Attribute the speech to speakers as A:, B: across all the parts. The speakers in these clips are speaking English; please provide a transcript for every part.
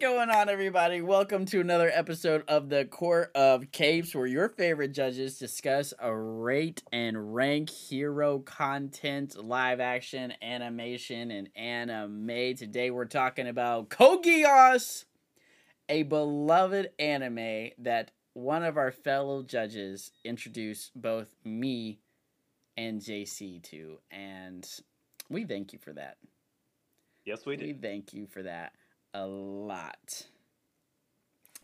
A: going on, everybody? Welcome to another episode of the Court of Capes, where your favorite judges discuss a rate and rank hero content, live action, animation, and anime. Today we're talking about Kogios, a beloved anime that one of our fellow judges introduced both me and JC to, and we thank you for that.
B: Yes, we
A: We
B: did.
A: thank you for that a lot.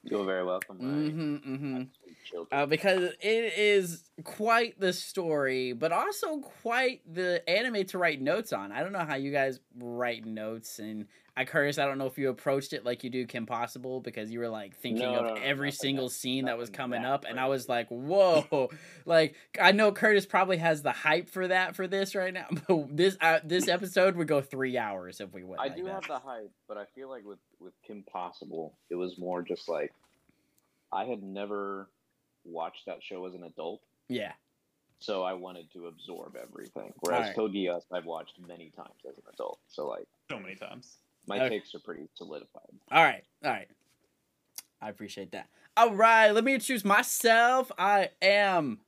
C: You're very welcome. Ryan.
A: hmm hmm
C: Sweet children.
A: Uh, because it is quite the story, but also quite the anime to write notes on. I don't know how you guys write notes, and I Curtis, I don't know if you approached it like you do Kim Possible because you were like thinking
C: No,
A: of
C: no, no,
A: every
C: nothing
A: single
C: that-
A: scene that was
C: nothing
A: coming
C: that
A: up, and I was
C: crazy.
A: like, whoa, like I know Curtis probably has the hype for that for this right now, but this uh, this episode would go three hours if we went.
C: I
A: like
C: do
A: that.
C: have the hype, but I feel like with with Kim Possible, it was more just like I had never watched that show as an adult,
A: yeah,
C: so I wanted to absorb everything. Whereas
A: Alright.
C: Kogias, I've watched many times as an adult, so like
B: So many times.
C: my
A: Okay.
C: takes are pretty solidified.
A: All right, all right. I appreciate that. All right, let me introduce myself. I am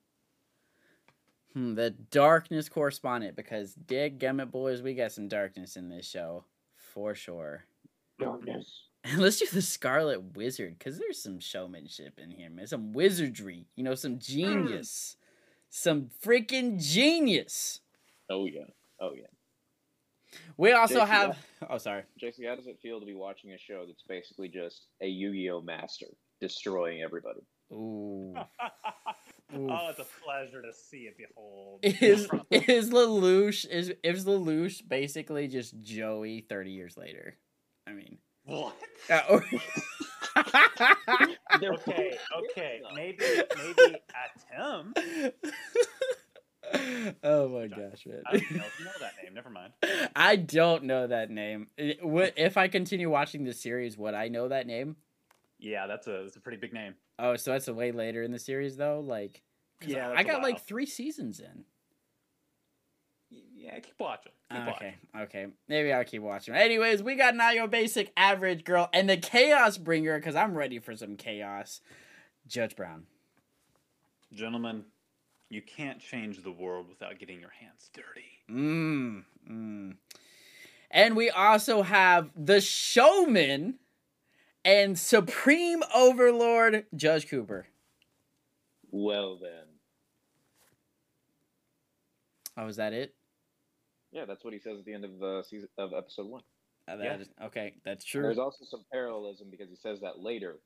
A: hmm, the darkness correspondent because, dig gummit boys, we got some darkness in this show for sure.
C: Darkness.
A: And let's do the Scarlet Wizard because there's some showmanship in here, man. Some wizardry, you know, some genius, some freaking genius.
C: Oh yeah, oh yeah.
A: We also
C: Jake, you
A: have. Oh, sorry.
C: JC, how does it feel to be watching a show that's basically just a Yu-Gi-Oh master destroying everybody?
A: Ooh.
B: oh, it's a pleasure to see and behold.
A: is is Lelouch is is Lelouch basically just Joey thirty years later? I mean,
B: what?
A: uh, or-
B: Okay, okay, maybe, maybe Atem.
A: oh my gosh,
B: I don't even
A: man!
B: know if you know that name. Never mind.
A: I don't know that name. I- would- If I continue watching this series, would I know that name?
B: Yeah, that's a that's a pretty big name.
A: Oh, so that's a way later in the series, though. Like, 'cause I
B: Yeah, that's a
A: got
B: while.
A: like three seasons in.
B: Yeah, keep watching. Keep watching.
A: Ah, Okay, okay. Maybe I'll keep watching. Anyways, we got now your basic average girl and the chaos bringer because I'm ready for some chaos. Judge Brown.
B: Gentlemen, you can't change the world without getting your hands dirty.
A: Mmm. Mmm. And we also have the showman and supreme overlord, Judge Cooper.
C: Well then,
A: Oh, is that it?
C: yeah, that's what he says at the end of the season of episode one.
A: Uh,
B: Yeah.
A: that is- okay, that's
C: And
A: true.
C: There's also some parallelism because he says that later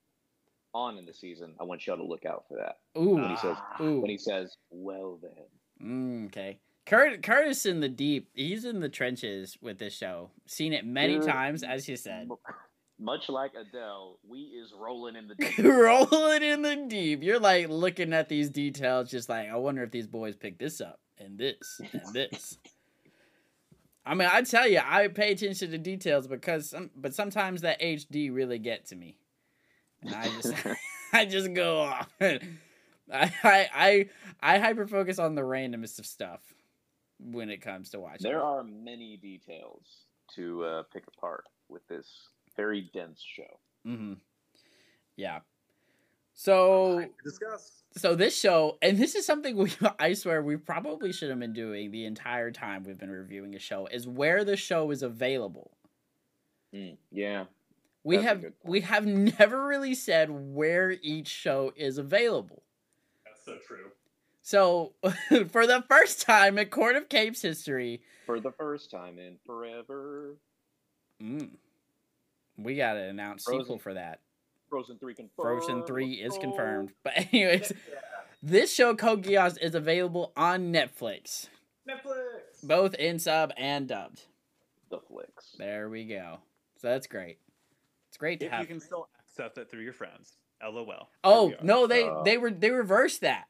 C: on in the season. I want y'all to look out for that.
A: Ooh.
C: When he says,
B: Ah.
A: ooh.
C: when he says, well then.
A: Mm, okay. Curt- Curtis in the deep. He's in the trenches with this show. Seen it many
C: You're-
A: times, as you said.
C: Much like Adele, we is rolling in the deep.
A: rolling in the deep. You're like looking at these details, just like, I wonder if these boys picked this up and this and this. I mean, I tell you, I pay attention to details because, some, but sometimes that HD really get to me, and I just, I just go off. I, I, I, I hyper focus on the randomest of stuff when it comes to watching.
C: there are many details to uh, pick apart with this very dense show.
A: hmm Yeah. So
B: Discuss.
A: so this show and this is something we i swear we probably should have been doing the entire time we've been reviewing a show is where the show is available Hmm.
C: yeah.
A: we
C: That's a
A: have
C: good point.
A: we have never really said where each show is available
B: That's so true.
A: so for the first time in court of capes history
C: For the first time in forever,
A: mm, we gotta announce sequel
C: Frozen.
A: for that
C: Frozen 3 confirmed.
A: frozen 3 is
C: Oh.
A: confirmed but anyways this show kogios is available on netflix
B: Netflix.
A: both in sub and dubbed
C: The flicks.
A: There we go. So that's great. It's great to
B: if you
A: have.
B: can still accept it through your friends, lol. There
A: Oh
B: we are.
A: no, they
C: Uh,
A: they were they reversed that.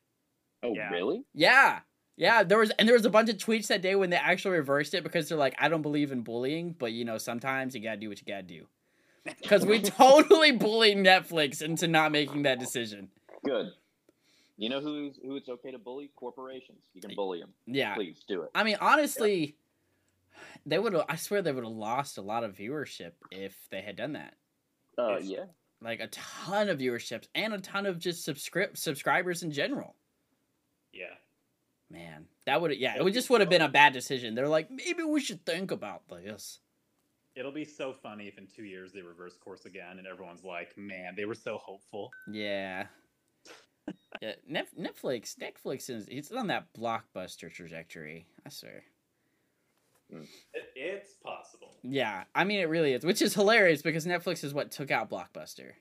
C: Oh,
B: Yeah.
C: really?
A: Yeah, yeah. There was and there was a bunch of tweets that day when they actually reversed it because they're like, I don't believe in bullying, but you know sometimes you gotta do what you gotta do. Because we totally bullied Netflix into not making that decision.
C: Good. You know who's, who it's okay to bully? Corporations. You can bully them.
A: Yeah.
C: Please do it.
A: I mean, honestly, they would. have I swear they would have lost a lot of viewership if they had done that.
C: Uh,
B: It's-
C: yeah.
A: like a ton of viewerships and a ton of just subscript subscribers in general.
B: Yeah.
A: Man, that would yeah, it would just would have been a bad decision. They're like, maybe we should think about this.
B: It'll be so funny if in two years they reverse course again and everyone's like, man, they were so hopeful.
A: Yeah. yeah Nef- Netflix, Netflix is it's on that blockbuster trajectory. I swear.
B: It, it's possible.
A: Yeah, I mean it really is, which is hilarious because Netflix is what took out blockbuster.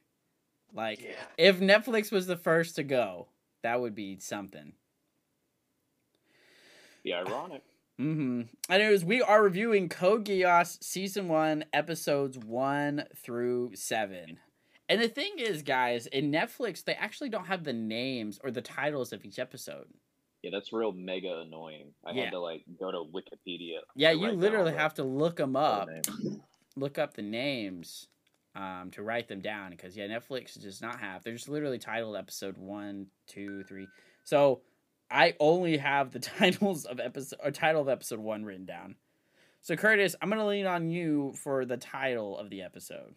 A: Like,
B: Yeah.
A: if Netflix was the first to go, that would be something.
C: Be ironic.
A: Mm-hmm. Anyways, we are reviewing Code Geass season one, episodes one through seven. And the thing is, guys, in Netflix, they actually don't have the names or the titles of each episode.
C: Yeah, that's real mega annoying. I
A: Yeah.
C: had to like go to Wikipedia.
A: Yeah,
C: to
A: you
C: write down
A: literally
C: the-
A: have to look them
C: the
A: up,
C: name.
A: look up the names um, to write them down. Because, yeah, Netflix does not have, they're just literally titled episode one, two, three. So I only have the titles of episode, or title of episode one written down. So, Curtis, I'm going to lean on you for the title of the episode.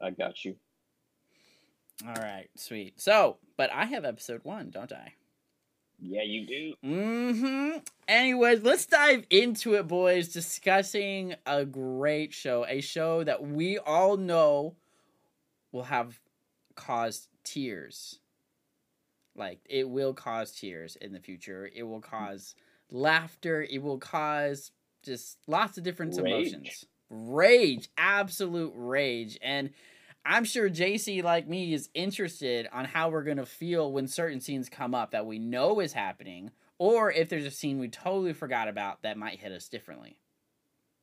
C: I got you.
A: All right, sweet. So, but I have episode one, don't I?
C: Yeah, you do.
A: Mm-hmm. Anyways, let's dive into it, boys. Discussing a great show, a show that we all know will have caused tears. Like it will cause tears in the future. It will cause laughter. It will cause just lots of different
C: Rage.
A: emotions. Rage, absolute rage, and I'm sure JC, like me, is interested on how we're gonna feel when certain scenes come up that we know is happening, or if there's a scene we totally forgot about that might hit us differently.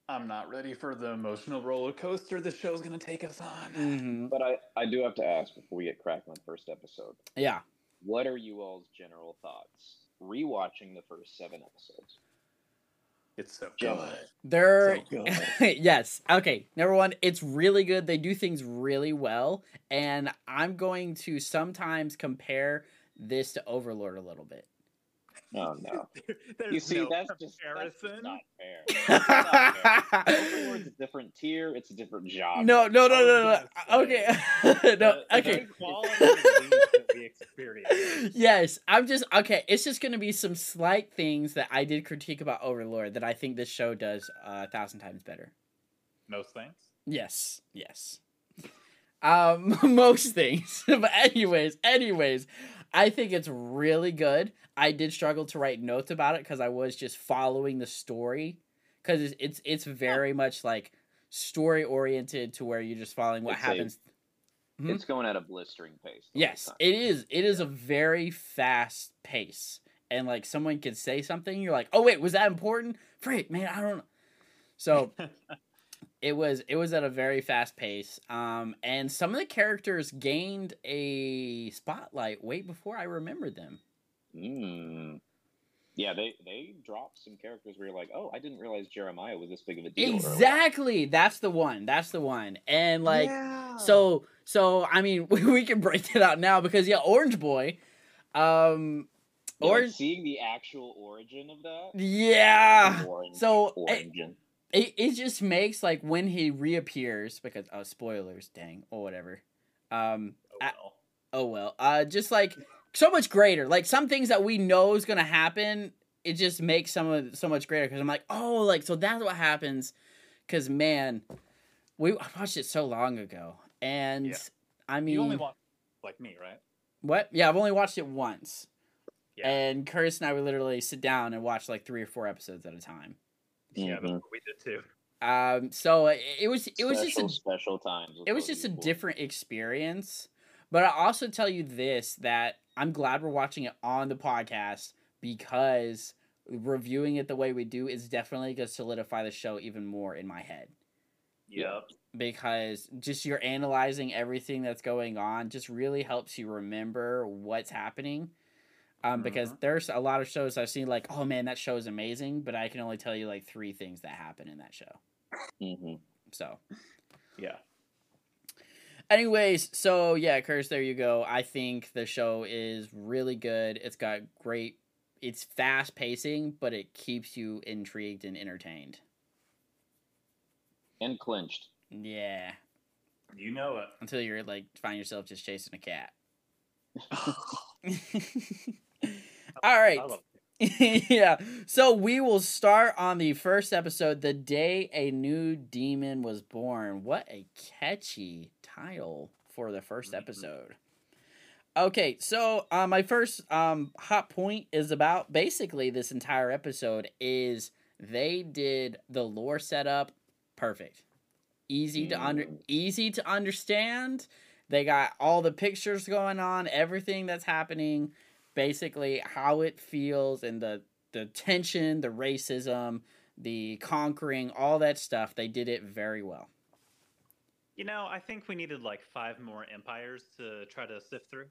B: I'm not ready for the emotional roller coaster this show's going to take us on.
A: Mm-hmm.
C: But I, I do have to ask before we get cracking on the first episode.
A: Yeah.
C: What are you all's general thoughts? Rewatching the first seven episodes.
B: It's so
C: Gentlemen.
B: good.
A: They're
B: So good.
A: yes. Okay. Number one, it's really good. They do things really well. And I'm going to sometimes compare this to Overlord a little bit.
C: Oh no!
B: There's
C: you see,
B: no
C: that's just that's just
B: comparison.
C: not fair. That's not fair. Overlord's a different tier. It's a different job. Oh,
A: no, no, no,
B: I
A: no,
B: was
A: no.
B: gonna
A: Okay. no,
B: The- the
A: okay.
B: very quality of the that we experience.
A: yes, I'm just okay. It's just gonna be some slight things that I did critique about Overlord that I think this show does uh, a thousand times better.
B: Most things.
A: Yes, yes. Um, most things, but anyways, anyways, I think it's really good. I did struggle to write notes about it because I was just following the story because it's, it's it's
C: Oh.
A: very much like story oriented to where you're just following what
C: It's a-
A: happens Hmm?
C: It's going at a blistering pace. the whole
A: Yes,
C: time.
A: it is. It is a very fast pace. And like someone could say something, you're like, "Oh wait, was that important?" Freight, man, I don't know. So it was it was at a very fast pace. Um and some of the characters gained a spotlight way before I remembered them.
C: Mm. Yeah, they they dropped some characters where you're like, oh, I didn't realize Jeremiah was this big of a deal. earlier."
A: Exactly. That's the one. That's the one. And like
B: Yeah.
A: So so I mean, we, we can break that out now because yeah, Orange Boy um
C: Yeah, like,
A: Orange
C: seeing the actual origin of that.
A: yeah.
C: Orange-
A: So it,
C: origin.
A: it, it just makes like when he reappears because oh spoilers dang or whatever um
B: Oh,
A: I-
B: well.
A: oh well uh just like so much greater like some things that we know is gonna happen it just makes some of so much greater because i'm like oh like so that's what happens because man we I watched it so long ago and
B: Yeah.
A: i mean
B: you only want like me, right?
A: what yeah i've only watched it once
B: Yeah.
A: and curtis and i would literally sit down and watch like three or four episodes at a time
B: Yeah, that's
C: Mhm.
B: what we did too.
A: um so it, it was it was just
C: special,
A: a
C: special times. with
A: it was
C: those
A: just a
C: people.
A: different experience. But I also tell you this that I'm glad we're watching it on the podcast because reviewing it the way we do is definitely going to solidify the show even more in my head
B: Yep.
A: because just you're analyzing everything that's going on just really helps you remember what's happening. Um, because there's a lot of shows I've seen like, oh man, that show is amazing, but I can only tell you like three things that happen in that show.
C: Mhm.
A: So
B: Yeah.
A: Anyways, so yeah, Curse, there you go. I think the show is really good. It's got great, it's fast pacing, but it keeps you intrigued and entertained.
C: and clinched.
A: Yeah.
B: You know it.
A: until you're like find yourself just chasing a cat. All right.
B: I love it.
A: yeah. So we will start on the first episode, The Day a New Demon Was Born. What a catchy title for the first
B: Mhm.
A: episode. Okay, so uh, my first um, hot point is about basically this entire episode is they did the lore setup perfect, easy to under
C: Mm.
A: easy to understand. They got all the pictures going on, everything that's happening basically how it feels and the the tension, the racism, the conquering, all that stuff. They did it very well.
B: You know, I think we needed like five more empires to try to sift through.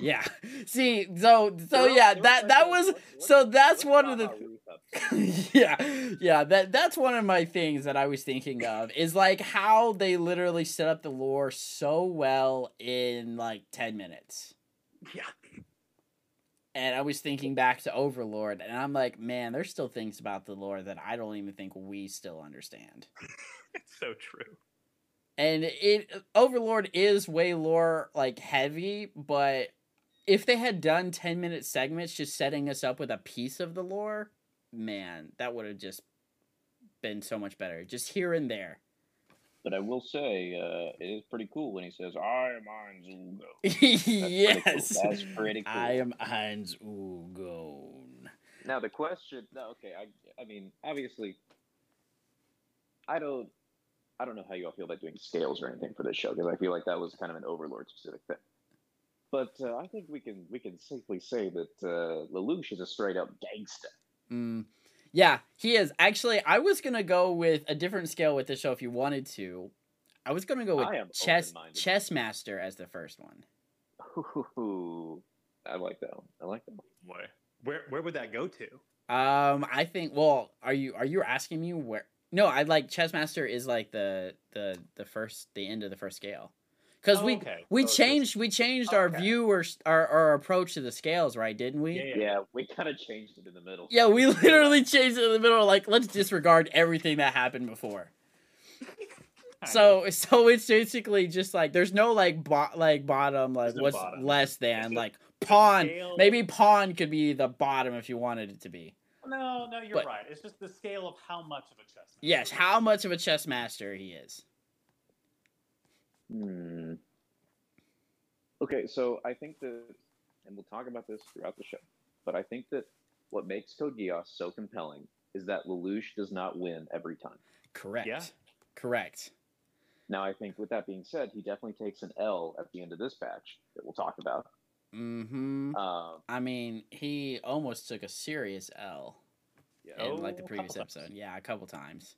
A: Yeah. See, so so
C: There was-
A: yeah,
C: there
A: that
C: like
A: that
C: a-
A: was
C: what- what-
A: so that's
C: what
A: one of
C: Baba
A: the
C: Ruth up to?
A: yeah yeah that that's one of my things that i was thinking of is like how they literally set up the lore so well in like 10 minutes
B: Yeah.
A: and I was thinking back to Overlord, and I'm like, man, there's still things about the lore that I don't even think we still understand.
B: It's so true.
A: And it Overlord is way lore like heavy, but if they had done 10 minute segments just setting us up with a piece of the lore, man, that would have just been so much better. Just here and there.
C: But I will say, uh, it is pretty cool when he says, "I am on Zungo."
A: yes.
C: That's pretty cool.
A: I am Heinz Ugon.
C: Now the question, no, okay, I, I mean, obviously, I don't, I don't know how you all feel about doing scales or anything for this show because I feel like that was kind of an Overlord specific thing. But uh, I think we can we can safely say that uh, Lelouch is a straight up gangster.
A: Mm. Yeah, he is. Actually, I was gonna go with a different scale with this show if you wanted to. I was gonna go with
C: I am
A: chess
C: open-minded.
A: chess master as the first one.
C: Ooh, I like that one. I like that one.
B: Boy. Where where would that go to?
A: Um, I think. Well, are you are you asking me where? No, I like chess master is like the the the first the end of the first scale because
B: Oh,
A: we
B: okay.
A: we
B: So it's just-
A: changed we changed our
B: Okay.
A: view or s- our our approach to the scales right didn't we?
B: Yeah, yeah.
C: Yeah, we kind of changed it in the middle.
A: Yeah, we literally changed it in the middle. Like, let's disregard everything that happened before.
B: Kind of.
A: So so it's basically just like there's no like bo- like bottom like
B: There's no
A: what's
B: bottom.
A: less than
B: It's just
A: like pawn
B: scale-
A: maybe pawn could be the bottom if you wanted it to be.
B: No, no, you're
A: but-
B: right. It's just the scale of how much of a chestnut.
A: Yes, how much of a chess master he is.
C: Hmm. Okay, so I think that, and we'll talk about this throughout the show, but I think that what makes Code Geass so compelling is that Lelouch does not win every time.
A: Correct. Correct.
C: Now, I think with that being said, he definitely takes an L at the end of this batch that we'll talk about.
A: Mhm.
C: Uh,
A: I mean, he almost took a serious L
C: yeah.
A: in like the
B: Oh,
A: previous
B: couple times.
A: episode. Yeah, a couple times.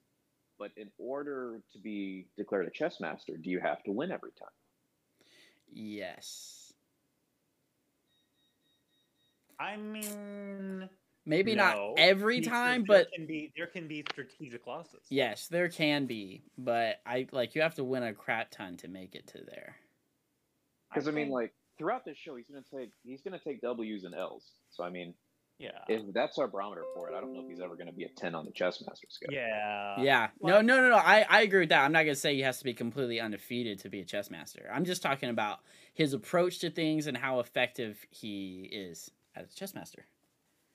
C: But in order to be declared a chess master, do you have to win every time?
A: Yes.
B: I mean,
A: Maybe
B: no,
A: not every
B: you- there-
A: time,
B: there
A: but
B: can be there can be strategic losses.
A: yes, there can be, but I like you have to win a crap ton to make it to there.
C: Because I mean,
B: think-
C: like throughout this show, he's gonna take he's gonna take W's and L's. So I mean,
B: yeah,
C: if that's our barometer for it, I don't know if he's ever gonna be a ten on the chess master scale.
B: yeah,
A: yeah. No,
B: like-
A: no, no, no. I, I agree with that. I'm not going to say he has to be completely undefeated to be a chess master. I'm just talking about his approach to things and how effective he is as a chess master.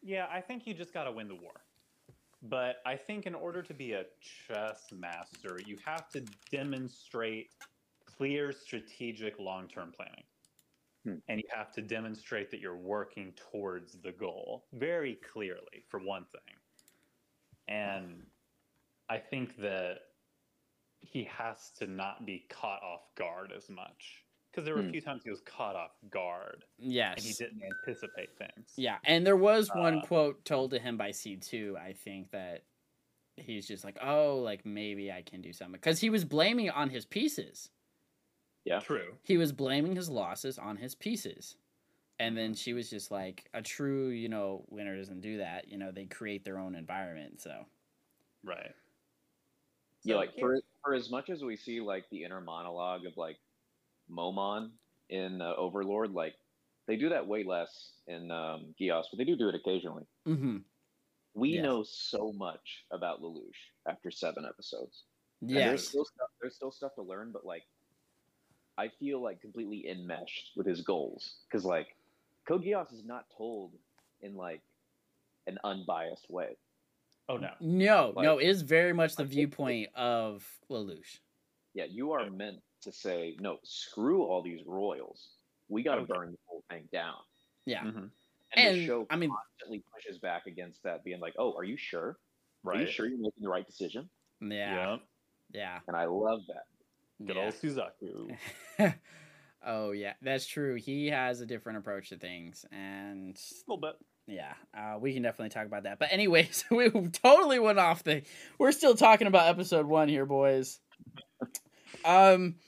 B: Yeah, I think you just got to win the war. But I think in order to be a chess master, you have to demonstrate clear strategic long term planning.
C: Hmm.
B: And you have to demonstrate that you're working towards the goal very clearly, for one thing. And I think that he has to not be caught off guard as much. Because there were a
C: Hmm.
B: few times he was caught off guard
A: Yes.
B: and he didn't anticipate things.
A: Yeah, and there was one
B: Uh,
A: quote told to him by C2, I think, that he's just like, oh, like maybe I can do something. Because he was blaming it on his pieces.
B: True.
A: He was blaming his losses on his pieces. And then she was just like, a true, you know, winner doesn't do that. You know, they create their own environment. So,
B: Right.
C: yeah,
B: So
C: like
B: here-
C: for for as much as we see like the inner monologue of like Momon in uh, Overlord, like they do that way less in um, Geass, but they do do it occasionally.
A: mm-hmm.
C: We
A: Yes.
C: know so much about Lelouch after seven episodes. And
A: Yes.
C: there's still stuff. There's still stuff to learn, but like I feel like completely enmeshed with his goals because like Code Geass is not told in like an unbiased way.
B: Oh no.
A: No, no,
C: Like-
A: it is very much the
C: Like, it-
A: viewpoint of Lelouch.
C: Yeah, you are
B: Yeah.
C: meant to say no. Screw all these royals. We got to
B: Okay.
C: burn the whole thing down. Mm-hmm.
A: Yeah,
B: Mhm.
C: And, the
A: And,
C: show
A: I mean-
C: constantly pushes back against that, being like, "Oh, are you sure? Are you
B: Right.
C: sure you're making the right decision?"
A: yeah,
B: Yeah.
A: yeah.
C: And I love that.
B: Good
A: yeah.
B: old Suzaku.
A: oh yeah, that's true. He has a different approach to things, and
B: little bit.
A: yeah, uh, we can definitely talk about that. But anyways, we totally went off the. We're still talking about episode one here, boys. um,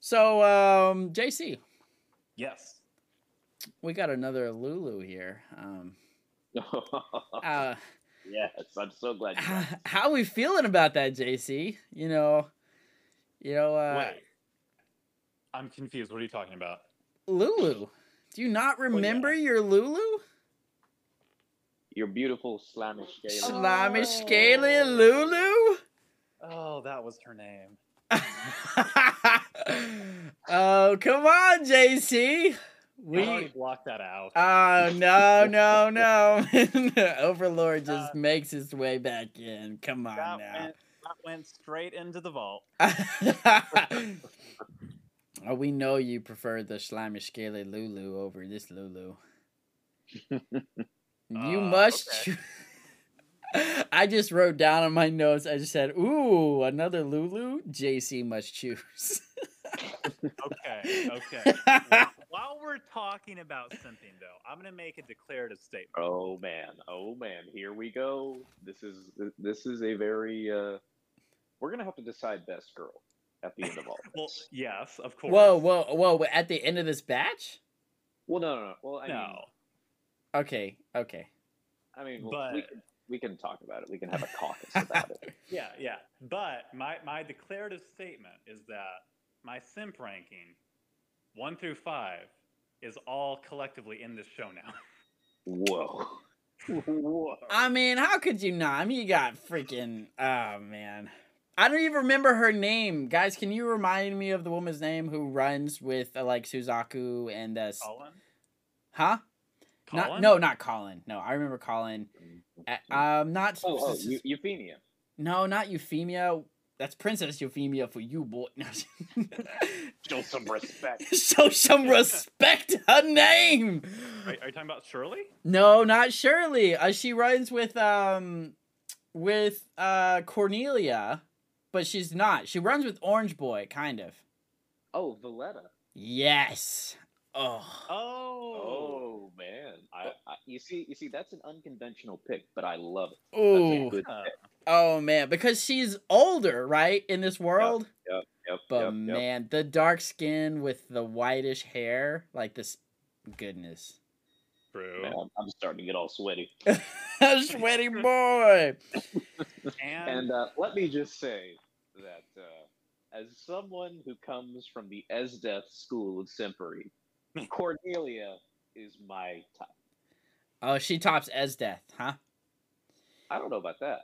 A: so um, JC,
B: Yes.
A: we got another Lulu here. Um, uh,
C: yes, I'm so glad. You
A: how,
C: asked.
A: how we feeling about that, JC? You know, you know, uh,
B: Wait. I'm confused. What are you talking about?
A: Lulu. Do you not
B: yeah.
A: remember your Lulu?
C: Your beautiful slamish Galen.
B: Oh.
A: Slimy Scaly Lulu?
B: Oh, that was her name.
A: oh, come on, JC.
B: We already
A: We.
B: blocked that out.
A: Oh, no, no, no. Overlord
B: Uh,
A: just makes his way back in. Come on
B: that,
A: now.
B: went, that went straight into the vault.
A: oh, we know you prefer the slimy scaly Lulu over this Lulu. you
B: Uh,
A: must.
B: okay.
A: choo- I just wrote down on my notes. I just said, "Ooh, another Lulu." JC must choose.
B: Okay. Okay. While we're talking about something, though, I'm going to make a declarative statement.
C: Oh man, oh man, here we go. This is this is a very uh we're gonna have to decide best girl at the end of all
B: Well,
C: this.
B: yes, of course.
A: whoa, whoa, whoa! wait, At the end of this batch?
C: Well, no, no, no. Well, I mean,
B: No.
A: Okay, okay.
C: I mean, well,
B: But-
C: we can we can talk about it. We can have a caucus about it.
B: Yeah, yeah. But my, my declarative statement is that my simp ranking, one through five, is all collectively in this show now.
C: Whoa, whoa.
A: I mean, how could you not? I mean, you got freaking. Oh man, I don't even remember her name, guys. Can you remind me of the woman's name who runs with uh, like Suzaku and uh, s-
B: Colin?
A: huh?
B: Colin?
A: Not no, not Colin. No, I remember Colin. Uh, um, not
C: Oh, oh,
A: s- s-
C: Eu- Euphemia.
A: no, not Euphemia. That's Princess Euphemia for you, boy. No.
C: Show some respect.
A: Show some respect her name.
B: Are, are you talking about Shirley?
A: No, not Shirley. Uh, she runs with um with uh Cornelia, but she's not. She runs with Orange Boy, kind of.
C: Oh, Valletta.
A: Yes. Oh.
B: Oh.
C: Oh man, I, I you see you see that's an unconventional pick, but I love it. That's a
A: Ooh.
C: good
B: Yeah.
C: pick.
A: Oh man, because she's older, right, in this world.
C: Yep,
A: But
C: yep, yep.
A: man, the dark skin with the whitish hair, like this goodness.
B: True.
C: Man, I'm, I'm starting to get all sweaty.
A: Sweaty boy.
B: And,
C: And uh, let me just say that uh, as someone who comes from the Esdeath school of Simpery, Cornelia is my type.
A: Oh, she tops as death, huh?
C: I don't know about that,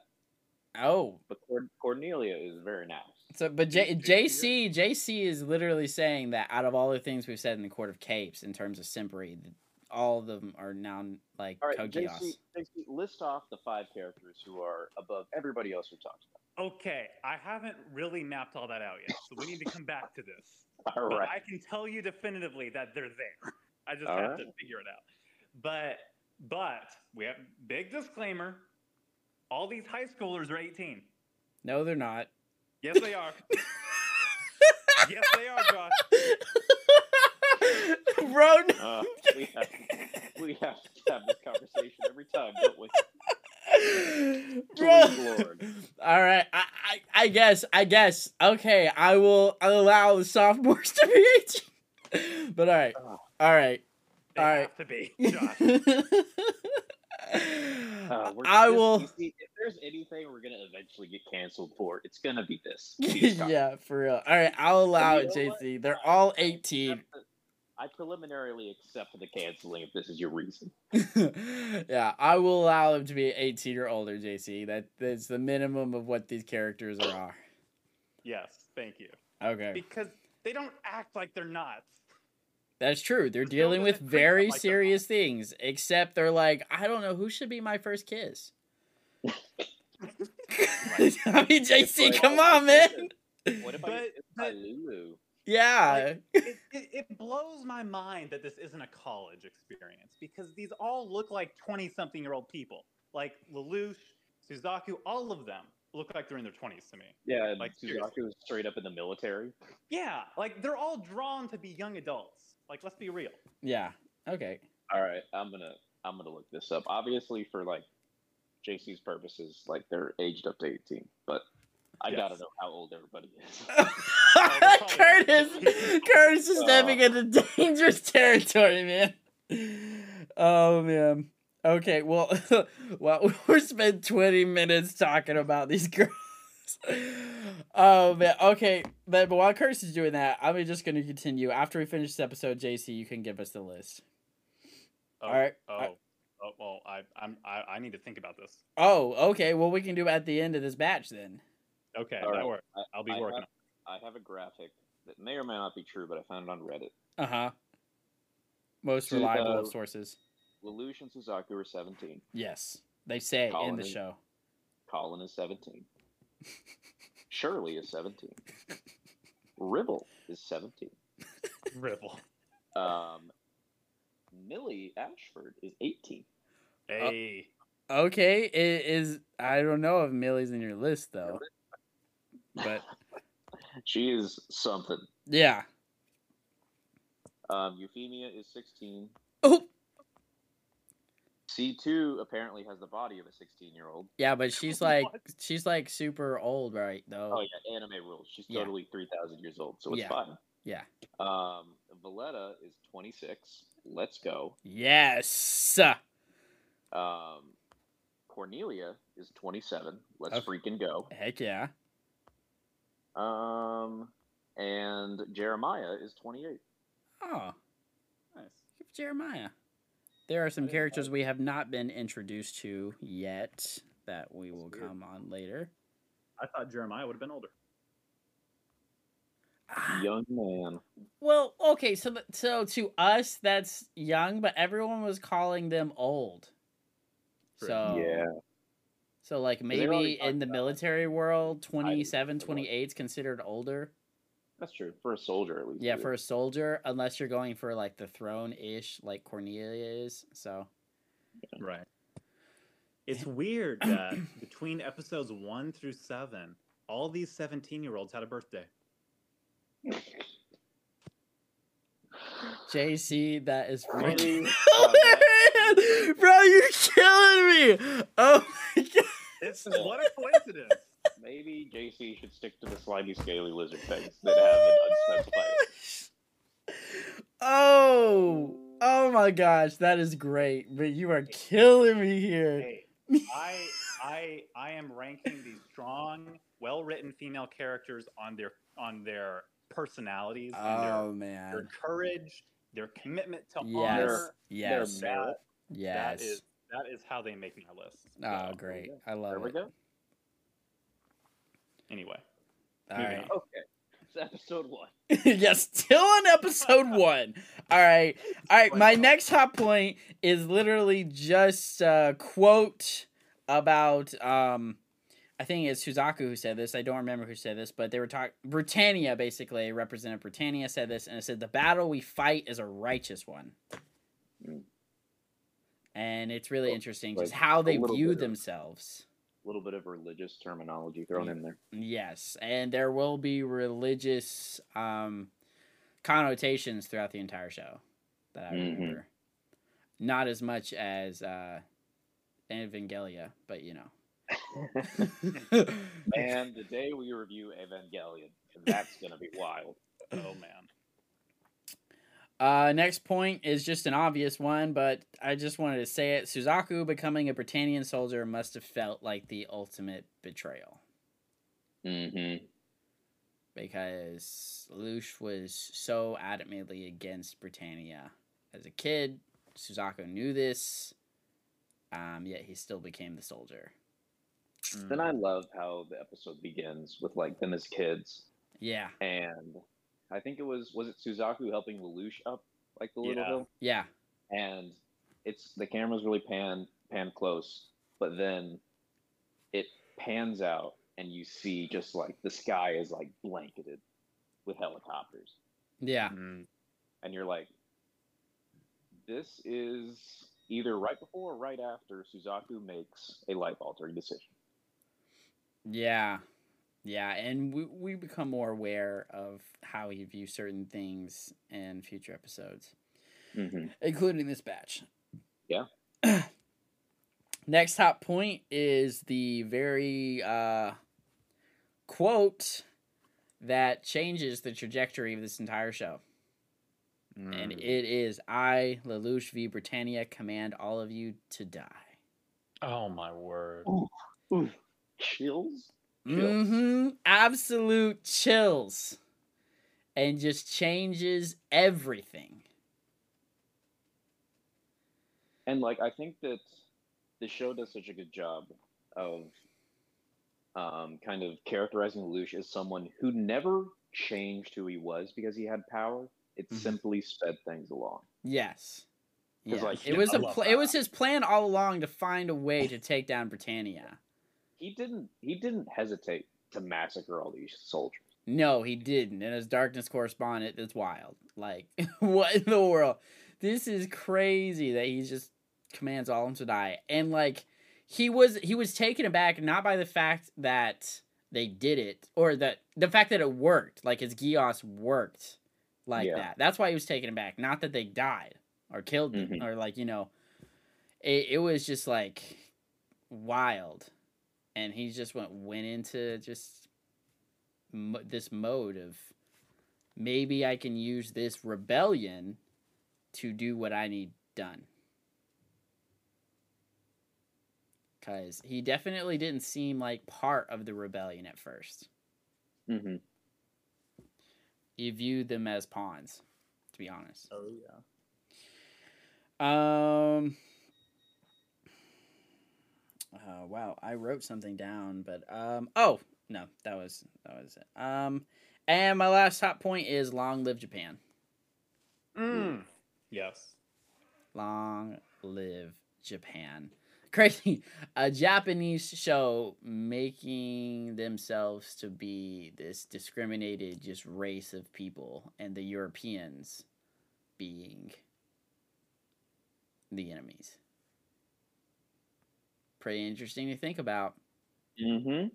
A: Oh.
C: but Cor- Cornelia is very nice.
A: So, but J-
B: Did you hear?
A: JC JC is literally saying that out of all the things we've said in the Court of Capes in terms of simpery, th- all of them are now like
C: All right,
A: Kogios.
C: JC, JC, list off the five characters who are above everybody else we talked
B: okay, I haven't really mapped all that out yet, so we need to come back to this.
C: about. All
B: But
C: right.
B: I can tell you definitively that they're there. I just
C: All
B: have
C: right.
B: to figure it out. But but we have big disclaimer. All these high schoolers are 18.
A: No, they're not.
B: Yes, they are. yes, they are, Josh.
A: Bro, no.
C: Uh, we, have, we have to have this conversation every time, don't we?
A: Bro.
C: Please, Lord.
A: All right, I, I, I guess, I guess. Okay, I will allow the sophomores to be 18. But all right,
C: Oh.
A: all right.
B: They
A: All
B: have
A: right.
B: to be, Josh.
C: Uh,
A: I
C: we're-
A: I
C: this- you
A: will.
C: see, if there's anything we're gonna eventually get canceled for, it's gonna be this. Jesus Christ.
A: yeah, for real. All right, I'll allow
C: you
A: it,
C: know what?
A: JC. They're all 18.
C: I preliminarily accept the canceling if this is your reason.
A: yeah, I will allow them to be 18 or older, JC. That that's the minimum of what these characters are.
B: Yes, thank you.
A: Okay.
B: Because They don't act like they're nuts.
A: That's true. They're
B: There's no
A: dealing
B: way
A: with
B: to treat them
A: very
B: like they're
A: serious
B: not.
A: things, except they're like, I don't know who should be my first kiss. I mean, JC,
C: like,
A: come
C: oh,
A: on, man.
C: What if I
B: But-
C: it's by
B: but-
C: Lulu?
A: Yeah.
B: it, it, it blows my mind that this isn't a college experience because these all look like 20 something year old people. Like Lelouch, Suzaku, all of them look like they're in their 20s to me.
C: Yeah,
B: Like,
C: like
B: seriously.
C: Suzaku was straight up in the military.
B: Yeah, like they're all drawn to be young adults. Like, let's be real.
A: yeah. Okay.
C: All right, I'm gonna I'm gonna look this up. Obviously, for like JC's purposes, like they're aged up to 18, but I
B: Yes.
C: gotta know how old everybody is.
A: Curtis, Curtis is stepping into dangerous territory, man. Oh man. Okay, well, well, we're spent twenty minutes talking about these girls. Oh man. Okay, but, but while Curtis is doing that, I'm just gonna continue. After we finish this episode, JC, you can give us the list.
B: Oh,
A: All right. I-
B: Oh, oh, well, I, I'm, I, I need to think about this.
A: Oh, okay. Well, we can do it at the end of this batch then.
B: Okay,
C: All
B: that
C: right.
B: works. I'll be
C: I
B: working.
C: have- I have a graphic that may or may not be true, but I found it on Reddit.
A: Uh huh. Most
C: To the-
A: reliable of sources.
C: Lelouch and Suzaku are 17.
A: Yes, they say it in the
C: Colony.
A: show.
C: Colin is 17. Shirley is 17. Ribble is 17.
B: on.
C: Oh.
B: Ripple.
C: Um, Millie Ashford is 18.
B: Hey.
A: Okay, it is. I don't know if Millie's in your list though, but
C: She is something.
A: yeah.
C: Um, Euphemia is 16.
A: Oh,
C: C2 apparently has the body of a 16 year old.
A: yeah, but she's like
B: What?
A: she's like super old, right?
C: Oh,
A: Though.
C: yeah, anime rules. She's
A: Yeah.
C: totally 3,000 years old, so it's
A: Yeah.
C: fine.
A: Yeah.
C: Um, Valletta is 26. Let's go.
A: Yes.
C: Um, Cornelia is 27. Let's
A: Okay.
C: freaking go.
A: Heck yeah.
C: Um, and Jeremiah is 28.
A: Oh,
B: Nice.
A: Jeremiah. There are some
C: didn't know.
A: characters we have not been introduced to yet that we will
C: That's weird.
A: come on later.
B: I thought Jeremiah would have been older.
A: Ah,
C: Young man.
A: Well, okay, so th- so to us that's young, but everyone was calling them old.
B: True.
A: So
C: Yeah.
A: So like
C: they've already
A: maybe
C: talked
A: in the
C: about, like,
A: military world, 27,
C: for what-
A: 28 is considered older.
C: That's true. For a soldier, at least.
A: Yeah,
C: it
A: for
C: is.
A: a soldier, unless you're going for like the throne ish, like Cornelia is. So
B: Right. It's weird that between episodes one through seven, all these 17 year olds had a birthday.
A: JC, that is freaking.
C: Really?
A: Oh,
C: uh,
A: man! Bro, you're killing me! Oh my god!
B: It's what a coincidence.
C: Maybe JC should stick to the slimy, scaly lizard things that have an unspecified.
A: Oh, oh my gosh, that is great! But you are killing me here.
B: hey, I, I, I am ranking these strong, well written female characters on their, on their personalities,
A: Oh
B: and their, their
A: man!
B: courage, their commitment to
A: Yes,
B: honor.
A: yes,
C: They're merit.
B: That
A: yes.
B: is, that is how they make my list.
A: Oh,
B: So,
A: great!
C: go.
A: I love
C: There
A: it.
C: we go.
B: Anyway,
A: All
B: Moving
A: right.
C: Okay. It's episode one.
A: yes, still on episode one. All right. All right. My next hot point is literally just a quote about um I think it's Suzaku who said this. I don't remember who said this, but they were talking Britannia basically, represented Britannia said this and it said the battle we fight is a righteous one.
C: Mm.
A: And it's really
C: Oh,
A: interesting
C: like,
A: just how
C: a
A: they
C: little
A: view
C: bit of-
A: themselves.
C: A little bit of religious terminology thrown in there.
A: Yes, and there will be religious um, connotations throughout the entire show that I
C: Mhm.
A: remember. Not as much as uh, Evangelia, but you know.
C: And today we review Evangelion, and that's gonna be wild.
B: oh man.
A: uh, next point is just an obvious one, but I just wanted to say it. Suzaku becoming a Britannian soldier must have felt like the ultimate betrayal
C: Mm-hmm.
A: because Lelouch was so adamantly against Britannia as a kid. Suzaku knew this, um, yet he still became the soldier. Mm.
C: Then I love how the episode begins with like them as kids,
A: Yeah,
C: and I think it was was it Suzaku helping Lelouch up like the little
B: Yeah.
C: hill,
A: Yeah.
C: and it's the camera's really pan pan close, but then it pans out and you see just like the sky is like blanketed with helicopters,
A: Yeah.
B: Mm,
C: and you're like, this is either right before or right after Suzaku makes a life altering decision.
A: Yeah. Yeah, and we we become more aware of how he views certain things in future episodes, including this batch.
C: Yeah.
A: Next top point is the very uh, quote that changes the trajectory of this entire show. And
B: mm.
A: it is I, Lelouch v. Britannia, command all of you to die.
B: oh my word.
C: Ooh. Ooh, chills. Chills.
A: hmm Absolute chills. And just changes everything.
C: and like i think that the show does such a good job of um, kind of characterizing lelouch as someone who never changed who he was because he had power it
B: Mhm.
C: simply sped things along
A: Yes.
C: 'Cause,
A: Yeah.
C: like,
A: it was
B: I
A: a
B: love
A: pl- it
B: that.
A: was his plan all along to find a way to take down Britannia.
C: he didn't he didn't hesitate to massacre all these soldiers
A: No, he didn't. And as darkness correspondent, it's wild. Like, what in the world? This is crazy that he just commands all of them to die. And like, he was he was taken aback not by the fact that they did it or that the fact that it worked. Like his Gios worked like
C: Yeah.
A: that. That's why he was taken aback. Not that they died or killed them
C: Mhm.
A: or like you know, it it was just like wild, and he just went went into just mo- this mode of maybe I can use this rebellion to do what I need done. Cause he definitely didn't seem like part of the rebellion at first.
C: mm-hmm.
A: He viewed them as pawns, to be honest.
B: Oh yeah.
A: Um. Uh, wow, I wrote something down, but um. Oh no, that was that was it. Um, and my last top point is long live Japan.
B: Mm. Yes.
A: Long live Japan. Crazy. A Japanese show making themselves to be this discriminated just race of people and the Europeans being the enemies. Pretty interesting to think about.
C: Mm-hmm.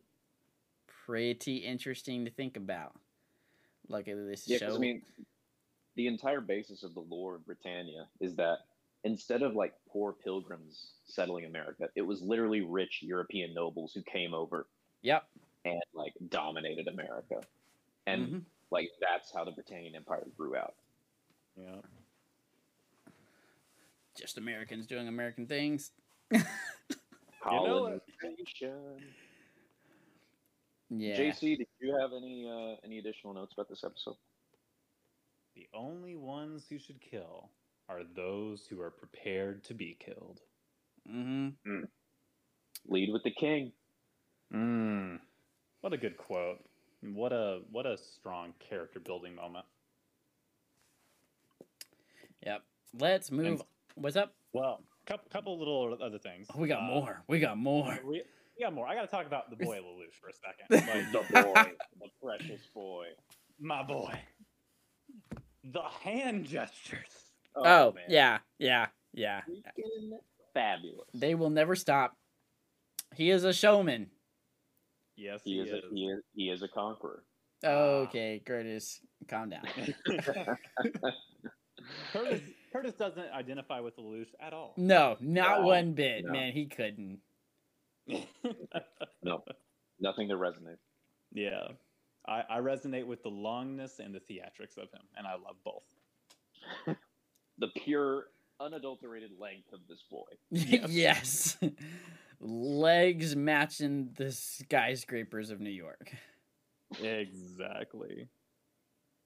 A: Pretty interesting to think about. Look at this
C: yeah 'cause,
A: show.
C: i mean the entire basis of the lore of britannia is that instead of like poor pilgrims settling america it was literally rich european nobles who came over
A: yep.
C: and like dominated America. And
A: Mhm.
C: like that's how the Britannian Empire grew out.
B: Yeah.
A: Just Americans doing American things.
B: know what?
C: Colonization.
A: Yeah.
C: JC, did you have any uh, any additional notes about this episode?
B: The only ones who should kill are those who are prepared to be killed.
A: Mm-hmm.
C: Lead with the king.
B: Mm. What a good quote. What a what a strong character building moment.
A: Yep. Let's move. What's up? Oh,
B: Well, couple couple little other things.
A: We got
B: Uh,
A: more. We got more.
B: We, we got more. I got to talk about the boy Lelouch for a second. Like,
C: The boy, the precious boy.
B: my boy. The hand gestures.
A: Oh,
C: man.
A: yeah, yeah, yeah.
C: Freaking fabulous.
A: They will never stop. He is a showman.
B: Yes,
C: he, is A, he is he is a conqueror.
B: Ah.
A: Okay, Curtis, calm down.
B: Curtis, Curtis doesn't identify with Lelouch at all.
A: No, not
C: Wow.
A: one bit,
C: No.
A: man. He couldn't. Mm.
C: Nothing to resonate.
B: yeah, I, I resonate with the longness and the theatrics of him, and I love both.
C: The pure, unadulterated length of this boy.
B: Yes.
A: yes. Legs matching the skyscrapers of New York.
B: Exactly.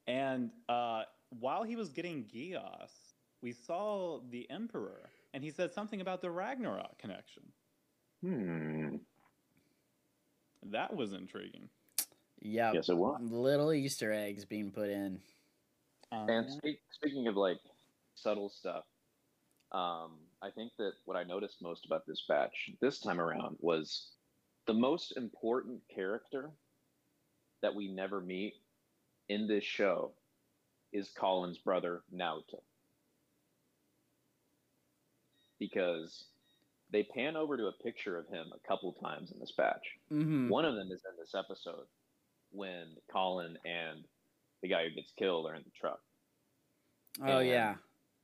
B: And uh, while he was getting Gios, we saw the Emperor, and he said something about the Ragnarok connection.
C: Hmm.
B: That was intriguing.
A: Yep.
C: Yes, it was.
A: Little Easter eggs being put in.
B: Um,
C: And speak, speaking of like subtle stuff, um, I think that what I noticed most about this batch this time around was the most important character that we never meet in this show is Colin's brother Naoto. Because they pan over to a picture of him a couple times in this batch.
A: Mm-hmm.
C: One of them is in this episode when Colin and the guy who gets killed are in the truck
A: Oh
C: and-
A: yeah,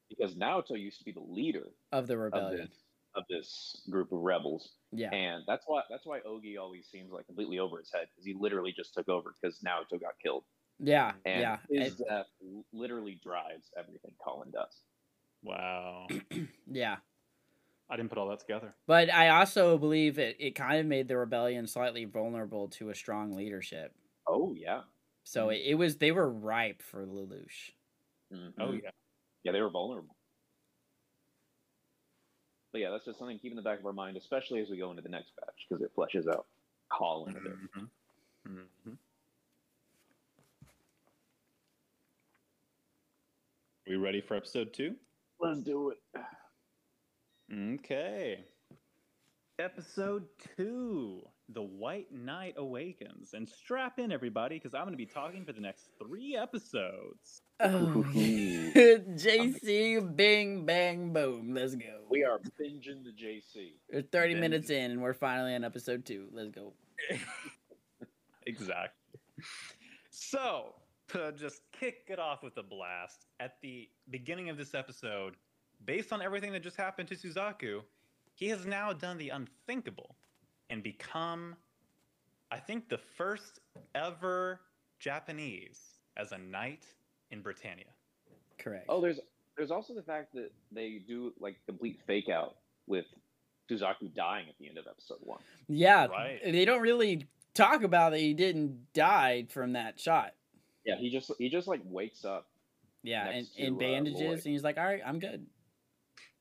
C: because Naoto used to be the leader
A: of the
C: of
A: rebellion.
C: this, of this group of rebels,
A: Oh, Yeah.
C: and that's why that's why Ogi always seems like completely over his head because he literally just took over because Naoto got killed,
A: Yeah.
C: and
A: Yeah.
C: his
A: It-
C: death literally drives everything Colin does.
B: wow,
A: yeah.
B: I didn't put all that together.
A: But I also believe it, it kind of made the rebellion slightly vulnerable to a strong leadership.
C: Oh yeah,
A: So it, it was they were ripe for Lelouch.
C: Mhm.
B: Oh yeah,
C: yeah, they were vulnerable. But yeah, that's just something to keep in the back of our mind, especially as we go into the next batch because it fleshes out Colin a
A: Mm-hmm.
C: bit.
B: Mhm. Mhm. We ready for episode two?
C: Let's do it.
B: Okay. Episode two The White Knight Awakens. And strap in, everybody, because I'm going to be talking for the next three episodes.
A: Oh. JC, bing, bang, boom. Let's go.
C: We are binging the JC.
A: We're 30
B: Bing.
A: minutes in and we're finally on episode two. Let's go.
B: Exactly. So, to just kick it off with a blast, at the beginning of this episode, based on everything that just happened to Suzaku, he has now done the unthinkable and become, I think, the first ever Japanese as a knight in Britannia.
A: Correct.
C: Oh, there's there's also the fact that they do like complete fake out with Suzaku dying at the end of episode one.
A: yeah.
B: Right.
A: They don't really talk about that he didn't die from that shot.
C: Yeah, he just he just like wakes up.
A: Yeah. And
C: Next
A: in
C: to, uh,
A: bandages.
C: Lloyd.
A: and he's like, all right, I'm good.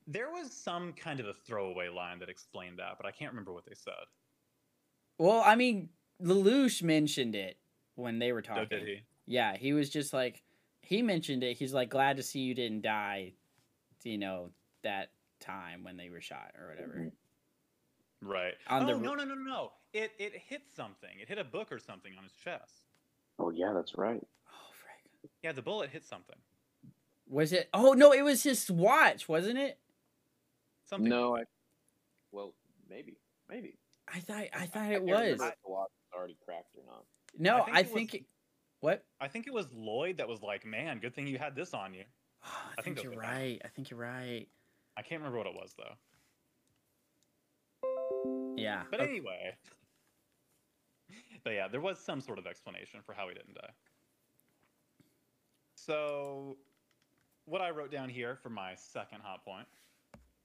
B: There was some kind of a throwaway line that explained that, but I can't remember what they said.
A: Well, I mean, Lelouch mentioned it when they were talking.
B: Oh, did he?
A: Yeah, he was just like he mentioned it. He's like glad to see you didn't die, you know, that time when they were shot or
C: Mm-hmm.
A: whatever.
B: Right.
A: On
B: oh,
A: the-
B: no, no, no, no. It, it hit something. It hit a book or something on his chest.
C: Oh yeah, that's right.
A: Oh, Frank.
B: Yeah, the bullet hit something.
A: Was it? Oh no, it was his watch, wasn't it?
B: Something.
C: No, I, well maybe maybe
A: I thought I
C: I
A: thought
C: can't
A: it
C: remember
A: was.
C: if the watch was already cracked or not.
A: No,
B: I think
A: I
B: it was-
A: think. It what?
B: I think it was Lloyd that was like, "Man, good thing you had this on you."
A: Oh, I
B: I
A: think
B: think that
A: you're
B: was that.
A: right. I think you're right.
B: I can't remember what it was though.
A: Yeah.
B: But
A: okay.
B: anyway. But yeah, there was some sort of explanation for how he didn't die. So, what I wrote down here for my second hot point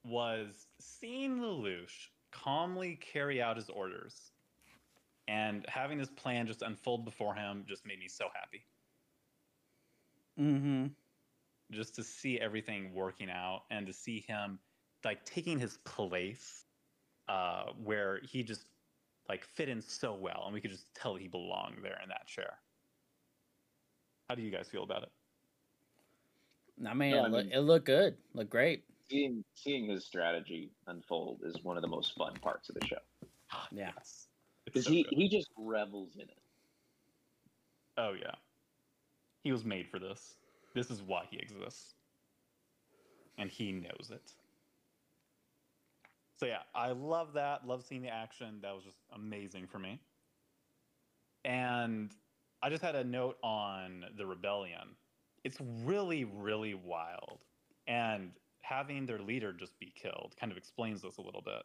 B: was seeing Lelouch calmly carry out his orders and having this plan just unfold before him just made me so happy.
A: Mm-hmm.
B: just to see everything working out and to see him like taking his place uh, where he just like fit in so well and we could just tell he belonged there in that chair how do you guys feel about it
A: I mean,
C: No,
A: it,
C: I
A: loo-
C: mean-
A: it looked good. Looked great.
C: Seeing seeing his strategy unfold is one of the most fun parts of the show
A: Yeah.
B: Yes. It's
C: because
B: so
C: he
B: good.
C: he just revels in it.
B: oh yeah he was made for this this is why he exists and he knows it so yeah i love that love seeing the action that was just amazing for me and i just had a note on the rebellion it's really really wild and having their leader just be killed kind of explains this a little bit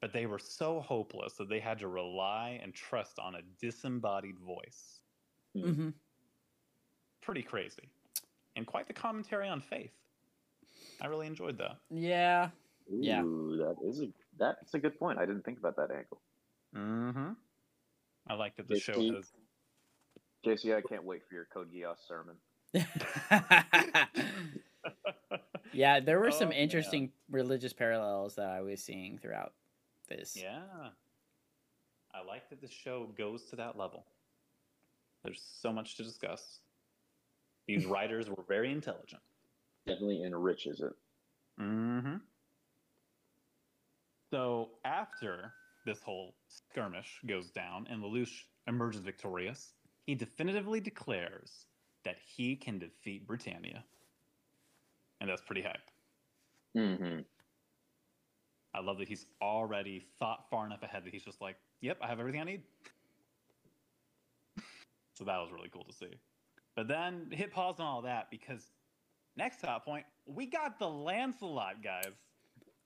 B: but they were so hopeless that they had to rely and trust on a disembodied voice
A: Mm-hmm.
B: pretty crazy and quite the commentary on faith i really enjoyed that
A: Yeah. Yeah.
C: Ooh, that is a that's a good point. I didn't think about that angle.
B: mm-hmm. i like that the
C: Did
B: show
C: you-
B: has
C: JC, I can't wait for your Code Geass sermon.
A: yeah, there were
B: Oh,
A: some
B: man.
A: interesting religious parallels that I was seeing throughout this.
B: yeah i like that the show goes to that level There's so much to discuss. These writers were very intelligent.
C: Definitely enriches it.
B: Mm-hmm. So after this whole skirmish goes down and Lelouch emerges victorious, he definitively declares that he can defeat Britannia. And that's pretty hype.
C: Mm-hmm.
B: I love that he's already thought far enough ahead that he's just like, yep, I have everything I need. so that was really cool to see. But then hit pause on all that because next hot point, we got the Lancelot guys.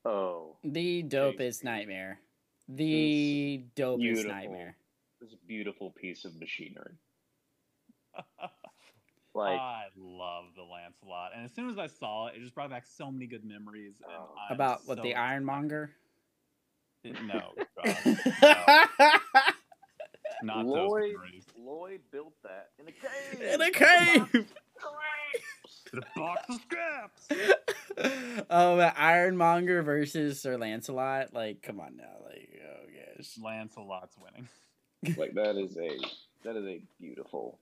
C: Oh,
A: The dopest nightmare. The dopest
C: beautiful.
A: nightmare.
C: this beautiful piece of machinery.
A: Ah.
B: I love the Lancelot. And as soon as I saw it, it just brought back so many good memories. And
C: Oh.
B: I'm
A: About what
B: so
A: the Ironmonger?
B: excited- No, God, no,
A: In
B: not
C: Lloyd-
B: those memories.
C: Lloyd built that in a cave.
A: a cave.
B: The box of scraps.
A: oh, but Ironmonger versus Sir Lancelot. Like, come on now. Like, oh gosh.
B: Lancelot's winning.
C: like that is a that is a beautiful.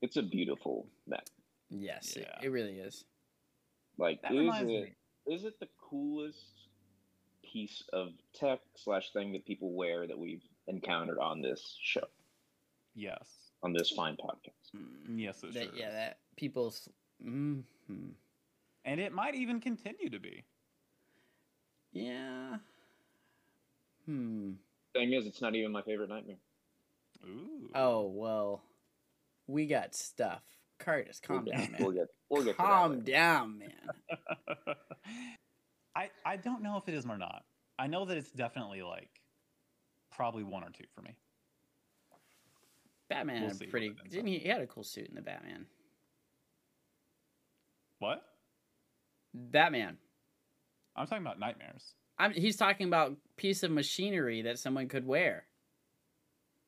C: It's a beautiful map.
A: Yes, it-
B: Yeah.
A: it, really is.
C: Like
B: That
C: is
B: reminds
C: it
B: me.
C: is it the coolest piece of tech slash thing that people wear that we've encountered on this show
B: Yes.
C: on this fine podcast?
A: Mm.
B: Yes, it
A: That-
B: sure
A: yeah,
B: is.
A: that people's. hmm
B: And it might even continue to be.
A: Yeah. Hmm.
C: Thing is, it's not even my favorite nightmare.
B: Ooh.
A: Oh well, we got stuff. Curtis, calm
C: we'll
A: down,
C: get, We'll
A: man.
C: get, we'll get to that
A: Calm
C: later.
A: down, man.
B: I I don't know if it is or not. I know that it's definitely like probably one or two for me.
A: Batman
B: We'll
A: had
B: see
A: a
B: what
A: pretty.
B: it ends
A: Didn't he? He had a cool suit in the Batman.
B: What?
A: Batman.
B: I'm talking about nightmares.
A: I'm, he's talking about piece of machinery that someone could wear.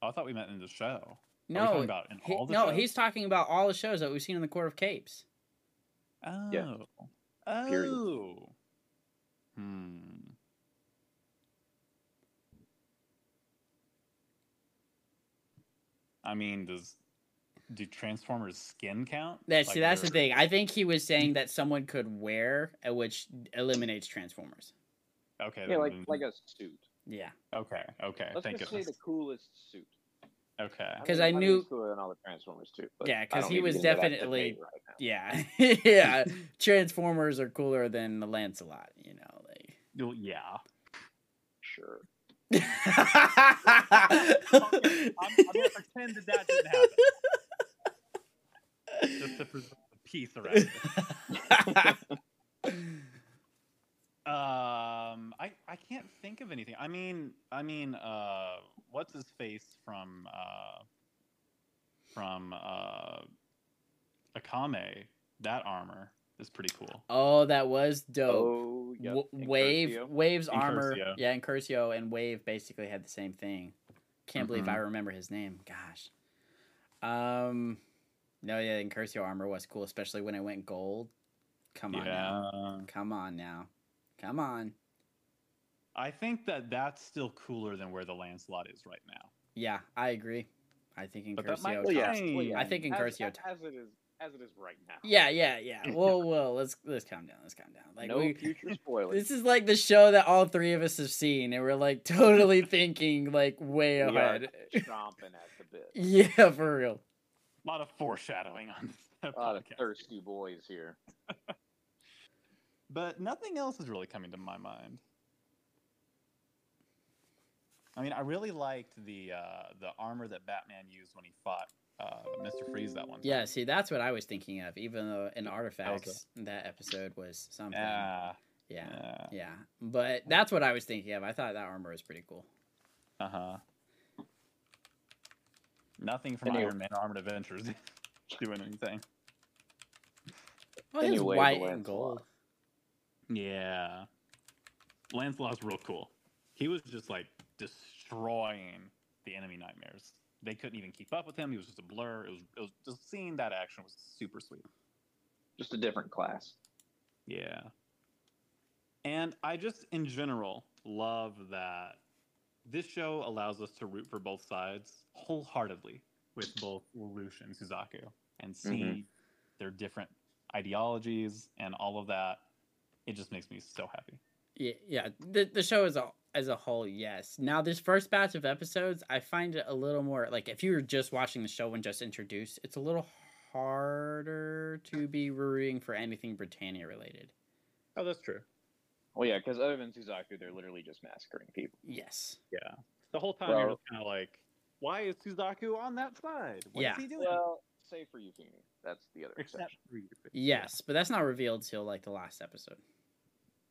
B: Oh, I thought we meant in the show. Are we
A: No,
B: talking about in
A: he-
B: all the
A: no,
B: shows?
A: he's talking about all the shows that we've seen in the Court of Capes.
B: Oh.
C: Yeah. Period.
B: Oh. Hmm. I mean, does do Transformers skin count?
A: That's
B: Like,
A: see, that's the
B: they're-
A: thing. I think he was saying that someone could wear, uh, which eliminates Transformers.
B: Okay.
C: Yeah,
B: then-
C: like
B: then-
C: like a suit.
A: Yeah,
B: okay. Okay.
C: Let's
B: Thank
C: just
B: goodness.
C: say the coolest suit.
B: Okay.
A: Because
C: mean,
A: I knew-
C: it's cooler than all the Transformers too. but
A: Yeah,
C: I
A: 'cause
C: don't
A: he
C: need to
A: was
C: get into that
A: definitely-
C: debate right now.
A: yeah, yeah. Transformers are cooler than the Lancelot. You know, like.
B: Well, yeah.
C: sure.
B: I'm, I'm gonna pretend that that didn't happen. Just to preserve the peace around. It. Um, I I can't think of anything. I mean, I mean, uh, what's his face from uh, from uh, Akame? That armor is pretty cool.
A: oh, that was dope.
C: Oh, yep.
A: W-
C: and
A: Wave,
C: Curcio.
A: Wave's armor,
B: Incursio.
A: yeah, and Curcio and Wave basically had the same thing. Can't believe
B: Mm-hmm.
A: I remember his name. Gosh. Um, no, yeah, and Curcio armor was cool, especially when it went gold.
C: Oh,
A: Come on now,
B: yeah,
A: come on now, come on.
B: I think that that's still cooler than where the Lancelot is right now.
A: Yeah, I agree. I think in
B: But that might-
A: Curcio.
B: Well, yeah.
A: tops- I think in
C: as,
A: Curcio.
C: as, as it is as it is right now.
A: Yeah, yeah, yeah. Whoa, whoa. Let's let's calm down. Let's calm down. Like
C: no
A: we,
C: future spoilers.
A: This is like the show that all three of us have seen, and we're like totally thinking like way
C: We are
A: ahead.
C: chomping at the bit.
A: Yeah, for real.
B: A lot of foreshadowing on this
C: A lot of
B: podcast.
C: thirsty boys here.
B: but nothing else is really coming to my mind. I mean, I really liked the uh, the armor that Batman used when he fought uh, Mister Freeze that one. time.
A: Yeah, see, that's what I was thinking of. Even though in artifacts that episode was something. Yeah,
B: Yeah.
A: yeah,
B: Yeah.
A: But that's what I was thinking of. I thought that armor was pretty cool.
B: Uh huh. Nothing from
C: Anyway.
B: Iron Man Armored Adventures doing anything.
A: Well, it's
C: Anyway, the
A: white and
C: Lancelot.
A: gold.
B: Yeah. Lancelot's real cool. He was just like destroying the enemy nightmares. They couldn't even keep up with him. He was just a blur. It was, it was just seeing that action was super sweet.
C: Just a different class.
B: Yeah. And I just, in general, love that this show allows us to root for both sides wholeheartedly with both Lelouch and Suzaku and see
C: Mhm.
B: their different ideologies and all of that. It just makes me so happy.
A: Yeah, yeah. The the show as a as a whole, yes. Now this first batch of episodes, I find it a little more like if you were just watching the show and just introduced, it's a little harder to be rooting for anything Britannia related.
B: Oh, that's true.
C: Well, yeah, because other than Suzaku, they're literally just massacring people.
A: Yes.
B: The whole time you're
C: Well-
B: just kind of like, why is Suzaku on that side? What is
A: Yeah.
B: he doing?
C: Well, save for Yukimi. That's the other
B: Except
C: exception.
B: for you.
A: Yes, but that's not revealed till like the last episode.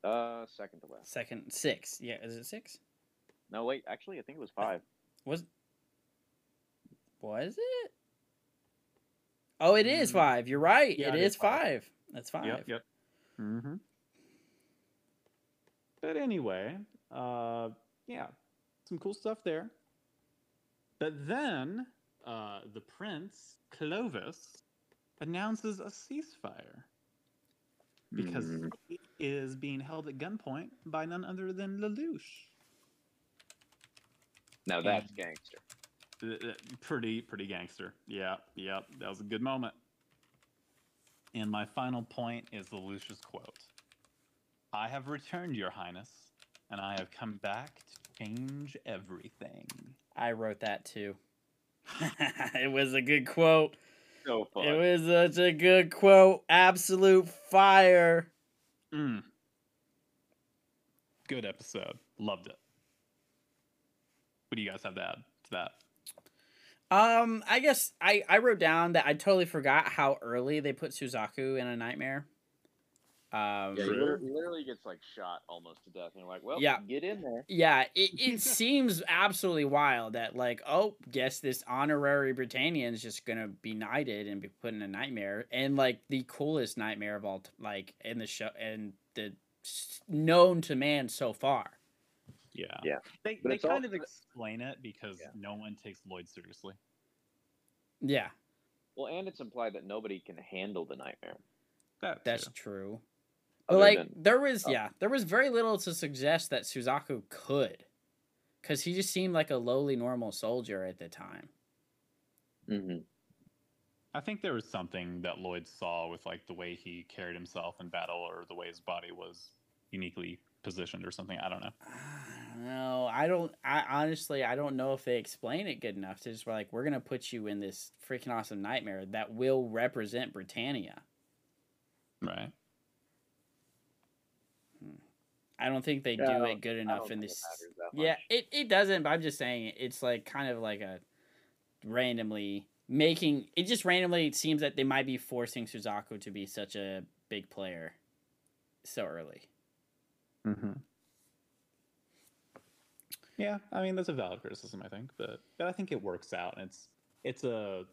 C: Uh, second to last.
A: Second six. Yeah, is it six?
C: No, wait. Actually, I think it was five.
A: Was was it? Oh, it is
B: Mm.
A: five. You're right.
B: Yeah,
A: it is five. That's five.
B: Yep, yep. Mm-hmm. But anyway, uh, yeah, some cool stuff there. But then uh, the prince, Clovis, announces a ceasefire because
C: Mm.
B: he is being held at gunpoint by none other than Lelouch.
C: Now that's gangster.
B: Th- th- pretty pretty gangster. Yeah, yep. That was a good moment. And my final point is the Lucius quote. I have returned, Your Highness, and I have come back to change everything.
A: I wrote that too. it was a good quote.
C: So fun.
A: It was such a good quote. Absolute fire.
B: Mm. Good episode. Loved it. What do you guys have to add to that?
A: Um, I guess I I wrote down that I totally forgot how early they put Suzaku in a nightmare. Um,
C: yeah, he
B: True.
C: liter- he literally gets like shot almost to death, and you're like, "Well,
A: Yeah.
C: get in there."
A: Yeah, it, it seems absolutely wild that like, oh, guess this honorary Britannian is just gonna be knighted and be put in a nightmare, and like the coolest nightmare of all, t- like in the show and the s- known to man so far.
B: Yeah.
C: Yeah.
B: They,
C: But
B: they
C: it's all-
B: kind of explain it because
C: Yeah.
B: no one takes Lloyd seriously.
A: Yeah,
C: Well, and it's implied that nobody can handle the nightmare.
B: That
A: that's
B: too.
A: true. But
C: Other
A: like,
C: than-
A: there was
C: oh.
A: yeah, there was very little to suggest that Suzaku could, because he just seemed like a lowly normal soldier at the time.
C: Mhm.
B: I think there was something that Lloyd saw with like the way he carried himself in battle or the way his body was uniquely positioned or something. I don't know.
A: No, I don't. I honestly, I don't know if they explain it good enough. They're just like, we're gonna put you in this freaking awesome nightmare that will represent Britannia.
B: Right.
A: I don't think they
C: Yeah, I
A: do
C: don't-
A: it good
C: I
A: enough
C: don't
A: in
C: think it
A: this.
C: matters that
A: Yeah,
C: much.
A: it, it doesn't. But I'm just saying, it's like kind of like a randomly making. It just randomly it seems that they might be forcing Suzaku to be such a big player so early.
B: Mm-hmm. Yeah, I mean that's a valid criticism, I think, but but I think it works out. And it's it's a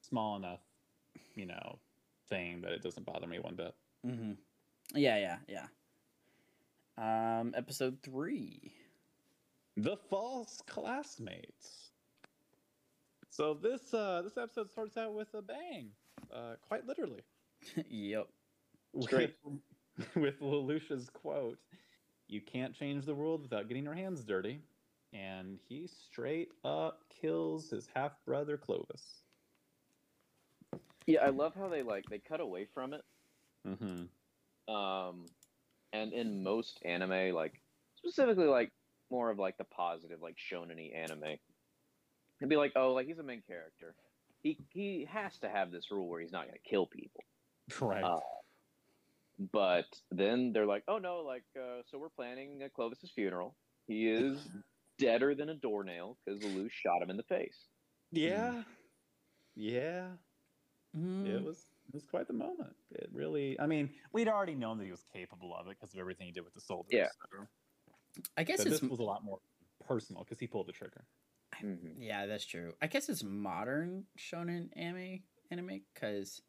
B: small enough, you know, thing that it doesn't bother me one bit.
A: Mm-hmm. Yeah, yeah, yeah. Um, episode three.
B: The false classmates. So this uh, this episode starts out with a bang, uh, quite literally.
A: yep.
B: with,
C: Straight.
B: with Lelouch's quote, "You can't change the world without getting your hands dirty," and he straight up kills his half brother Clovis.
C: Yeah, I love how they like they cut away from it.
B: Mm-hmm.
C: Um, and in most anime, like specifically like more of like the positive, like shonen-y anime, it'd be like, "Oh, like he's a main character. He he has to have this rule where he's not going to kill people."
B: Right.
C: Uh, but then they're like, oh no, like, uh, so we're planning uh, Clovis's funeral. He is deader than a doornail because Lelouch shot him in the face. mm.
B: yeah. Yeah. It
A: Mm.
B: was it was quite the moment. It really. I mean, we'd already known that he was capable of it because of everything he did with the soldiers.
C: Yeah.
B: so-
A: I guess
B: But
A: it's
B: this was a lot more personal because he pulled the trigger.
A: yeah, that's true. I guess it's modern shonen anime anime because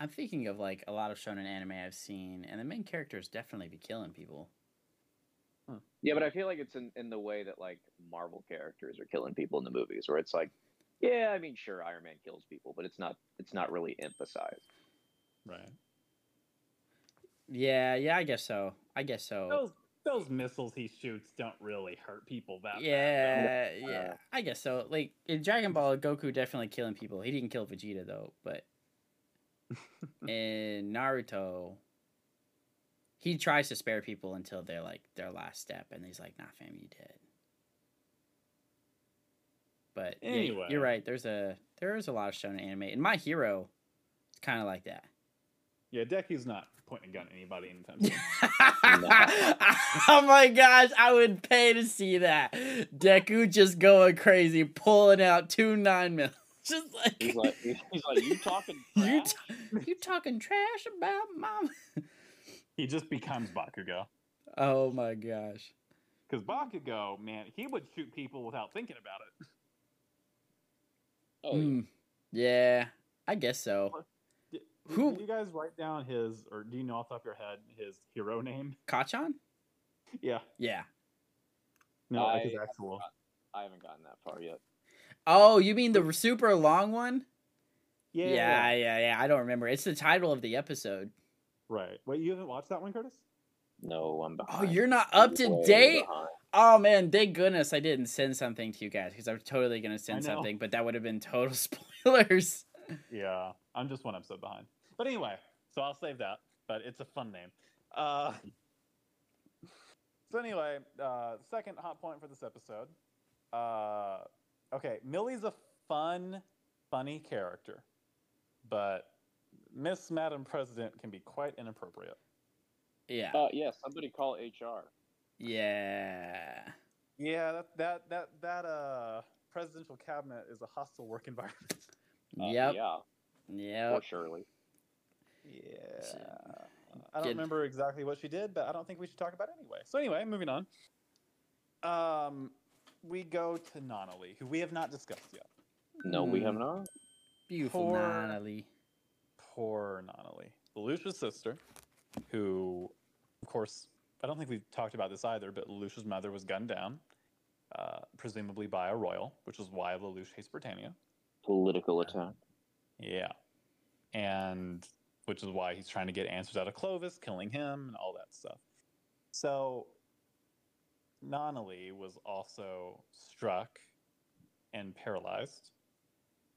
A: I'm thinking of like a lot of shonen anime I've seen, and the main characters definitely be killing people.
C: Yeah, but I feel like it's in, in the way that like Marvel characters are killing people in the movies, where it's like, yeah, I mean, sure, Iron Man kills people, but it's not it's not really emphasized.
B: Right.
A: Yeah, yeah, I guess so. I guess so.
B: That was those missiles he shoots don't really hurt people that bad.
A: yeah,
C: though.
A: yeah.
C: Uh,
A: I guess so. Like in Dragon Ball, Goku definitely killing people. He didn't kill Vegeta though, but in Naruto, he tries to spare people until they're like their last step, and he's like, "Nah, fam, you dead." But yeah,
B: Anyway.
A: you're right. There's a there is a lot of shonen anime, and My Hero, it's kind of like that.
B: though. Yeah, Decky's not pointing a gun at anybody anytime soon.
A: oh my gosh, I would pay to see that. Deku just going crazy, pulling out two nine mil. Just like,
C: He's like, he's like, you talking?
A: you,
C: crap?
A: t- you talking trash about mom.
B: he just becomes Bakugo.
A: Oh my gosh.
B: Because Bakugo, man, he would shoot people without thinking about it.
C: oh,
A: Mm. yeah, I guess so.
B: Do-
A: Who-
B: Do you guys write down his, or do you know off the top of your head his hero name?
A: Kachan?
B: Yeah.
A: Yeah.
B: No, like his
C: I-
B: actual.
C: I haven't gotten that far yet.
A: Oh, you mean the super long one?
B: Yeah.
A: yeah, yeah. yeah, I don't remember. It's the title of the episode.
B: Right. Wait, you haven't watched that one, Curtis?
C: No, I'm
A: Oh,
C: behind.
A: you're not up to
C: Way
A: date?
C: behind.
A: Oh man, thank goodness I didn't send something to you guys because I was totally gonna send
B: know.
A: something, but that would have been total spoilers.
B: Yeah. I'm just one episode behind. But anyway, so I'll save that. But it's a fun name. Uh, so anyway, uh, second hot point for this episode. Uh, okay, Millie's a fun, funny character, but Miss Madam President can be quite inappropriate.
A: Yeah,
C: Uh, yeah, somebody call HR.
A: yeah.
B: Yeah, that that that that uh presidential cabinet is a hostile work environment.
C: Uh,
A: yep.
C: Yeah, or
A: Yep.
C: Shirley.
B: Yeah.
A: So-
B: I don't
A: Good.
B: remember exactly what she did, but I don't think we should talk about it anyway. So anyway, moving on. Um we go to Nonnally, who we have not discussed yet.
C: No, we
A: Mm.
C: have not.
A: Beautiful
B: Poor-
A: Natalie.
B: Poor Nonnally. Lelouch's sister, who of course I don't think we've talked about this either, but Lelouch's mother was gunned down, uh, presumably by a royal, which is why Lelouch hates Britannia.
C: Political attack.
B: Yeah. And which is why he's trying to get answers out of Clovis, killing him and all that stuff. So Nonnally was also struck and paralyzed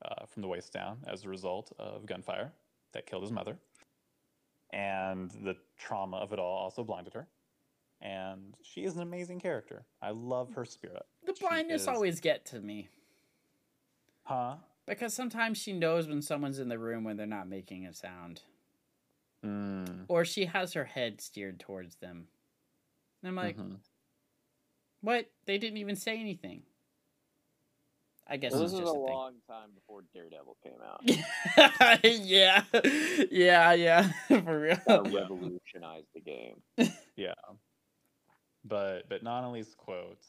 B: uh, from the waist down as a result of gunfire that killed his mother. And the trauma of it all also blinded her. And she is an amazing character. I love her spirit.
A: The
B: She
A: blindness
B: is-
A: always get to me
B: Huh?
A: because sometimes she knows when someone's in the room when they're not making a sound,
B: Mm.
A: or she has her head steered towards them. And I'm
C: Mm-hmm.
A: like,
B: Mhm.
A: what? They didn't even say anything. I guess
C: Well,
A: it's
C: this is
A: just
C: a
A: a thing.
C: long time before Daredevil came out.
A: yeah, yeah, yeah, for
C: That
A: real.
B: Yeah.
C: revolutionized the game.
B: But but Nonnelly's quote,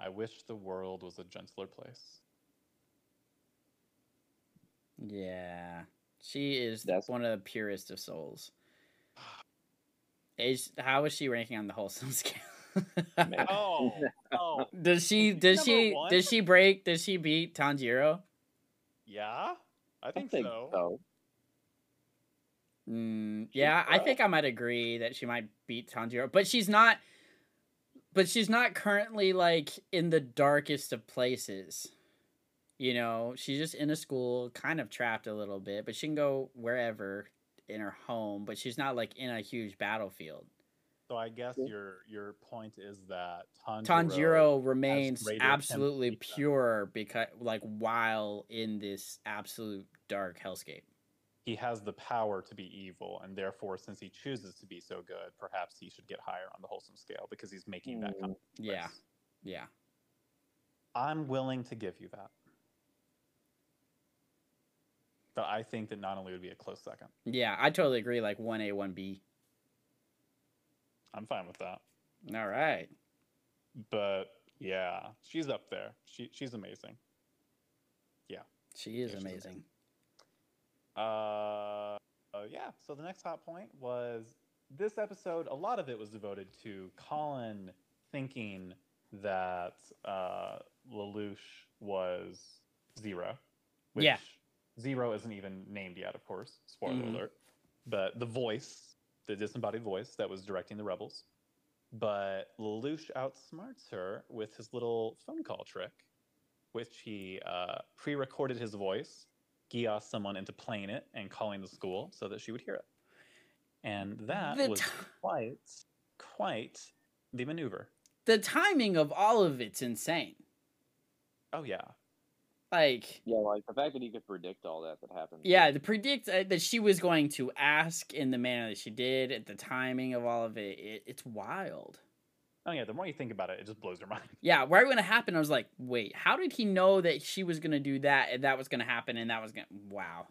B: "I wish the world was a gentler place."
A: Yeah, she is
C: That's-
A: one of the purest of souls. Is how is she ranking on the wholesome scale?
C: Man.
B: Oh, oh,
A: does she?
B: Is she
A: Does she?
B: number one?
A: Does she break? Does she beat Tanjiro?
B: yeah, I think, so.
A: Mm, yeah, I
C: proud.
A: think I might agree that she might beat Tanjiro, but she's not. But she's not currently like in the darkest of places. You know, she's just in a school, kind of trapped a little bit, but she can go wherever in her home. But she's not like in a huge battlefield.
B: So I guess
C: Yeah.
B: your your point is that Tanjiro,
A: Tanjiro remains
B: greater
A: absolutely
B: temptation.
A: pure because, like, while in this absolute dark hellscape.
B: he has the power to be evil, and therefore, since he chooses to be so good, perhaps he should get higher on the wholesome scale because he's making that. Kind
A: Mm, Yeah, yeah.
B: I'm willing to give you that, but I think that Nonnelly would be a close second.
A: Yeah, I totally agree. Like one A, one B.
B: I'm fine with that.
A: All right.
B: but yeah, she's up there. She she's amazing.
A: She is
B: Yeah, she's
A: amazing.
B: Uh, uh, yeah. So the next hot point was this episode. A lot of it was devoted to Colin thinking that uh, Lelouch was Zero. Which
A: Yeah.
B: Zero isn't even named yet, of course. Spoiler
A: Mhm.
B: alert. But the voice, the disembodied voice that was directing the rebels, But Lelouch outsmarts her with his little phone call trick, which he uh, pre recorded his voice, geassed someone into playing it and calling the school so that she would hear it. And that
A: The
B: was
A: ti-
B: quite, quite the maneuver.
A: The timing of all of it's insane.
B: Oh, yeah.
A: Like,
C: Yeah, like the fact that he could predict all that that happened.
A: yeah, to predict uh, that she was going to ask in the manner that she did, at the timing of all of it, it it's wild.
B: Oh, yeah. The more you think about it, it just blows your mind.
A: Yeah, right when it happened, I was like, wait, how did he know that she was going to do that and that was going to happen and that was going to. Wow.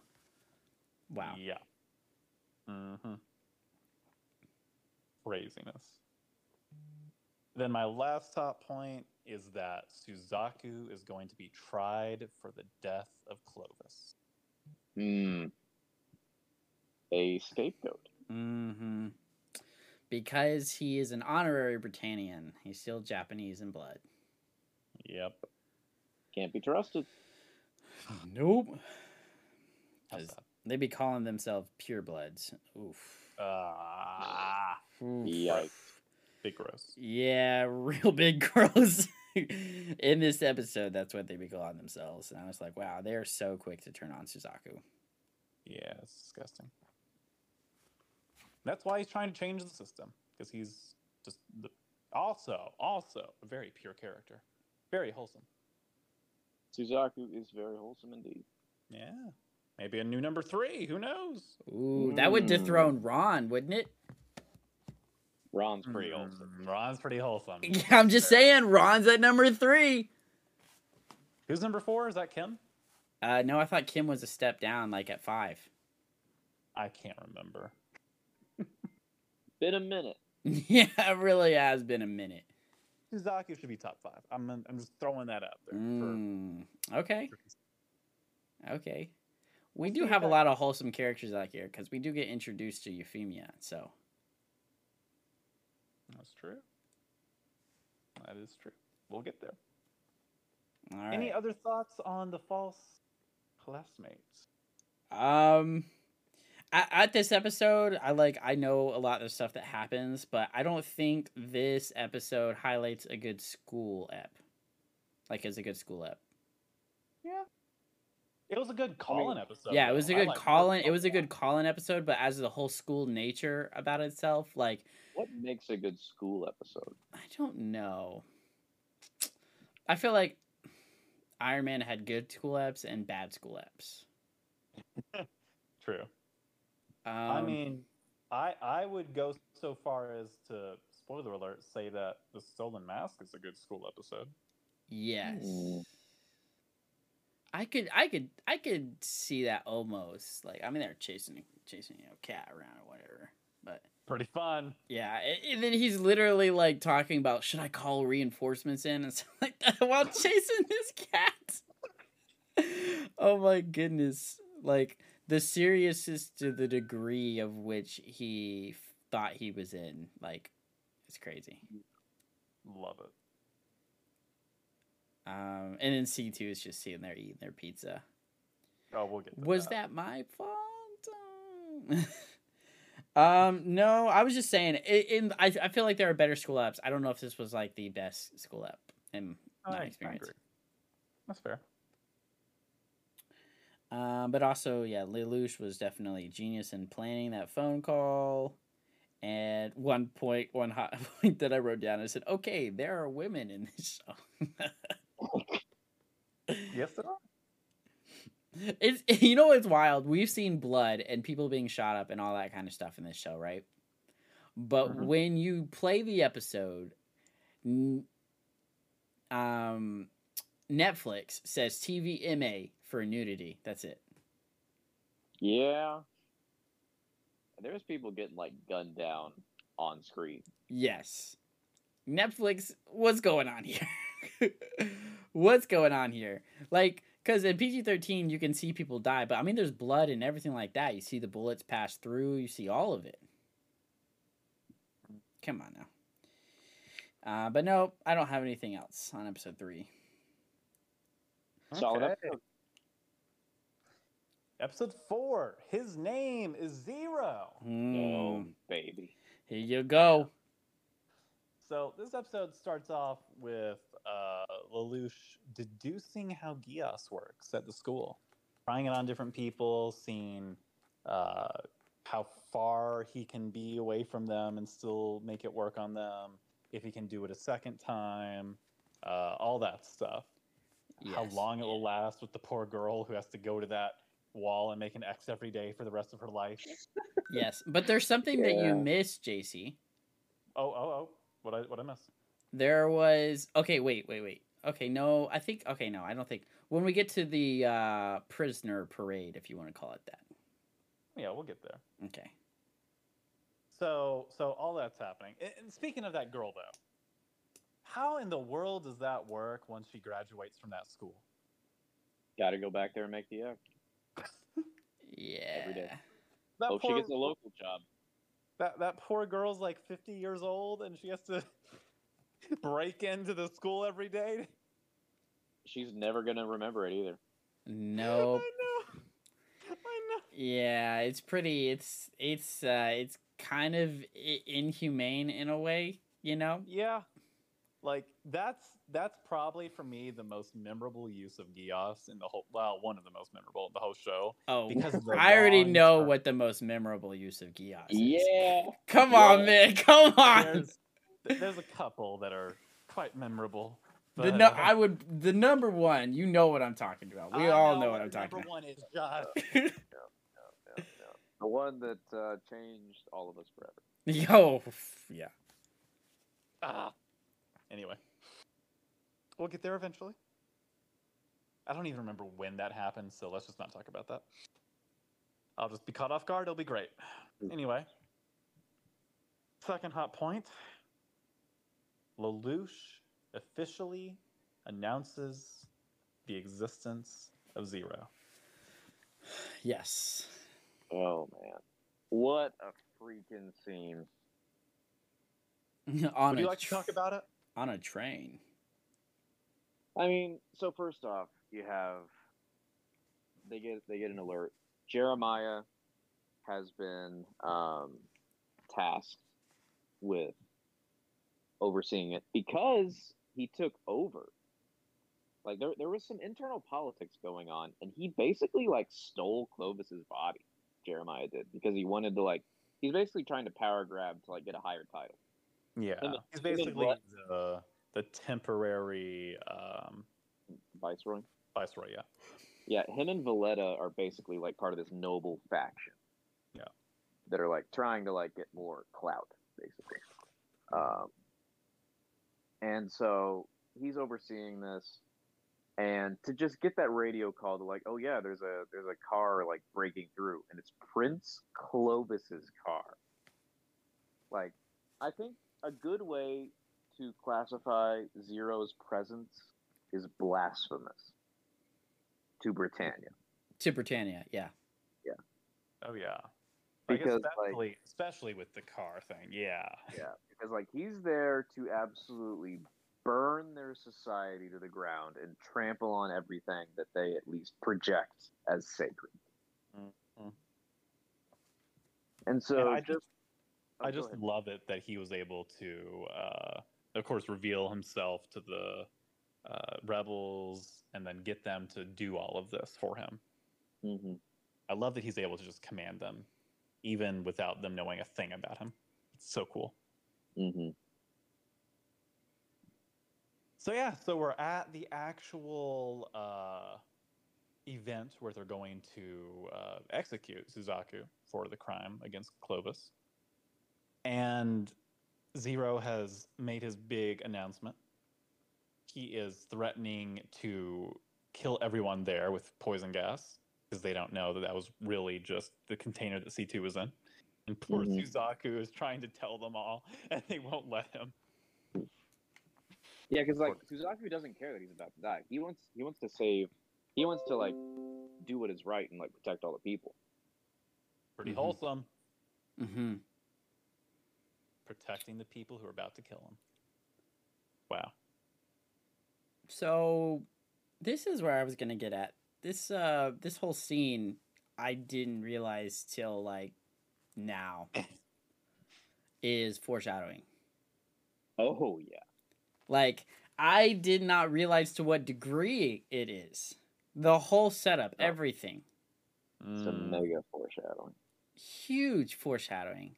A: Wow.
B: Yeah. Mm-hmm. Craziness. Then my last top point is that Suzaku is going to be tried for the death of Clovis.
C: Hmm. A scapegoat.
A: hmm Because he is an honorary Britannian, he's still Japanese in blood.
B: Yep.
C: Can't be trusted.
A: Nope.
B: How's
A: Does- They be calling themselves purebloods. Oof.
B: that? Ah,
A: Oof.
C: Yikes.
B: big gross.
A: uh, Yeah, real big gross. in this episode, that's what they be calling themselves. And I was like, wow, they're so quick to turn on Suzaku.
B: Yeah, it's disgusting. That's why he's trying to change the system because he's just the, also also a very pure character, very wholesome.
C: Suzaku is very wholesome indeed.
B: Yeah. Maybe a new number three. Who knows?
A: Ooh, that would
C: Mm.
A: dethrone Ron, wouldn't it?
C: Ron's pretty wholesome.
B: Mm, Ron's pretty wholesome.
A: I'm just saying, Ron's at number three.
B: Who's number four? Is that Kim?
A: Uh, no, I thought Kim was a step down, like at five.
B: I can't remember.
C: Been a minute.
A: yeah, it really has been a minute.
B: Suzaku should be top five. I'm, I'm just throwing that out there.
A: Mm, okay,
B: For,
A: okay. We do have a lot of wholesome characters out here because we do get introduced to Euphemia. So
B: that's true. That is true. We'll get there.
A: all right.
B: Any other thoughts on the false classmates?
A: Um, at, at this episode, I like I know a lot of stuff that happens, but I don't think this episode highlights a good school ep. Like, is a good school ep.
B: It was a good Colin episode.
A: yeah, it was a
B: though. I
A: good
B: like that
A: Colin.
B: a
A: It was a
B: lot.
A: good Colin episode, but as the whole school nature about itself, like
C: What makes a good school episode?
A: I don't know. I feel like Iron Man had good school eps and bad school eps.
B: True.
A: Um,
B: I mean, I I would go so far as to spoiler alert say that the stolen mask is a good school episode.
A: yes,
C: Mm.
A: I could, I could, I could see that almost. Like, I mean, they're chasing, chasing you know, cat around or whatever. But
B: Pretty fun.
A: yeah, a- and then he's literally like talking about should I call reinforcements in and stuff like that while chasing this cat. oh my goodness! Like the seriousness to the degree of which he f- thought he was in, like it's crazy.
B: Love it.
A: Um, and then C two is just sitting there eating their pizza.
B: Oh, we'll get. To
A: Was that my fault? um, no, I was just saying. It, in I, I feel like there are better school apps. I don't know if this was like the best school app. And
B: I-
A: my
B: I
A: experience.
B: agree. That's fair.
A: um, but also, yeah, Lelouch was definitely a genius in planning that phone call. And one point, one hot point that I wrote down, I said, "Okay, there are women in this show."
B: Yes, there are.
A: It's you know it's wild. We've seen blood and people being shot up and all that kind of stuff in this show, right? But
B: Mhm.
A: when you play the episode, n- um, Netflix says TVMA for nudity. That's it.
C: Yeah. There's people getting like gunned down on screen.
A: Yes, Netflix. What's going on here? what's going on here? Like, because in PG thirteen you can see people die, but I mean there's blood and everything like that. You see the bullets pass through. You see all of it. Come on now. Uh, but no, I don't have anything else on episode three.
C: Solid
B: Okay.
C: episode.
B: Episode four. His name is Zero. Oh.
A: Hmm,
C: Oh, baby.
A: Here you go.
B: So this episode starts off with uh, Lelouch deducing how Gios works at the school, trying it on different people, seeing uh, how far he can be away from them and still make it work on them, if he can do it a second time, uh, all that stuff. How
A: Yes.
B: long it will last with the poor girl who has to go to that wall and make an X every day for the rest of her life.
A: Yes, but there's something that
C: Yeah.
A: you missed, JC.
B: Oh, oh, oh! What I what I missed?
A: There was okay, wait, wait, wait. Okay, no, I think okay, no, I don't think when we get to the uh, prisoner parade, if you want to call it that.
B: Yeah, we'll get there.
A: Okay.
B: So, so all that's happening. And, and speaking of that girl, though, how in the world does that work once she graduates from that school?
C: Got to go back there and make the act.
A: Yeah.
C: day.
B: That
C: Hope she
B: poor,
C: gets a local job.
B: that, that poor girl's like 50 years old and she has to break into the school every day.
C: She's never gonna remember it either.
B: I
A: Nope.
B: know. I know.
A: Yeah, it's pretty. It's it's uh, it's kind of I- inhumane in a way, you know.
B: Yeah. Like that's that's probably for me the most memorable use of Gios in the whole well, one of the most memorable in the whole show.
A: Oh,
B: Because of the
A: I already
B: long
A: know
B: term-
A: what the most memorable use of Gios is.
C: Yeah,
A: Come on,
C: Yeah.
A: man. Come on.
B: there's, th- there's a couple that are quite memorable.
A: The
B: but,
A: no,
B: uh,
A: I would the number one. You know what I'm talking about. We
B: I
A: all know, what
B: the
A: I'm talking
B: Number
A: about.
B: one is Josh.
C: the one that uh, changed all of us forever.
A: Yo, f- yeah.
B: Ah. Anyway, we'll get there eventually. I don't even remember when that happened, so let's just not talk about that. I'll just be caught off guard. It'll be great.
A: Mm.
B: Anyway, second hot point Lelouch officially announces the existence of Zero.
A: Yes.
C: Oh man, what a freaking scene!
A: on
B: Would
A: a
B: you like to
A: tr-
B: talk about it?
A: on a train.
C: I mean, so first off, you have they get they get an alert. Jeremiah has been um, tasked with overseeing it because he took over. Like there, there was some internal politics going on, and he basically like stole Clovis's body. Jeremiah did because he wanted to like he's basically trying to power grab to like get a higher title.
B: Yeah,
C: And the-
B: he's
C: and the
B: basically
C: what-
B: the, the temporary um,
C: Viceroy.
B: viceroy. Yeah,
C: Yeah, him and Valletta are basically like part of this noble faction.
B: Yeah.
C: That are like trying to like get more clout, basically. Um, and so he's overseeing this, and to just get that radio call to like, oh yeah, there's a there's a car like breaking through, and it's Prince Clovis's car. Like, I think a good way to classify Zero's presence is blasphemous to Britannia.
A: To Britannia, yeah.
B: Oh yeah.
C: Because,
B: like especially,
C: like-
B: especially with the car thing, yeah.
C: Yeah, because like he's there to absolutely burn their society to the ground and trample on everything that they at least project as sacred.
B: Mhm.
C: And so
B: And I
C: just, oh,
B: I
C: go
B: just
C: ahead.
B: love it that he was able to, uh, of course, reveal himself to the uh, rebels and then get them to do all of this for him.
C: Mhm.
B: I love that he's able to just command them, even without them knowing a thing about him. It's so cool.
C: Mhm.
B: So yeah, so we're at the actual uh, event where they're going to uh, execute Suzaku for the crime against Clovis, and Zero has made his big announcement. He is threatening to kill everyone there with poison gas because they don't know that that was really just the container that C2 was in. And poor
C: Mhm.
B: Suzaku is trying to tell them all, and they won't let him.
C: Yeah, because like Suzaku doesn't care that he's about to die. He wants he wants to save. He wants to like do what is right and like protect all the people.
B: Pretty
A: Mhm.
B: wholesome.
A: Mm-hmm.
B: protecting the people who are about to kill him. Wow.
A: So this is where I was gonna get at. This uh this whole scene I didn't realize till like now is foreshadowing.
C: Oh yeah.
A: Like I did not realize to what degree it is. The whole setup,
C: Oh.
A: everything.
C: It's
B: Mm.
C: a mega foreshadowing.
A: Huge foreshadowing.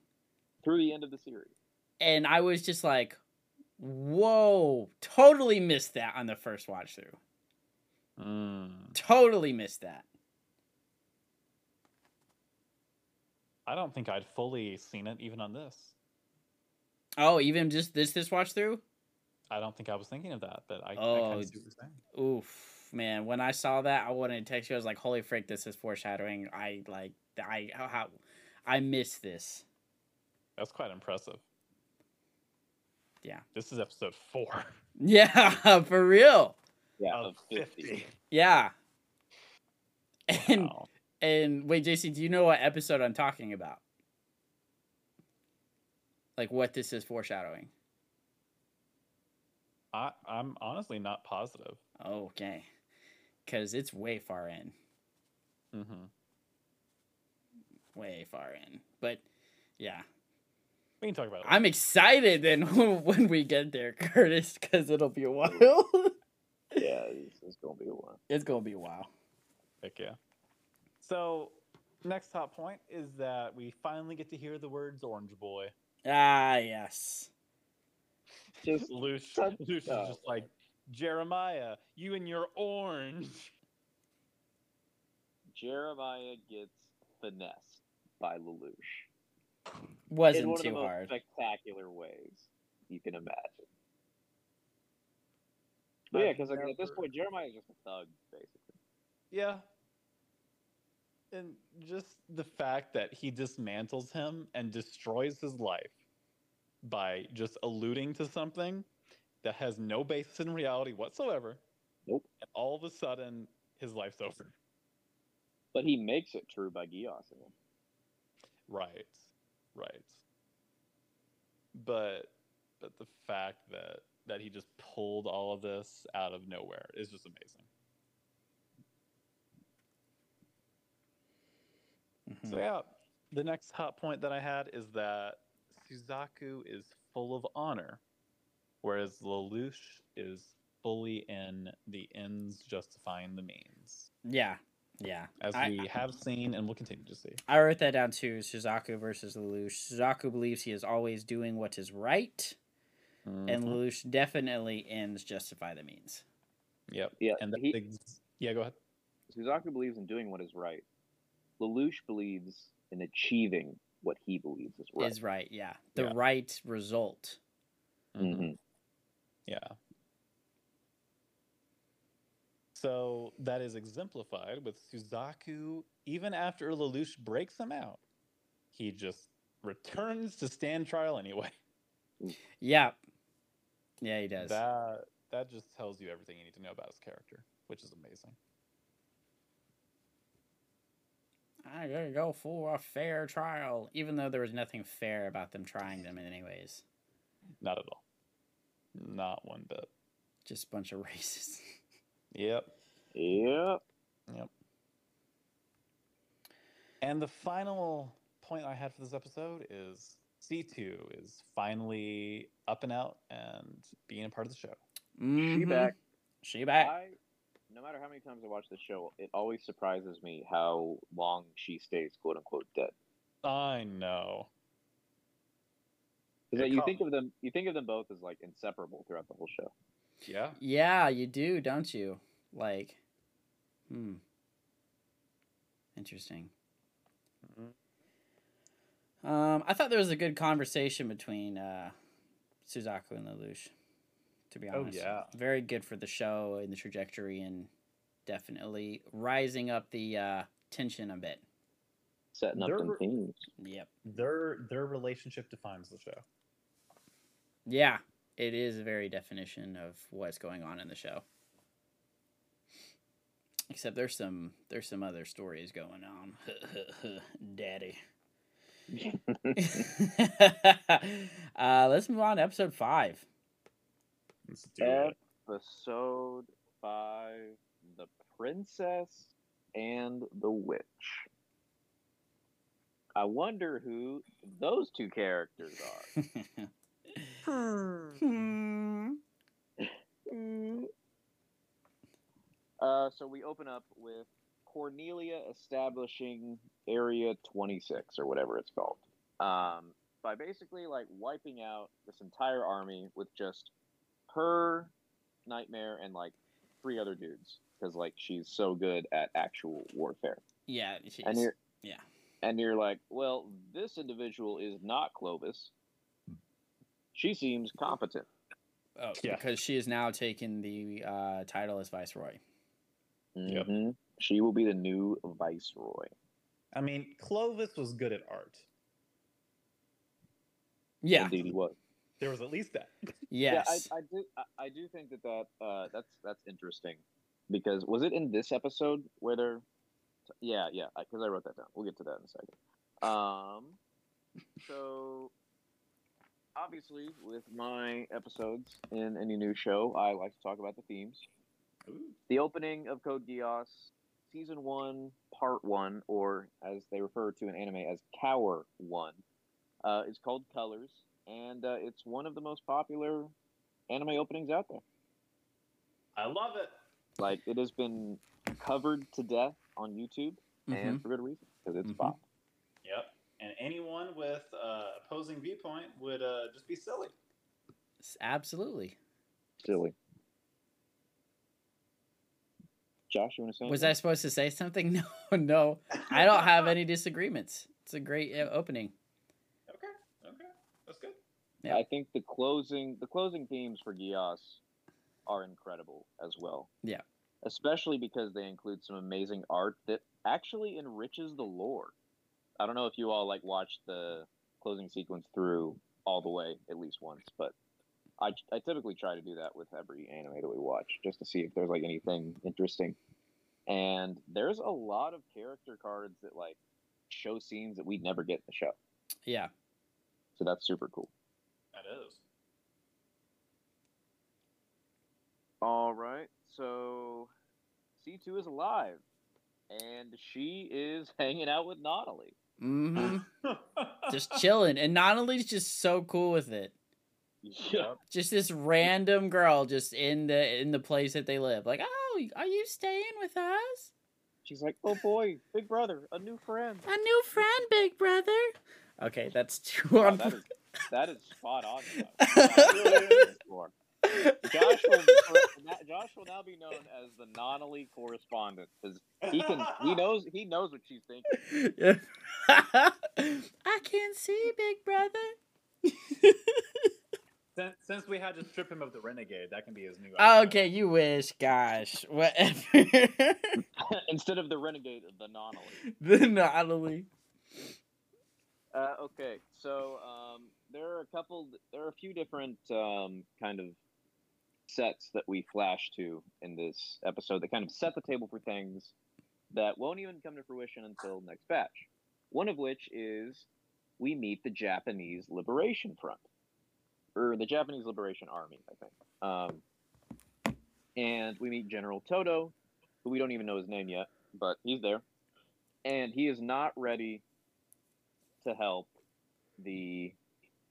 C: Through the end of the series.
A: And I was just like, "Whoa, totally missed that on the first watch through.
B: Mm.
A: Totally missed that."
B: I don't think I'd fully seen it even on this.
A: Oh, even just this this watch through?
B: I don't think I was thinking of that, but I, I
A: Oh,
B: kind of see what you're saying.
A: Oof, man. When I saw that, I wanted to text you. I was like, "Holy frick, this is foreshadowing." I like, I how, how I missed this.
B: That's quite impressive.
A: Yeah.
B: This is episode four
A: Yeah, for real.
C: Yeah.
B: of
C: Of
B: 50.
C: 50.
A: Yeah. And
B: Wow.
A: and wait, JC, do you know what episode I'm talking about? Like what this is foreshadowing?
B: I, I'm honestly not positive.
A: Okay, because it's way far in,
B: Mm-hmm.
A: way far in. But yeah,
B: We can talk about it.
A: I'm excited then when we get there, Curtis, because it'll be a while.
C: Yeah, this is gonna be a one.
A: it's gonna be a while.
B: Heck yeah. So, next top point is that we finally get to hear the words "Orange Boy."
A: Ah, yes.
C: Just
B: Lush,
C: Shut
B: Lush is
C: up.
B: just like Jeremiah, you and your orange.
C: Jeremiah gets finessed by Lelouch in
A: Wasn't
C: one of
A: too
C: the most
A: hard.
C: spectacular ways you can imagine. But yeah,
B: I've
C: because at this
B: never-
C: point, Jeremiah is just a thug, basically.
B: Yeah. And just the fact that he dismantles him and destroys his life by just alluding to something that has no basis in reality whatsoever.
C: Nope.
B: And all of a sudden, his life's over.
C: But he makes it true by Geossing him.
B: Right. Right. But but the fact that that he just pulled all of this out of nowhere is just amazing.
A: Mhm.
B: So yeah, the next hot point that I had is that Suzaku is full of honor, whereas Lelouch is fully in the ends justifying the means,
A: Yeah, yeah.
B: as
A: I-
B: we have seen and will continue to see.
A: I wrote that down too. Suzaku versus Lelouch. Suzaku believes he is always doing what is right,
C: Mm-hmm.
A: and Lelouch definitely ends justify the means.
B: yep,
C: Yeah,
B: and that's
C: he-
B: ex- yeah, go ahead.
C: Suzaku believes in doing what is right. Lelouch believes in achieving what he believes is right.
A: Is right, yeah. The
B: Yeah.
A: right result.
C: Mhm.
A: Mm-hmm.
B: Yeah. So that is exemplified with Suzaku. Even after Lelouch breaks him out, he just returns to stand trial anyway.
A: Yeah. Yeah, he does.
B: That that just tells you everything you need to know about his character, which is amazing.
A: I'm gonna go for a fair trial, even though there was nothing fair about them trying them in any ways.
B: Not at all. Not one bit.
A: Just a bunch of racists.
B: Yep.
C: Yep.
B: And the final point I had for this episode is C2 is finally up and out and being a part of the show.
C: She
A: Mhm.
C: back.
A: She back.
C: I, no matter how many times I watch the show, it always surprises me how long she stays "quote unquote" dead.
B: I know.
C: Because
B: It
C: you
B: co-
C: think of them, you think of them both as like inseparable throughout the whole show.
B: Yeah.
A: Yeah, you do, don't you? Like, hmm. Interesting. Um, I thought there was a good conversation between uh, Suzaku and Lelouch. To be
B: Oh,
A: honest,
B: yeah.
A: very good for the show and the trajectory, and definitely rising up the uh, tension a bit.
C: Setting up
B: They're-
C: some themes.
A: Yep.
B: Mm-hmm. Their their relationship defines the show.
A: Yeah, it is a very definition of what's going on in the show. Except there's some there's some other stories going on, Daddy. uh, let's move on to episode five.
B: Let's do it.
C: Episode five: The Princess and the Witch. I wonder who those two characters are.
A: Hmm.
C: Uh, so we open up with Cornelia establishing Area 26 or whatever it's called um, by basically like wiping out this entire army with just her nightmare and like three other dudes because like she's so good at actual warfare.
A: Yeah. She's,
C: And you're
A: yeah.
C: and you're like, well, this individual is not Clovis. She seems competent.
A: Oh,
B: Yeah.
A: because she is now taking the uh, title as viceroy.
B: Yep.
C: Mhm. She will be the new viceroy.
B: I mean, Clovis was good at art.
A: Yeah.
C: Indeed, he was.
B: There was at least that.
A: Yes.
C: Yeah, I, I do. I, I do think that that uh, that's that's interesting because was it in this episode where they're? Yeah, yeah. Because I wrote that down. We'll get to that in a second. Um, so obviously, with my episodes in any new show, I like to talk about the themes. The opening of Code Geass, season one, part one, or as they refer to in anime as Cower One, uh, is called Colors, and uh, it's one of the most popular anime openings out there.
B: I love it.
C: Like it has been covered to death on YouTube,
A: Mhm.
C: and for good reason because it's
A: Mhm.
C: pop.
B: Yep. And anyone with uh, opposing viewpoint would uh, just be silly.
A: S- Absolutely.
C: Silly. Josh, you want to say?
A: Was I
C: anything?
A: supposed to say something? No, no. I don't have any disagreements. It's a great uh, opening.
B: Okay. Okay. That's good.
A: Yeah.
C: I think the closing the closing themes for Gias are incredible as well.
A: Yeah.
C: Especially because they include some amazing art that actually enriches the lore. I don't know if you all like watched the closing sequence through all the way at least once, but I, I typically try to do that with every anime that we watch just to see if there's like anything interesting. And there's a lot of character cards that like show scenes that we'd never get in the show.
A: Yeah.
C: So that's super cool.
B: That is.
C: All right. So C2 is alive and she is hanging out with Nautilus. Mm-hmm.
A: hmm just chilling. And Nanali's just so cool with it.
B: Yep.
A: Just this random girl just in the in the place that they live. Like, oh, are you staying with us?
C: She's like, "Oh boy, big brother, a new friend."
A: A new friend, big brother. Okay, that's too on.
C: that is that is spot on. Josh. Josh will, Josh will now be known as the Nautilus correspondent because he can he knows he knows what she's thinking.
A: Yeah. I can't see, big brother.
B: Since, since we had to strip him of the renegade, that can be his new.
A: Okay, you wish. Gosh, whatever.
C: Instead of the renegade, the Nautilus.
A: the Nautilus.
C: Uh, okay, so um, there are a couple, there are a few different um, kind of sets that we flash to in this episode that kind of set the table for things that won't even come to fruition until next batch. One of which is we meet the Japanese Liberation Front, or the Japanese Liberation Army, I think. Um, and we meet General Toto, who we don't even know his name yet, but he's there. And he is not ready to help the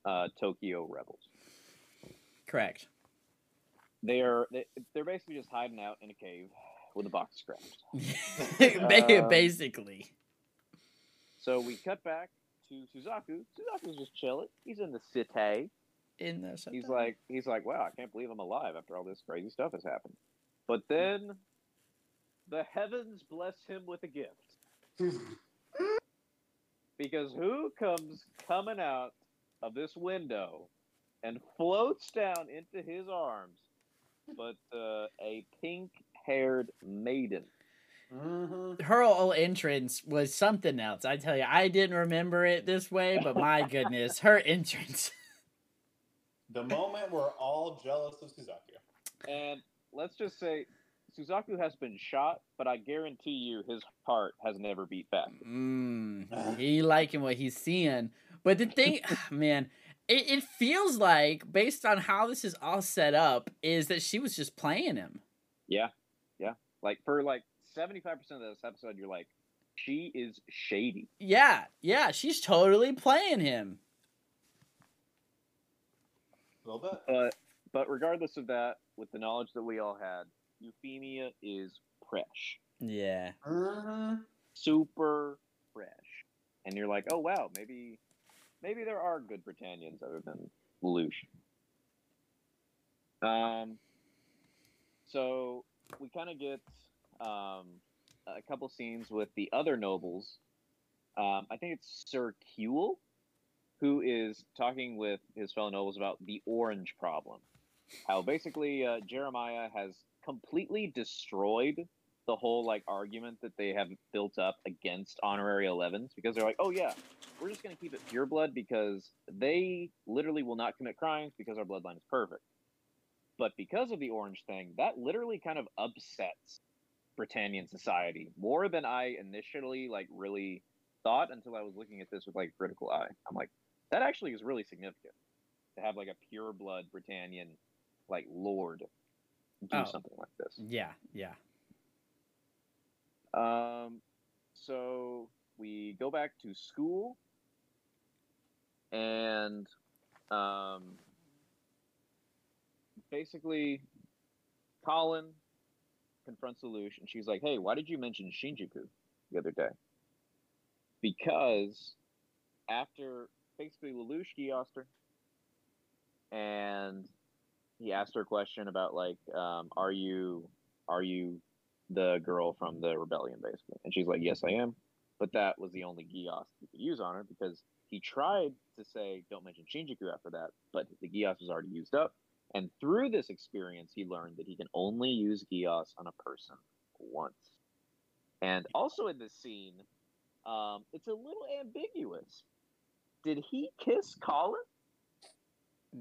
C: uh, Tokyo rebels.
A: Correct.
C: They are they, they're basically just hiding out in a cave with a box of scraps.
A: Ba-
C: Um,
A: Basically.
C: So we cut back to Suzaku. Suzaku's just chilling. He's in the city.
A: In the
C: He's like he's like, wow, I can't believe I'm alive after all this crazy stuff has happened. But then the heavens bless him with a gift because who comes coming out of this window and floats down into his arms but uh, a pink-haired maiden.
B: Mhm.
A: her whole entrance was something else. I tell you, I didn't remember it this way, but my goodness, her entrance.
B: The moment we're all jealous of Suzaku.
C: And let's just say Suzaku has been shot, but I guarantee you his heart has never beat fast.
A: Mm, he liking what he's seeing. But the thing, ah, man, it, it feels like, based on how this is all set up, is that she was just playing him.
C: Yeah, yeah. Like for like seventy-five percent of this episode, you're like, she is shady.
A: Yeah, yeah, she's totally playing him.
B: A little bit.
C: But but regardless of that, with the knowledge that we all had, Euphemia is fresh,
A: Yeah.
B: Uh,
C: super fresh, and you're like, oh wow, maybe maybe there are good Britannians other than Lelouch. Um, so we kind of get um, a couple scenes with the other nobles. Um, I think it's Sir Kewell who is talking with his fellow nobles about the orange problem. How basically uh, Jeremiah has completely destroyed the whole like argument that they have built up against honorary 11s because they're like, oh yeah, we're just going to keep it pure blood because they literally will not commit crimes because our bloodline is perfect. But because of the orange thing, that literally kind of upsets Britannian society more than I initially like really thought until I was looking at this with like critical eye. I'm like, that actually is really significant to have like a pure blood Britannian like lord do
A: Oh.
C: something like this.
A: Yeah. Yeah.
C: Um, so we go back to school, and um, basically, Colin confronts Lelouch, and she's like, "Hey, why did you mention Shinjuku the other day?" Because after basically Lelouch de-asked her, and he asked her a question about like, um, "Are you are you the girl from the rebellion, basically. And she's like, Yes, I am. But that was the only Gios he could use on her because he tried to say, Don't mention Shinjuku after that, but the Gios was already used up. And through this experience, he learned that he can only use Gios on a person once. And also in this scene, um, it's a little ambiguous. Did he kiss Colin?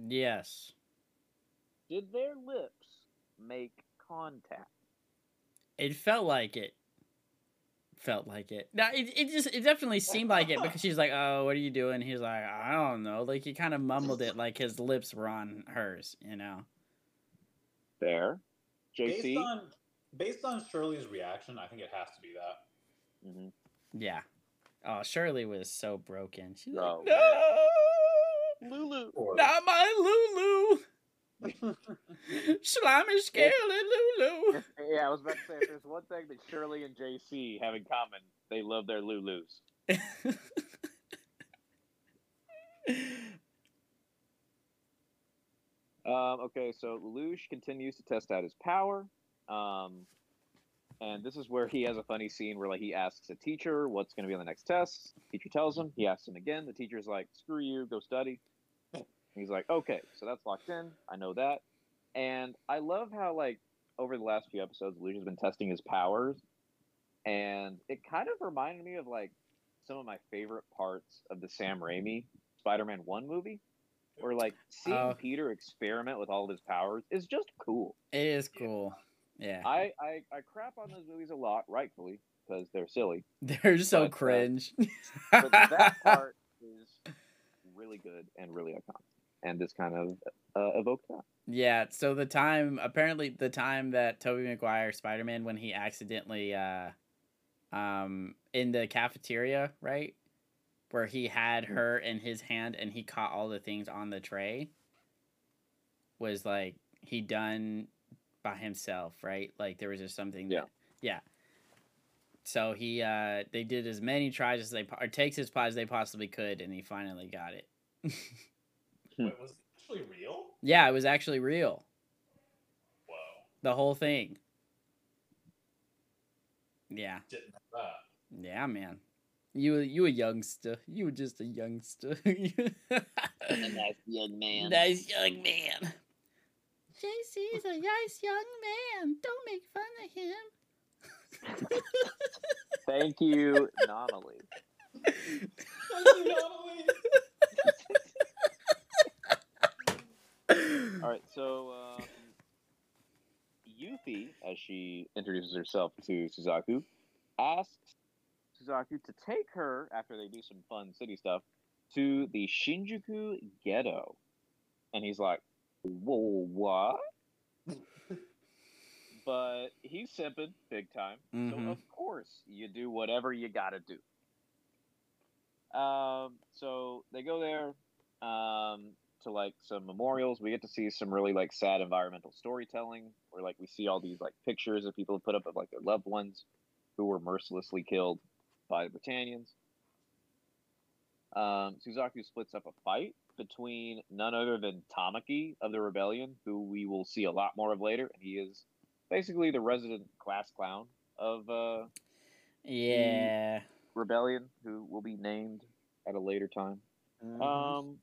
A: Yes.
C: Did their lips make contact?
A: It felt like it. Felt like it. Now it, it just it definitely seemed like it because she's like, "Oh, what are you doing?" He's like, "I don't know." Like he kind of mumbled it, like his lips were on hers, you know.
C: There. JC?
B: based on based on Shirley's reaction, I think it has to be that.
C: Mhm.
A: Yeah. Oh, Shirley was so broken. She's like,
C: Oh,
A: "No,
C: Lulu.
B: Or-
A: not my Lulu. Slimy, scaly Lulu."
C: yeah, I was about to say if there's one thing that Shirley and JC have in common, they love their Lulus. Um, okay, so Lelouch continues to test out his power. Um, and this is where he has a funny scene where like he asks a teacher what's going to be on the next test. Teacher tells him. He asks him again. The teacher's like, "Screw you, go study." And he's like, "Okay, so that's locked in. I know that." And I love how like over the last few episodes, Lelouch has been testing his powers, and it kind of reminded me of like some of my favorite parts of the Sam Raimi Spider-Man One movie, where like seeing
A: Oh.
C: Peter experiment with all of his powers is just cool.
A: it is cool. Yeah,
C: I, I, I crap on those movies a lot, rightfully, because they're silly.
A: they're so
C: but, uh,
A: cringe.
C: But that part is really good and really iconic. And this kind of uh, evoked that.
A: Yeah, so the time apparently the time that Toby Maguire Spider Man when he accidentally uh um in the cafeteria, right? Where he had her in his hand and he caught all the things on the tray was like he done by himself, right? Like there was just something
C: Yeah.
A: that yeah. So he uh they did as many tries as they po- or takes as pie as they possibly could and he finally got it.
B: Wait, was it actually real?
A: Yeah, it was actually real.
B: Whoa,
A: the whole thing. Yeah,
B: didn't know that.
A: yeah, man. You a- you a youngster. You were just a youngster. nice
C: young man.
A: young man. JC is a nice young man. Don't make fun of him.
C: Thank you, Nomaly.
B: Thank you, Donnelly.
C: All right, so um, Yuffie, as she introduces herself to Suzaku, asks Suzaku to take her after they do some fun city stuff to the Shinjuku ghetto, and he's like, "Whoa, what?" but he's simping big time, so
A: Mhm.
C: of course you do whatever you gotta do. Um, so they go there. Um, to like some memorials. We get to see some really like sad environmental storytelling, where like we see all these like pictures that people have put up of like their loved ones who were mercilessly killed by the Britannians. Um, Suzaku splits up a fight between none other than Tamaki of the rebellion, who we will see a lot more of later, and he is basically the resident class clown of uh,
A: Yeah.
C: rebellion, who will be named at a later time.
B: Mm-hmm.
C: Um,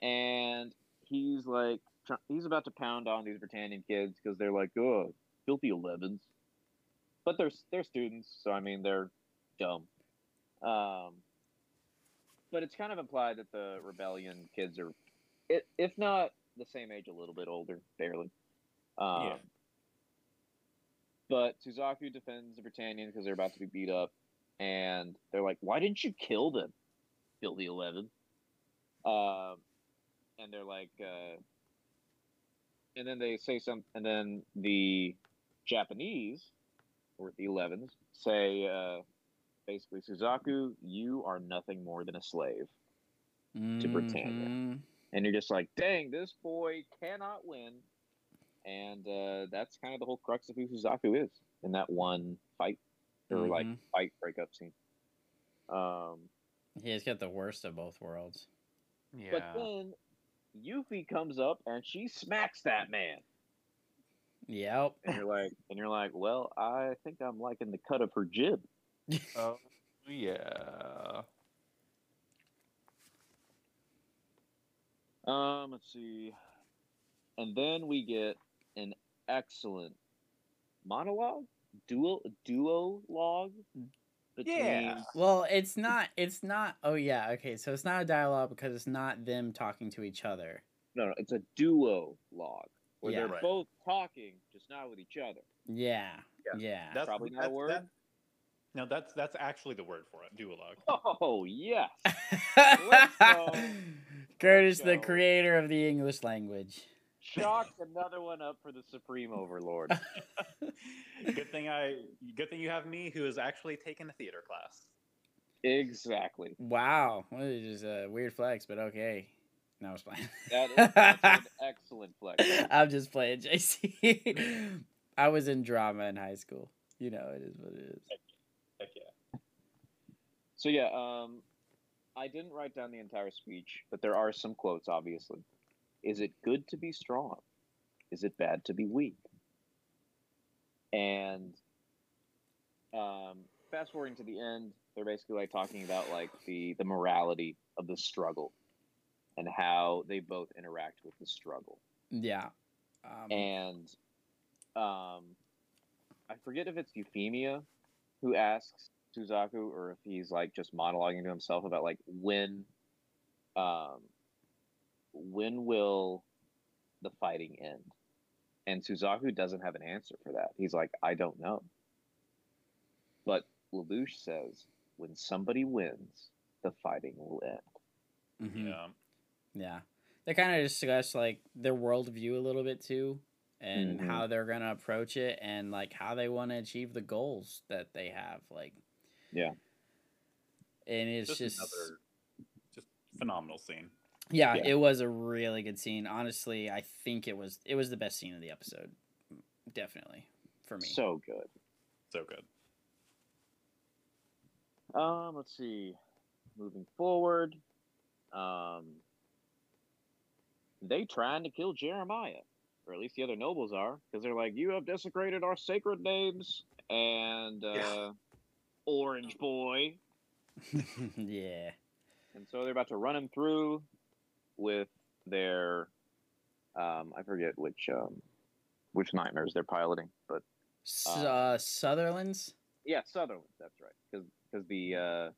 C: and he's like, tr- he's about to pound on these Britannian kids because they're like, oh, filthy elevens, but they're they're students, so I mean they're dumb. Um, but it's kind of implied that the rebellion kids are, i- if not the same age, a little bit older, barely. Um,
B: Yeah.
C: But Suzaku defends the Britannians because they're about to be beat up, and they're like, "Why didn't you kill them, filthy eleven? Um, and they're like, uh, and then they say some, and then the Japanese or the Elevens say, uh, basically, Suzaku, you are nothing more than a slave, to Britannia.
A: Mhm.
C: and you're just like, dang, this boy cannot win, and uh, that's kind of the whole crux of who Suzaku is in that one fight or like
A: Mhm.
C: fight breakup scene. Um,
A: He's got the worst of both worlds.
B: Yeah.
C: but then Yuffie comes up and she smacks that man.
A: Yep.
C: and you're like, and you're like, well, I think I'm liking the cut of her jib.
B: oh yeah.
C: Um, let's see, and then we get an excellent monologue, duo duologue between
B: Yeah.
A: Well, it's not. It's not. Oh yeah. Okay. So it's not a dialogue because it's not them talking to each other.
C: no, no, it's a duologue where
A: Yeah.
C: they're
B: Right.
C: both talking, just not with each other.
A: Yeah.
B: Yeah.
A: Yeah.
B: That's
C: Probably not a
B: that's,
C: word.
B: That, no, that's that's actually the word for it. Duologue.
C: Oh yes, Let's go.
A: Curtis, the
C: go.
A: creator of the English language.
C: chalk another one up for the supreme overlord.
B: good thing I. Good thing you have me, who has actually taken a theater class.
C: exactly.
A: Wow, what is a weird flex, but okay. No, I was playing.
C: That is that's an excellent flex.
A: I'm just playing, JC. I was in drama in high school. You know, it is what it is.
B: Heck yeah.
C: So yeah, um, I didn't write down the entire speech, but there are some quotes. Obviously, is it good to be strong? Is it bad to be weak? And um, fast forwarding to the end, they're basically like talking about like the the morality of the struggle and how they both interact with the struggle
A: Yeah. Um,
C: and um, I forget if it's Euphemia who asks Suzaku or if he's like just monologuing to himself about like when, um, when will the fighting end? And Suzaku doesn't have an answer for that. He's like, I don't know. But Lelouch says, when somebody wins, the fighting will end.
A: mhm,
B: Yeah.
A: Yeah. They kind of discuss like their worldview a little bit too, and
C: Mhm.
A: how they're gonna approach it, and like how they want to achieve the goals that they have. Like,
C: Yeah.
A: And it's
B: Just,
A: just,
B: another, just phenomenal scene.
A: yeah,
C: yeah.
A: it was a really good scene. Honestly, I think it was it was the best scene of the episode, definitely for me.
C: So good.
B: So good.
C: Um, let's see. Moving forward, um, they trying to kill Jeremiah, or at least the other nobles are, because they're like, "You have desecrated our sacred names," and uh,
B: Yeah.
C: Orange Boy,
A: yeah.
C: and so they're about to run him through with their, um, I forget which um, which nightmares they're piloting, but
A: S-
C: Um,
A: uh, Sutherland's.
C: Yeah, Sutherlands. That's right. Because the uh,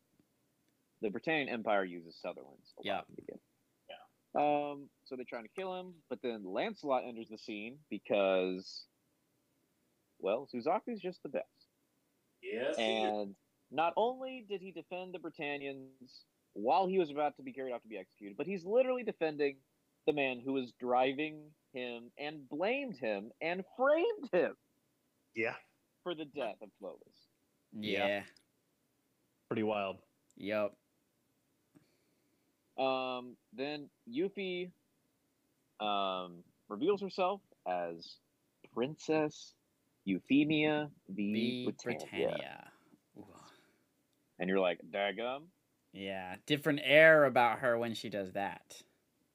C: the Britannian Empire uses Sutherlands. A
A: Yeah.
C: Lot to begin. Yeah. Um. So they're trying to kill him, but then Lancelot enters the scene because, well, Suzaku's just the best.
B: Yes.
C: And not only did he defend the Britannians while he was about to be carried off to be executed, but he's literally defending the man who was driving him and blamed him and framed him
B: yeah.
C: for the death of Clovis.
A: Yeah.
B: Pretty wild.
A: Yep.
C: Um, then Yuffie um, reveals herself as Princess Euphemia V.
A: B.
C: Britannia.
A: Britannia. Ooh.
C: And you're like, daggum?
A: Yeah, different air about her when she does that.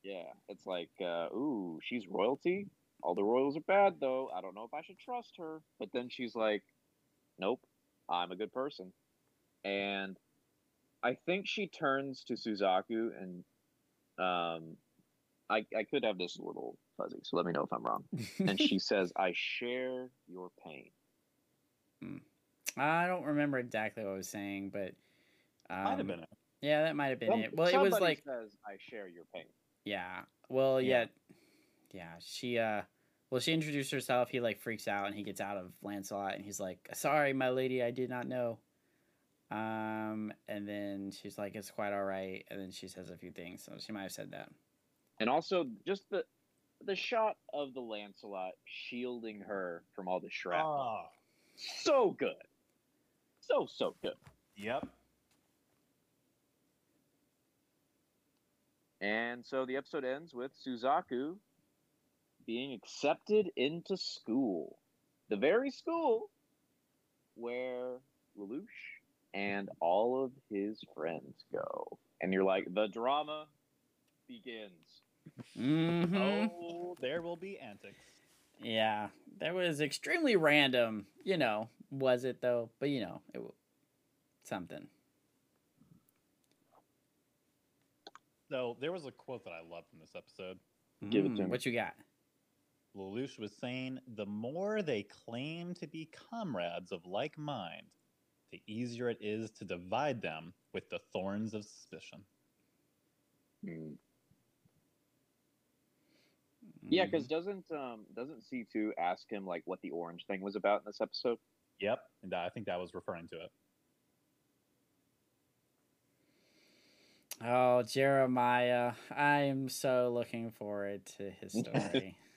C: Yeah. It's like, uh, ooh, she's royalty. All the royals are bad, though. I don't know if I should trust her. But then she's like, nope, I'm a good person. And I think she turns to Suzaku and um, I, I could have this a little fuzzy, so let me know if I'm wrong. and she says, I share your pain.
A: Hmm. I don't remember exactly what I was saying, but um,
B: Might have been it.
A: Yeah, that might have been
C: Some-
A: it. Well, it was
C: somebody
A: like
C: says, I share your pain.
A: yeah. Well, yeah.
B: Yeah.
A: yeah, She uh, well, she introduced herself. He like freaks out and he gets out of Lancelot and he's like, "Sorry, my lady, I did not know." Um, and then she's like, "It's quite all right." And then she says a few things. So she might have said that.
C: And also, just the the shot of the Lancelot shielding her from all the shrapnel.
B: Oh,
C: so good. So, so good.
B: yep.
C: And so the episode ends with Suzaku being accepted into school. The very school where Lelouch and all of his friends go. And you're like, the drama begins.
A: hmm
B: Oh, there will be antics.
A: Yeah, that was extremely random. You know, was it though? But you know, it w- something.
B: So there was a quote that I loved in this episode.
C: Give it to
A: Mm,
C: me.
A: What you got?
B: Lelouch was saying, "The more they claim to be comrades of like mind, the easier it is to divide them with the thorns of suspicion."
C: Yeah,
A: Mm.
C: because doesn't um doesn't C two ask him like what the orange thing was about in this episode?
B: Yep, and I think that was referring to it.
A: oh Jeremiah, I am so looking forward to his story.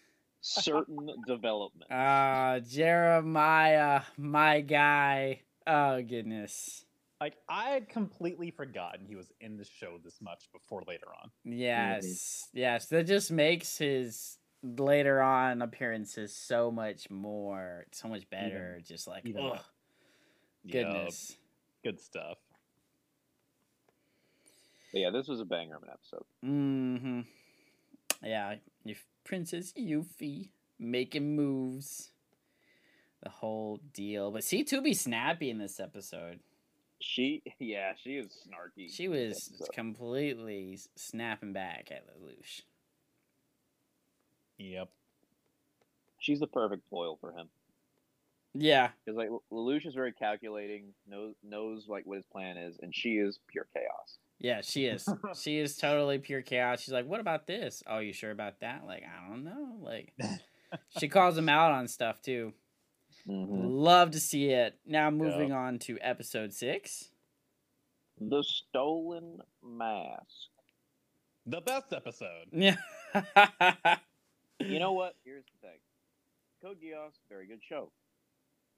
C: Certain development.
A: Ah, Jeremiah, my guy. Oh goodness.
B: Like I had completely forgotten he was in the show this much before later on.
A: Yes, yes. That just makes his later on appearances so much more, so much better. just like,
B: even
A: oh
B: better. Yup,
A: goodness.
B: good stuff.
C: But yeah, this was a banger of an episode.
A: Mm-hmm. Yeah, you Princess Yuffie making moves. The whole deal. But C2 be snappy in this episode.
C: She yeah, she is snarky.
A: She
C: in
A: was
C: this episode.
A: completely s- snapping back at Lelouch.
B: Yep.
C: She's the perfect foil for him
A: Yeah.
C: because like Lelouch is very calculating, knows knows like what his plan is, and she is pure chaos.
A: Yeah, she is. she is totally pure chaos. She's like, what about this? Oh, you sure about that? Like, I don't know. Like, she calls him out on stuff too.
C: Mm.
A: Love to see it. Now, moving on to episode six.
C: The stolen mask.
B: The best episode.
A: Yeah.
C: You know what? Here's the thing. Code Geass, very good show.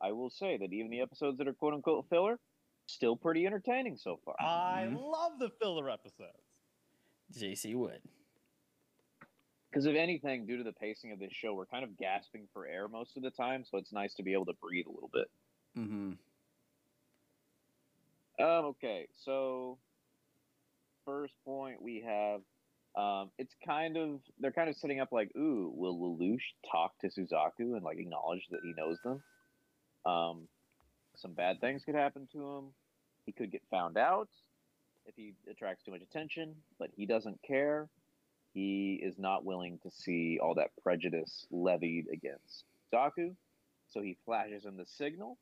C: I will say that even the episodes that are quote unquote filler, still pretty entertaining so far.
B: I
A: Mhm.
B: love the filler episodes.
A: JC Wood.
C: Because if anything, due to the pacing of this show, we're kind of gasping for air most of the time, so it's nice to be able to breathe a little bit.
A: Mm-hmm.
C: Um, okay, so first point we have, um, it's kind of they're kind of setting up like, ooh, will Lelouch talk to Suzaku and like acknowledge that he knows them? Um, some bad things could happen to him. He could get found out if he attracts too much attention, but he doesn't care. He is not willing to see all that prejudice levied against Suzaku, so he flashes him the signal,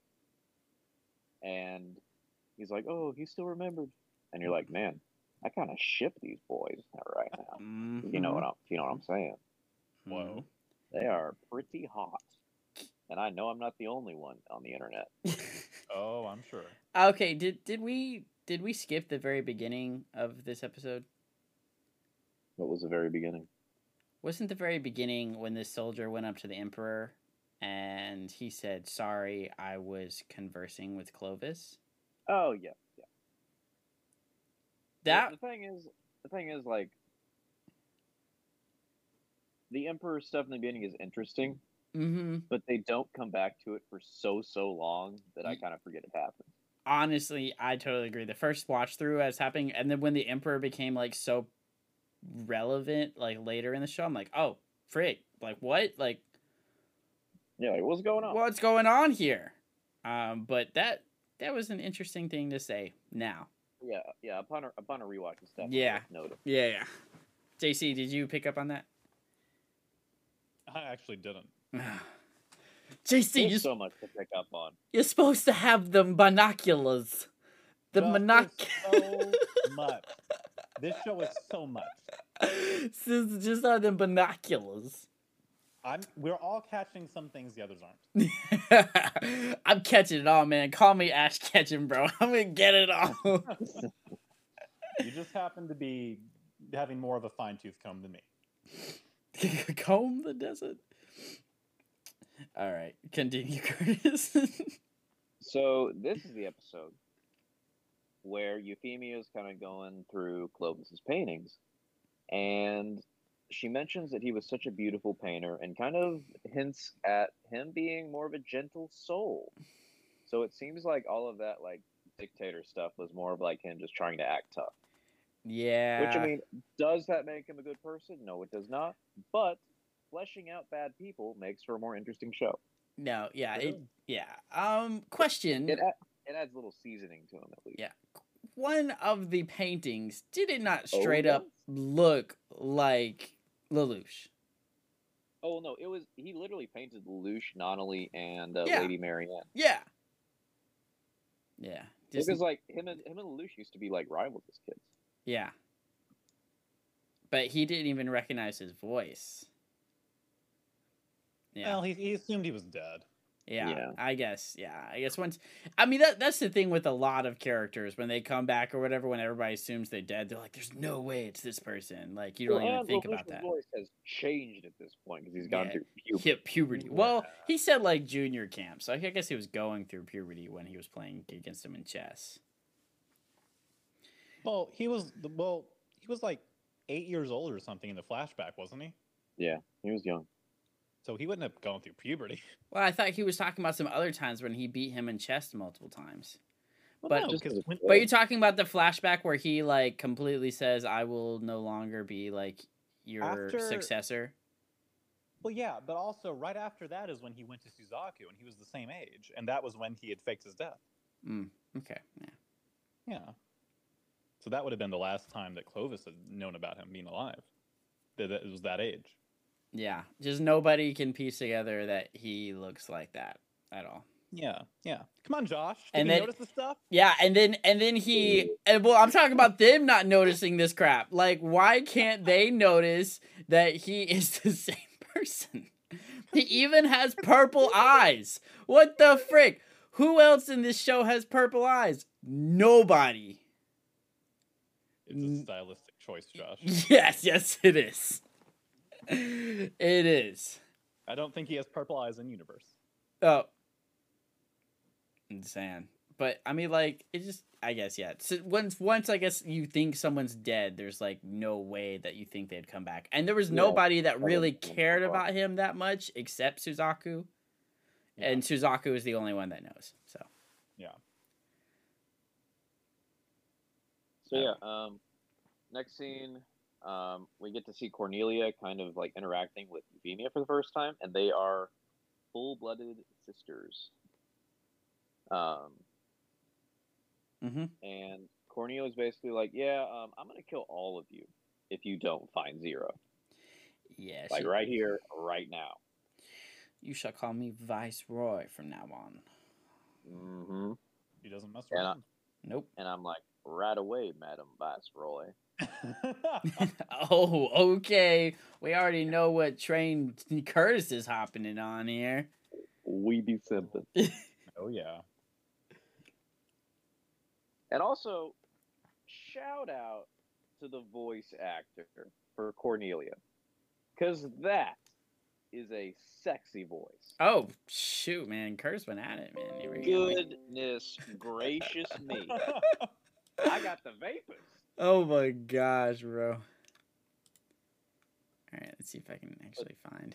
C: and he's like, "Oh, he still remembered," and you're like, "Man, I kind of ship these boys right now." You
A: Mm-hmm.
C: know what I'm, you know what I'm saying?
B: Whoa.
C: They are pretty hot, and I know I'm not the only one on the internet.
B: Oh, I'm sure.
A: okay. Did did we did we skip the very beginning of this episode?
C: What was the very beginning?
A: Wasn't the very beginning when this soldier went up to the emperor and he said, "Sorry, I was conversing with Clovis."
C: Oh yeah.
A: That
C: the thing is, the thing is like the emperor stuff in the beginning is interesting,
A: Mm-hmm.
C: but they don't come back to it for so so long that I
A: Ye-
C: kind of forget it happened.
A: honestly, I totally agree. The first watch through as happening, and then when the Emperor became like so relevant, like later in the show, I'm like, oh, frick, like what, like
C: Yeah, like, what's going on?
A: what's going on here? Um, but that that was an interesting thing to say. Now,
C: Yeah, yeah. Upon a, upon a rewatch and stuff.
A: Yeah.
C: Noted.
A: yeah, yeah. JC, did you pick up on that?
D: I actually didn't.
A: JC,
C: There's
A: you
C: so much to pick up on.
A: you're supposed to have the binoculars. The
D: But
A: monoc.
D: there's So much. This show is so much.
A: Sis, just have the binoculars.
D: I'm. We're all catching some things the others aren't.
A: I'm catching it all, man. Call me Ash Ketchum, bro. I'm gonna get it all.
D: You just happen to be having more of a fine tooth comb than me.
A: Comb the desert. All right, continue, Curtis.
C: So this is the episode where Euphemia is kind of going through Clovis's paintings, and she mentions that he was such a beautiful painter, and kind of hints at him being more of a gentle soul. So it seems like all of that like dictator stuff was more of like him just trying to act tough.
A: yeah.
C: Which I mean, does that make him a good person? No, it does not. But fleshing out bad people makes for a more interesting show.
A: no, yeah, it,
D: Really?
A: yeah. Um, question.
C: It ad- it adds a little seasoning to him at least.
A: Yeah. One of the paintings did it not
C: Oh,
A: straight up look like Lelouch?
C: Oh no, it was he literally painted Lelouch, Donnelly, and uh,
A: Yeah.
C: Lady Marianne.
A: Yeah. Yeah. Just,
C: because like him and him and Lelouch used to be like rivals as kids.
A: yeah. But he didn't even recognize his voice. Yeah.
D: Well, he, he assumed he was dead.
A: Yeah,
C: Yeah.
A: I guess. Yeah, I guess once. I mean, that that's the thing with a lot of characters when they come back or whatever. When everybody assumes they're dead, they're like, "There's no way it's this person." Like you don't
C: Well,
A: even
C: and
A: think
C: Lelouch's
A: about that.
C: voice has changed at this point because he's gone
A: Yeah.
C: through puberty.
A: Hit puberty. Well, he said like junior camp, so I guess he was going through puberty when he was playing against him in chess.
D: Well, he was. Well, he was like eight years old or something in the flashback, wasn't he?
C: He was young.
D: So he wouldn't have gone through puberty.
A: Well, I thought he was talking about some other times when he beat him in chess multiple times.
D: Well,
A: But-
D: no,
C: Just
D: 'cause
C: as a
D: when-
A: But you're talking about the flashback where he like completely says, "I will no longer be like your
D: After-
A: successor."
D: well, yeah, but also right after that is when he went to Suzaku, and he was the same age, and that was when he had faked his death.
A: Okay. Yeah.
D: Yeah. So that would have been the last time that Clovis had known about him being alive. That that- it was that age.
A: Yeah, just nobody can piece together that he looks like that at all.
D: Yeah, yeah. Come on, Josh. Did
A: And
D: you
A: then-
D: notice the stuff?
A: Yeah, and then and then he and well, I'm talking about them not noticing this crap. Like, why can't they notice that he is the same person? He even has purple eyes. What the frick? Who else in this show has purple eyes? Nobody.
D: It's
A: N-
D: a stylistic choice, Josh.
A: Yes, yes, it is. It is.
D: I don't think he has purple eyes in universe.
A: Oh. Insane. But I mean like it just I guess yeah. So once once I guess you think someone's dead, there's like no way that you think they'd come back. And there was
C: Yeah,
A: nobody that
C: wouldn't
A: really
C: think so
A: cared
C: far.
A: about him that much except Suzaku. And Suzaku is the only one that knows. So
C: So
A: Yeah.
C: yeah, um, next scene, um, we get to see Cornelia kind of like interacting with Euphemia for the first time, and they are full-blooded sisters. Um, Mm-hmm.
A: Mhm.
C: and Cornelio is basically like, "Yeah, um, I'm gonna kill all of you if you don't find Zero,
A: yeah,
C: like
A: she-
C: right here, right now."
A: you shall call me Viceroy from now on.
C: hmm
D: He doesn't mess
C: And I-
D: around.
A: Nope.
C: And I'm like, "Right away, Madam Viceroy."
A: Oh, okay. We already know what train Curtis is hopping on here.
C: We be simping.
D: oh yeah.
C: And also, shout out to the voice actor for Cornelia, because that is a sexy voice.
A: Oh shoot, man! Curtis went at it, man. Here we go.
C: Goodness gracious me! I got the vapors.
A: Oh my gosh, bro. Alright, let's see if I can actually find.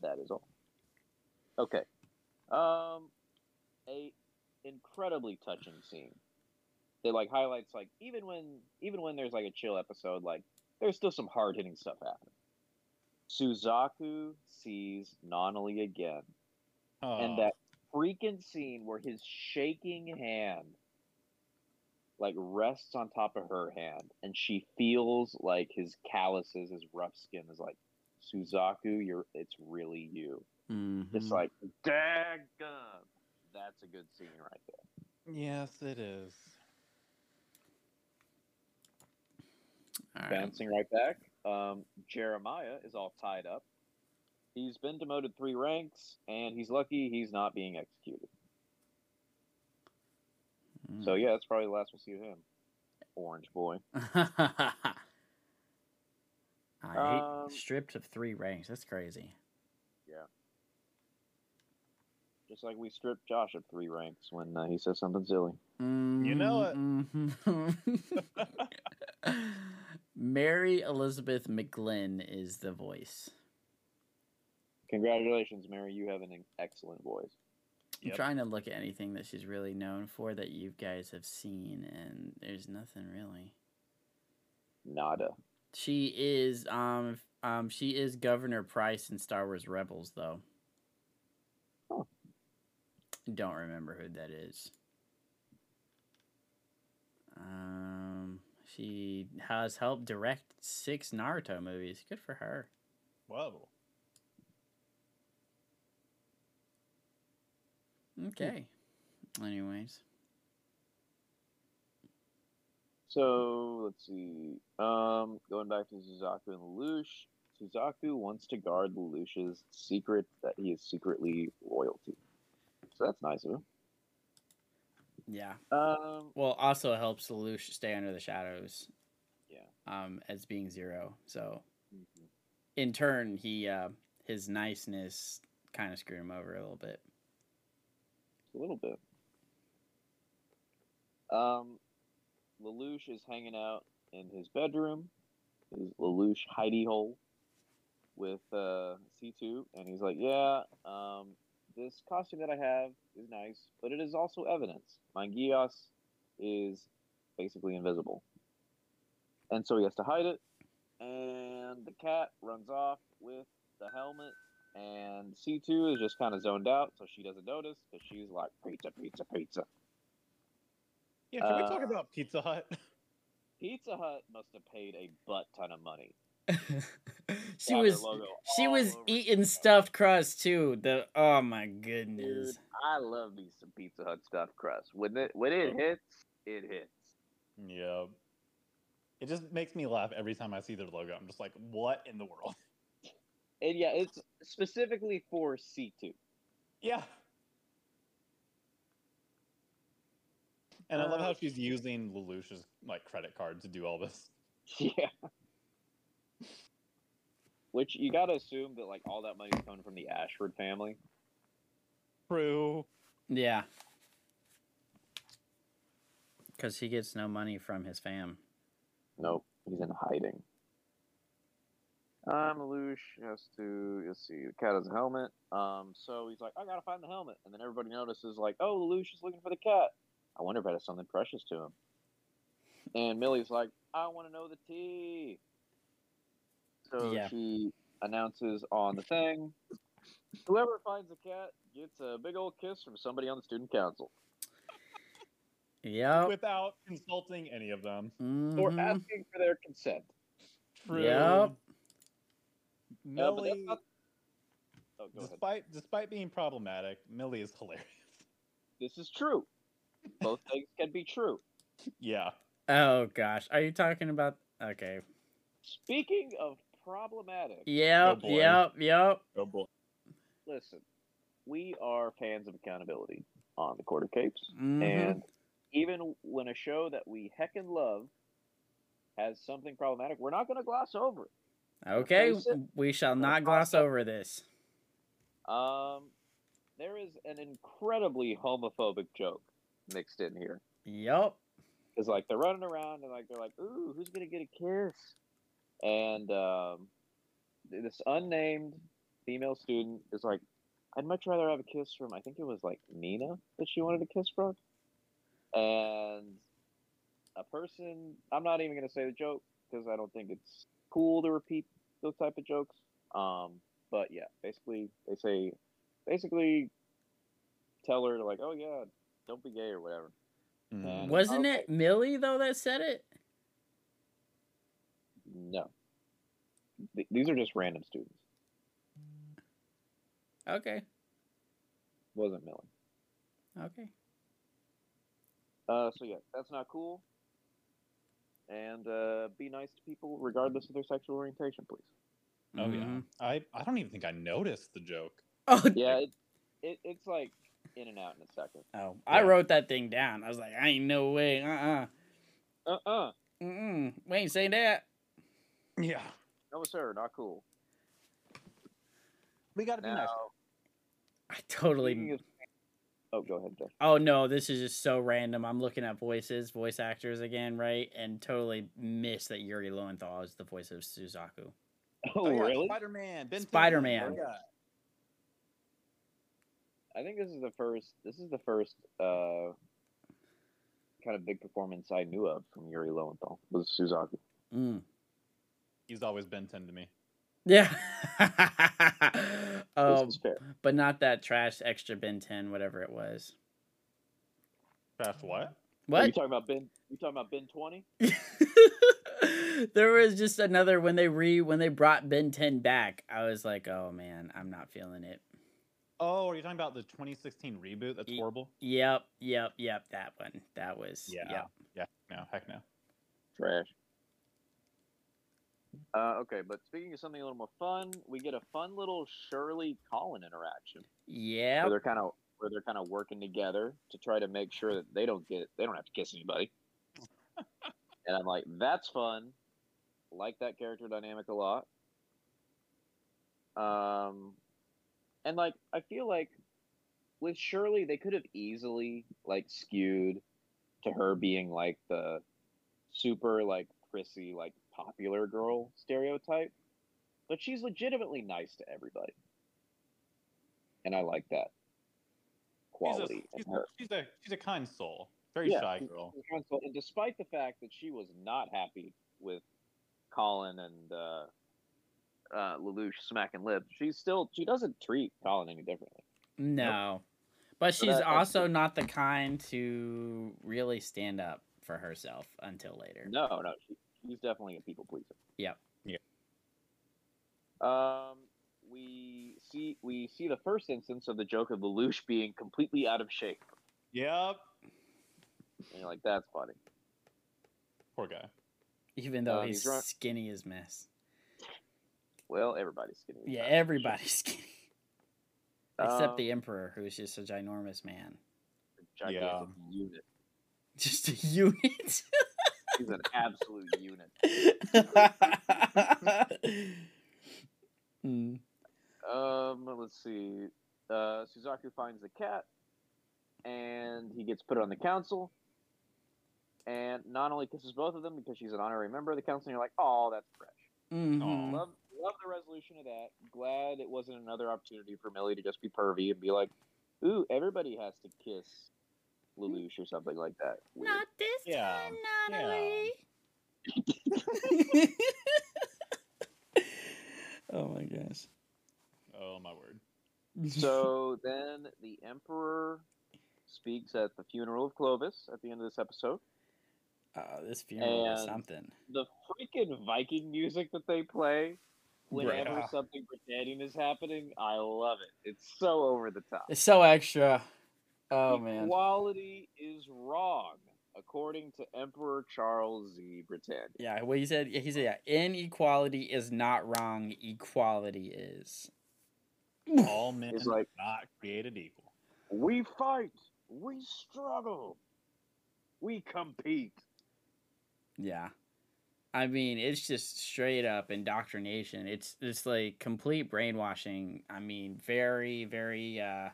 C: That is all. Okay. Um, a incredibly touching scene. That like highlights like even when even when there's like a chill episode, like there's still some hard hitting stuff happening. Suzaku sees Nonali again, and
B: Uh,
C: uh,
D: Ah.
C: that freaking scene where his shaking hand like rests on top of her hand, and she feels like his calluses, his rough skin is like Suzaku, you're it's really you. It's
D: Mm-hmm.
A: Mhm.
C: like, daggum. That's a good scene right there.
D: Yes, it is.
A: Alright.
C: Bouncing right back. Um, Jeremiah is all tied up. He's been demoted three ranks, and he's lucky he's not being executed.
A: Mm.
C: So, yeah, that's probably the last we'll see of him. Orange boy.
A: I hate
C: Um,
A: stripped of three ranks. That's crazy.
C: Just like we stripped Josh of three ranks when uh, he says something silly.
D: know it.
A: Mm-hmm. it. Mary Elizabeth McGlynn is the voice.
C: Congratulations, Mary. You have an excellent voice.
A: I'm
D: Yep.
A: trying to look at anything that she's really known for that you guys have seen, and there's nothing really.
C: Nada.
A: She is um um she is Governor Price in Star Wars Rebels though.
C: Huh.
A: Don't remember who that is. Um, she has helped direct six Naruto movies. Good for her.
D: Whoa.
C: Hmm.
A: Okay. Anyways,
C: So let's see. Um, going back to Suzaku and Lelouch. Suzaku wants to guard Lelouch's secret that he is secretly royalty. So that's nice of him.
A: yeah.
C: Um,
A: Well, also helps Lelouch stay under the shadows.
C: Yeah.
A: Um, as being zero, so in turn he uh his niceness kind of screwed him over a little bit.
C: a little bit. Um, Lelouch is hanging out in his bedroom, his Lelouch hidey hole, with uh, C2, and he's like, Yeah, um, this costume that I have is nice, but it is also evidence. My Gios is basically invisible. And so he has to hide it, and the cat runs off with the helmet and C2 is just kind of zoned out, so she doesn't notice. But she's like, pizza, pizza, pizza.
D: Yeah, can we
C: Uh,
D: talk about Pizza Hut?
C: Pizza Hut must have paid a butt ton of money.
A: she
C: Got their
A: was
C: logo
A: she
C: all
A: was
C: over
A: eating
C: it.
A: stuffed crust too. The oh my
C: Dude,
A: goodness.
C: I love me some Pizza Hut stuffed crust. When it when it hits, it hits.
D: Yeah. It just makes me laugh every time I see their logo. I'm just like, what in the world?
C: And yeah, it's specifically for C2.
D: Yeah. And I love
C: Uh,
D: how she's using Lelouch's like credit card to do all this.
C: Yeah. Which you gotta assume that like all that money's coming from the Ashford family.
D: True.
A: Yeah. Cause he gets no money from his fam.
C: Nope, he's in hiding. Um, Lelouch has to. Let's see. The cat has a helmet. Um, so he's like, I gotta find the helmet, and then everybody notices, like, oh, Lelouch is looking for the cat. I wonder if it has something precious to him. And Millie's like, I want to know the tea. So
A: Yeah.
C: she announces on the thing, whoever finds the cat gets a big old kiss from somebody on the student council. Oh.
A: Yep.
D: Without consulting any of them.
C: Or
A: mhm.
C: asking for their consent.
D: True.
A: Yep.
C: Uh, but
D: Millie,
C: that's not- Oh, go ahead.
D: despite despite being problematic, Millie is hilarious.
C: This is true. Both things can be true.
D: yeah.
A: Oh gosh. Are you talking about okay.
C: Speaking of problematic,
A: Yep,
D: boy.
A: yep, yep.
D: Oh boy.
C: listen, we are fans of accountability on the Quarter Capes.
A: Mhm.
C: And even when a show that we heckin' love has something problematic, we're not going to gloss over it.
A: Okay,
C: face it,
A: we shall
C: gonna
A: not gloss
C: toss up.
A: over this.
C: Um, there is an incredibly homophobic joke mixed in here.
A: Yep.
C: because like they're running around and like they're like, "Ooh, who's gonna get a kiss?" And um, this unnamed female student is like, "I'd much rather have a kiss from I think it was like Nina that she wanted a kiss from," and a person I'm not even gonna say the joke because I don't think it's cool to repeat those type of jokes. Um, but yeah, basically they say, basically tell her to like, "Oh yeah, don't be gay or whatever."
D: Mm.
C: And-
A: Wasn't
C: okay.
A: it Millie though that said it?
C: No. Th- these are just random students.
A: Okay.
C: Wasn't Millie.
A: Okay.
C: Uh, so yeah, that's not cool. And uh, be nice to people regardless of their sexual orientation, please.
D: Oh yeah.
A: Mhm.
D: I I don't even think I noticed the joke.
A: Oh,
C: Yeah, it, it, it's like in and out in a second.
A: oh, I
D: Yeah.
A: wrote that thing down. I was like, I ain't no way. Uh uh
C: Uh uh
A: Mm-mm. We ain't saying that.
D: Yeah.
C: No sir, not cool.
D: We gotta be
C: Now,
D: nice.
A: I totally.
C: speaking of- oh, go ahead, Jeff.
A: Oh no, this is just so random. I'm looking at voices, voice actors again, right? And totally missed that Yuri Lowenthal is the voice of Suzaku.
C: Oh, really?
D: Spider Man. oh,
A: Spider-Man.
C: I think this is the first. This is the first uh, kind of big performance I knew of from Yuri Lowenthal was Suzaku.
A: Mm.
D: He's always been ten to me.
A: Yeah.
C: This
A: um,
C: is fair.
A: but not that trash extra Ben 10, whatever it was.
D: Trash what?
C: Are you
A: What?
C: talking about Ben? You talking about Ben Twenty?
A: there was just another when they re when they brought Ben 10 back. I was like, oh man, I'm not feeling it.
D: Oh, are you talking about the 2016 reboot? That's
A: Ye-
D: horrible.
A: Yep, yep, yep. That one. That was.
D: Yeah.
A: Yep.
D: Yeah. No. Heck no.
C: Trash. Uh, okay, but speaking of something a little more fun, we get a fun little Shirley Colin interaction
A: Yep.
C: where they're kind of where they're kind of working together to try to make sure that they don't get they don't have to kiss anybody. and I'm like, that's fun. Like that character dynamic a lot. Um, and like I feel like with Shirley, they could have easily like skewed to her being like the super like prissy like popular girl stereotype, but she's legitimately nice to everybody, and I like that
D: She's a-
C: quality
D: She's a,
C: in her.
D: she's a she's a kind soul. Very
C: Yeah,
D: shy
C: she's-
D: girl.
C: And despite the fact that she was not happy with Colin and uh, uh, Lelouch smacking lips, she still she doesn't treat Colin any differently.
A: No. But
C: So
A: she's
C: that- that's
A: also
C: good.
A: not the kind to really stand up for herself until later.
C: No, no, she, she's definitely a people pleaser.
A: Yep.
D: Yeah.
C: Um, we see we see the first instance of the joke of Lelouch being completely out of shape,
D: Yep.
C: and you're like, that's funny.
D: Poor guy.
A: Even though
C: No,
A: he's
C: he's right.
A: skinny as mess.
C: Well, everybody's skinny.
A: Yeah, everybody's skinny. Except
C: Um,
A: the Emperor, who's just a ginormous man.
C: gigantic unit.
A: Just a unit.
C: He's an absolute unit.
A: Mm.
C: Um, let's see. Uh, Suzaku finds the cat, and he gets put on the council. And not only kisses both of them because she's an honorary member of the council, and you're like, oh, that's fresh.
A: Mhm.
C: Love, love the resolution of that. Glad it wasn't another opportunity for Millie to just be pervy and be like, ooh, everybody has to kiss Lelouch or something like that. Weird.
A: Not this
D: Yeah,
A: time,
D: yeah.
A: Natalie. oh my gosh.
D: Oh my word.
C: so then the Emperor speaks at the funeral of Clovis at the end of this episode.
A: Uh, this funeral is
C: And-
A: something.
C: the freaking Viking music that they play whenever
D: Yeah.
C: something pretending is happening, I love it. It's so over the top.
A: It's so extra. Oh man.
C: Equality is wrong, according to Emperor Charles Z. Britannia.
A: Yeah, what he said. He said, yeah, inequality is not wrong. Equality is.
D: All men
C: It's like-
D: are not created equal.
C: We fight, we struggle, we compete.
A: Yeah. I mean, it's just straight up indoctrination. It's it's like complete brainwashing. I mean, very very uh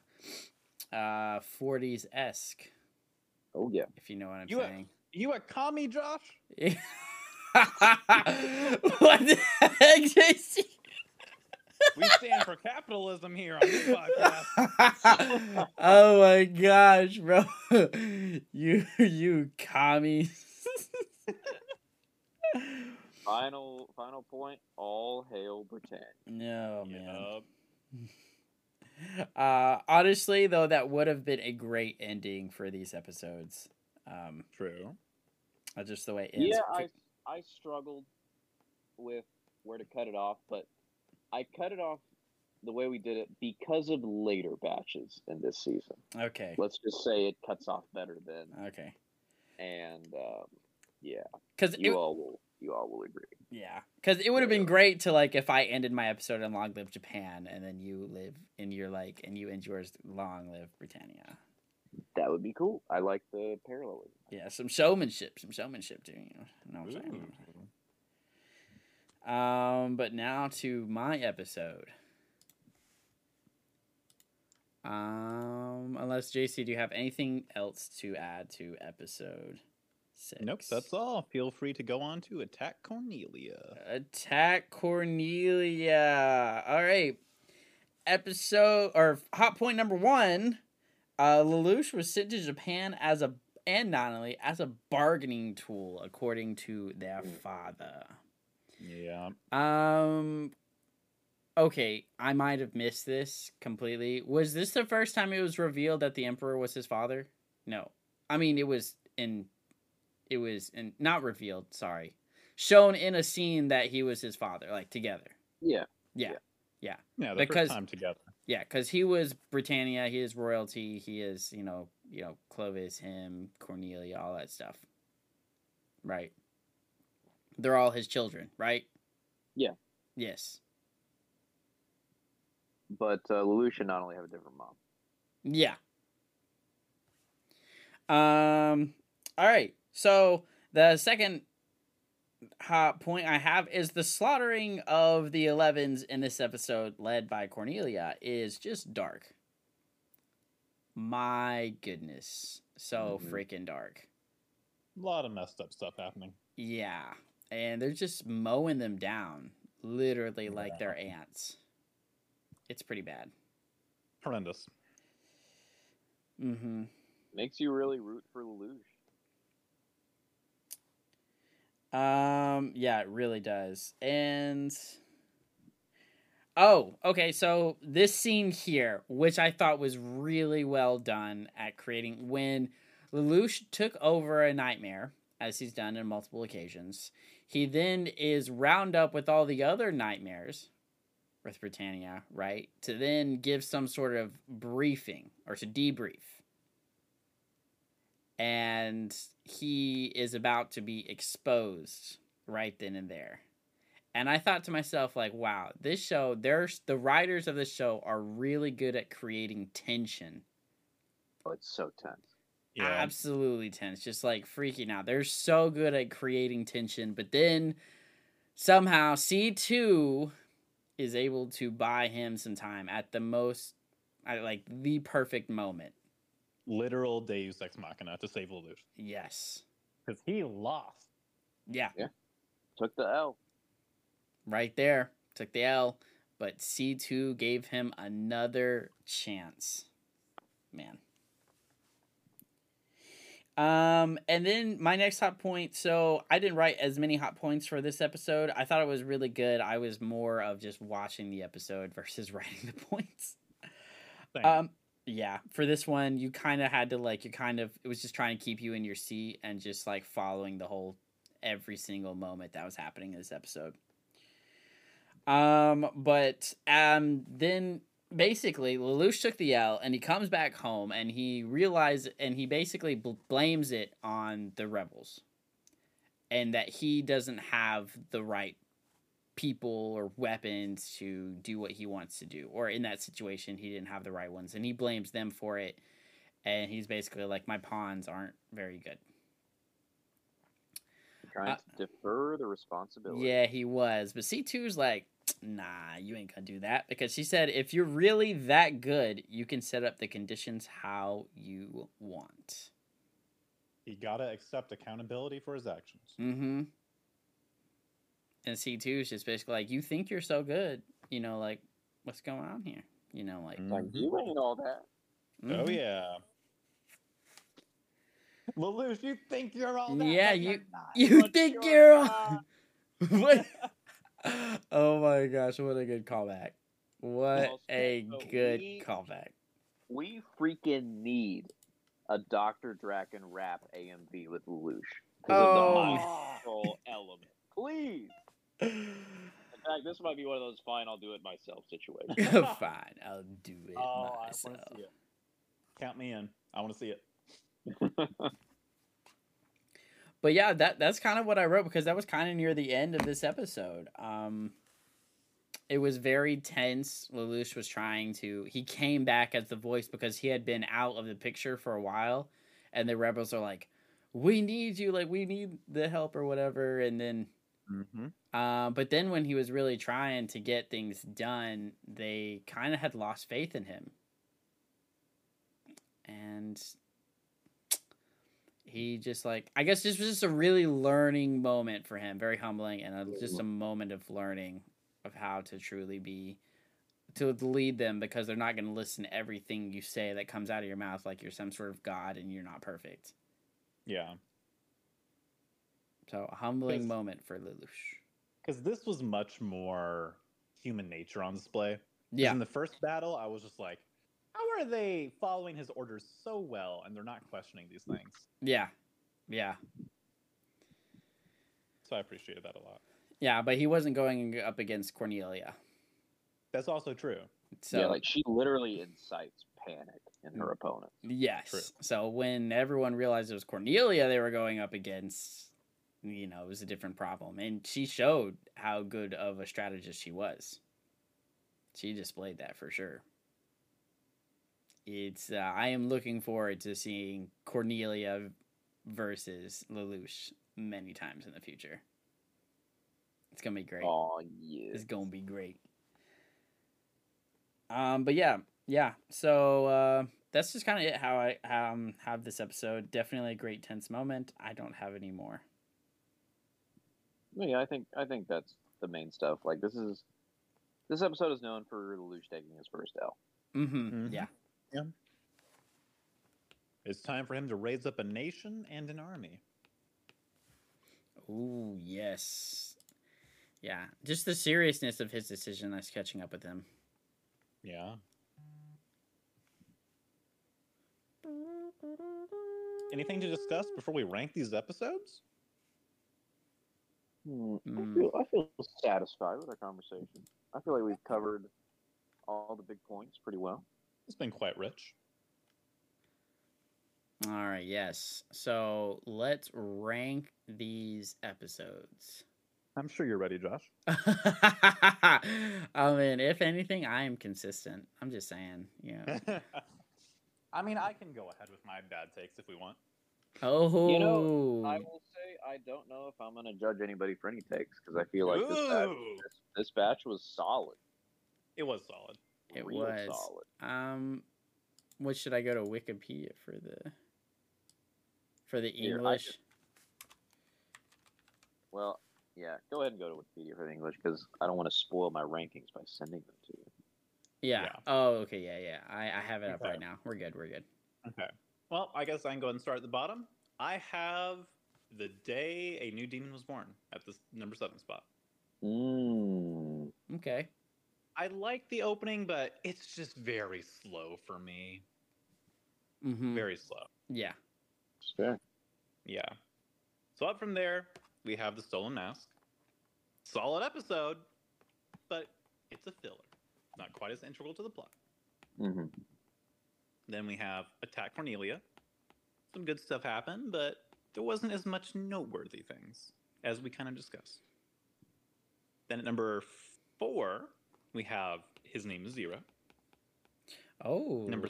A: uh 40s esque,
C: Oh yeah.
A: if you know what I'm
C: Oh,
D: You have-
A: saying.
D: You a commie, Josh?
A: what the heck, JC?
D: We stand for capitalism here on this podcast.
A: oh my gosh, bro. you you commies.
C: Final final point. All hail Britannia.
D: Oh,
A: no man.
D: Yup.
A: Uh honestly though that would have been a great ending for these episodes. Um
D: True.
A: uh, just the way it ends.
C: Yeah, I I struggled with where to cut it off, but I cut it off the way we did it because of later batches in this season.
A: okay.
C: Let's just say it cuts off better than,
A: Okay.
C: and um, yeah,
A: Cuz
C: you all will you all will agree.
A: Yeah, because it would have been
C: Yeah.
A: great to like if I ended my episode on "Long Live Japan" and then you live and you're like and you end yours "Long Live Britannia."
C: That would be cool. I like the parallelism.
A: Yeah, some showmanship, some showmanship too. You know, know what I'm
D: Ooh.
A: saying? Um, but now to my episode. Um, unless JC, do you have anything else to add to episode six?
D: Nope, that's all. Feel free to go on to attack Cornelia.
A: Attack Cornelia. All right. Episode or hot point number one. Uh, Lelouch was sent to Japan as a and not only as a bargaining tool, according to their father.
D: Yeah.
A: Um. Okay, I might have missed this completely. Was this the first time it was revealed that the emperor was his father? No, I mean it was in, it was in not revealed. Sorry, shown in a scene that he was his father, like together.
C: Yeah,
A: Yeah,
D: Yeah, the
A: Because-
D: first time together.
A: yeah, because he was Britannia, he is royalty, he is you know you know Clovis, him, Cornelia, all that stuff. Right. They're all his children, right?
C: Yeah.
A: Yes.
C: but uh, Lelouch should not only have a different mom.
A: Yeah. Um. All right. So the second hot point I have is the slaughtering of the Elevens in this episode, led by Cornelia, is just dark. My goodness, so
C: Mhm.
A: freaking dark.
D: A lot of messed up stuff happening.
A: Yeah, and they're just mowing them down, literally like they're ants. It's pretty bad.
D: Horrendous.
A: Mm-hmm.
C: Makes you really root for Lelouch.
A: Um, yeah, it really does. And oh, okay, so this scene here, which I thought was really well done at creating when Lelouch took over a nightmare, as he's done in multiple occasions, he then is round up with all the other nightmares with Britannia, right? To then give some sort of briefing or to debrief and he is about to be exposed right then and there. And I thought to myself, like, wow, this show, there's the writers of this show are really good at creating tension.
C: Oh, it's so tense.
D: Yeah.
A: Absolutely tense, just like freaking out. They're so good at creating tension, but then somehow C2 is able to buy him some time at the most, at like the perfect moment.
D: Literal Deus Ex Machina to save Lelouch.
A: Yes.
D: Because he lost.
A: Yeah.
C: Took the L.
A: right there. Took the L, but C2 gave him another chance. Man. Um, and then my next hot point. So I didn't write as many hot points for this episode. I thought it was really good. I was more of just watching the episode versus writing the points.
D: Same.
A: Um, yeah, for this one, you kind of had to like, you kind of, it was just trying to keep you in your seat and just like following the whole, every single moment that was happening in this episode. Um, but, um, then basically Lelouch took the L and he comes back home and he realized, and he basically bl- blames it on the rebels and that he doesn't have the right people or weapons to do what he wants to do. Or in that situation, he didn't have the right ones, and he blames them for it. And he's basically like, my pawns aren't very good.
C: Trying
A: Uh,
C: to defer the responsibility.
A: Yeah, he was. But C2's like, nah, you ain't gonna do that. Because she said, if you're really that good, you can set up the conditions how you want.
B: He gotta accept accountability for his actions.
A: Mm-hmm. And C2 is just basically like, you think you're so good. You know, like, what's going on here? You know, like,
C: Like you ain't all that.
B: Oh
A: mhm.
B: yeah. Lelouch, you think you're all that?
A: Yeah,
B: but
A: you-
B: you're
A: you
B: not. But
A: think
B: you're
A: you're
B: not.
A: What? oh my gosh, what a good callback. What
C: Well,
A: a
C: so
A: good
C: we-
A: callback.
C: We freaking need a Dr. Draken rap AMV with Lelouch. 'cause
A: Oh.
C: of the mindful element. Please. In fact, this might be one of those fine, I'll do it myself situations.
A: Fine, I'll do it
B: Oh, I
A: myself.
B: want to see it. Count me in. I want to see it.
A: But yeah, that that's kind of what I wrote because that was kind of near the end of this episode. Um it was very tense. Lelouch was trying to he came back as the voice because he had been out of the picture for a while and the rebels are like, "We need you, like we need the help or whatever." And then
B: Mm-hmm.
A: Uh, but then when he was really trying to get things done, they kind of had lost faith in him. And he just like I guess this was just a really learning moment for him, very humbling and a, just a moment of learning of how to truly be to lead them because they're not going to listen to everything you say that comes out of your mouth like you're some sort of god and you're not perfect.
B: Yeah,
A: So a humbling
B: Yes.
A: moment for Lelouch.
B: because this was much more human nature on display. 'Cause
A: Yeah.
B: In the first battle, I was just like, how are they following his orders so well and they're not questioning these things?
A: Yeah. Yeah.
B: So I appreciated that a lot.
A: Yeah, but he wasn't going up against Cornelia.
B: That's also true.
A: So Mm,
C: yeah, like she literally incites panic in her opponent.
A: yes.
B: True.
A: So when everyone realized it was Cornelia they were going up against, you know, it was a different problem. And she showed how good of a strategist she was. She displayed that for sure. It's uh, I am looking forward to seeing Cornelia versus Lelouch many times in the future. It's gonna be great.
C: Oh yeah.
A: is gonna be great. Um, but yeah, yeah. So uh, that's just kind of it. How I um have this episode. Definitely a great tense moment. I don't have any more.
C: Yeah, I think I think that's the main stuff. Like this is this episode is known for Lelouch taking his first L.
A: Mm-hmm.
B: Mhm.
A: Yeah,
B: It's time for him to raise up a nation and an army.
A: Ooh, yes. Yeah, just the seriousness of his decision. That's catching up with him.
B: Yeah. Anything to discuss before we rank these episodes?
C: Hmm,
A: Mm.
C: I, feel, I feel satisfied with our conversation. I feel like we've covered all the big points pretty well.
B: It's been quite rich.
A: All right. Yes. So let's rank these episodes.
B: I'm sure you're ready, Josh.
A: I mean, if anything, I am consistent. I'm just saying. You know.
B: I mean, I can go ahead with my bad takes if we want.
A: Oh,
C: You know, I will say I don't know if I'm going to judge anybody for any takes because I feel like this batch,
B: Ooh.
C: this, this batch was solid.
B: It was solid.
A: It
C: real
A: was.
C: solid.
A: Um, what should I go to Wikipedia for the for the
C: Here, I
A: English?
C: just- Well, yeah, go ahead and go to Wikipedia for the English because I don't want to spoil my rankings by sending them to you.
A: yeah.
B: yeah.
A: Oh, okay. Yeah, yeah. I I have it up
B: Okay.
A: right now. We're good. We're good.
B: Well, I guess I can go ahead and start at the bottom. I have the day a new demon was born at this number seven spot.
C: Mm.
A: Okay.
B: I like the opening, but it's just very slow for me.
C: Mm.
A: Mm-hmm.
B: Very slow.
A: Yeah.
C: It's fair.
B: Yeah. So up from there, we have the stolen mask. Solid episode, but it's a filler. Not quite as integral to the plot.
C: hmm
B: Then we have Attack Cornelia. Some good stuff happened, but there wasn't as much noteworthy things as we kind of discussed. Then at number four, we have His Name is Zero.
A: Oh,
B: Number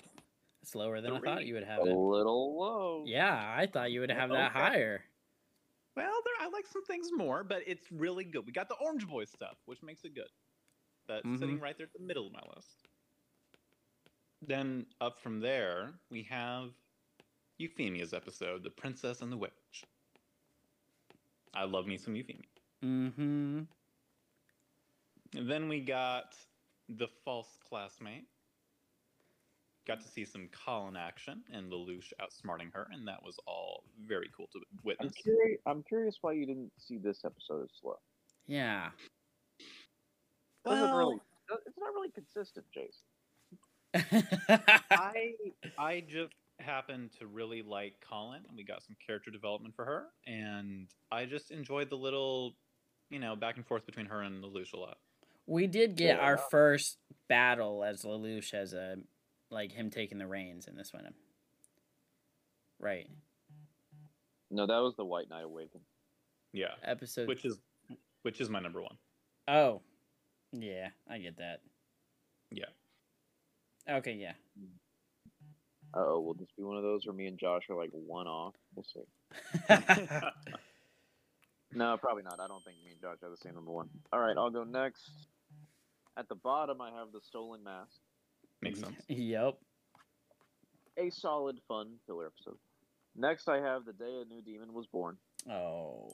A: it's lower than I thought
B: three.
A: you would have
C: A
A: it.
C: little low.
A: Yeah, I thought you would have that
B: Okay.
A: higher.
B: Well, there, I like some things more, but it's really good. We got the Orange Boy stuff, which makes it good. But sitting right there at the middle of my list. Then up from there, we have Euphemia's episode, The Princess and the Witch. I love me some Euphemia.
A: Mm-hmm.
B: And then we got The False Classmate. Got to see some Colin action and Lelouch outsmarting her, and that was all very cool to
C: I'm
B: witness.
C: curious. I'm curious why you didn't see this episode as slow.
A: Yeah.
C: Doesn't
B: Well-
C: really- it's not really consistent, Jason.
B: I I just happened to really like Colin, and we got some character development for her, and I just enjoyed the little, you know, back and forth between her and Lelouch a lot.
A: we did get
C: Yeah.
A: our first battle as Lelouch as a like him taking the reins in this one. Right.
C: No, that was the White Knight Awakening.
B: Yeah,
A: Episode
B: which is which is my number one.
A: Oh. Yeah, I get that.
B: Yeah.
A: Okay, yeah.
C: Oh, will this be one of those where me and Josh are like one off? We'll see. No, probably not. I don't think me and Josh are the same number one. All right, I'll go next. At the bottom, I have the Stolen Mask,
B: Makes sense.
A: yep.
C: a solid, fun filler episode. Next, I have the day a new demon was born.
A: Oh.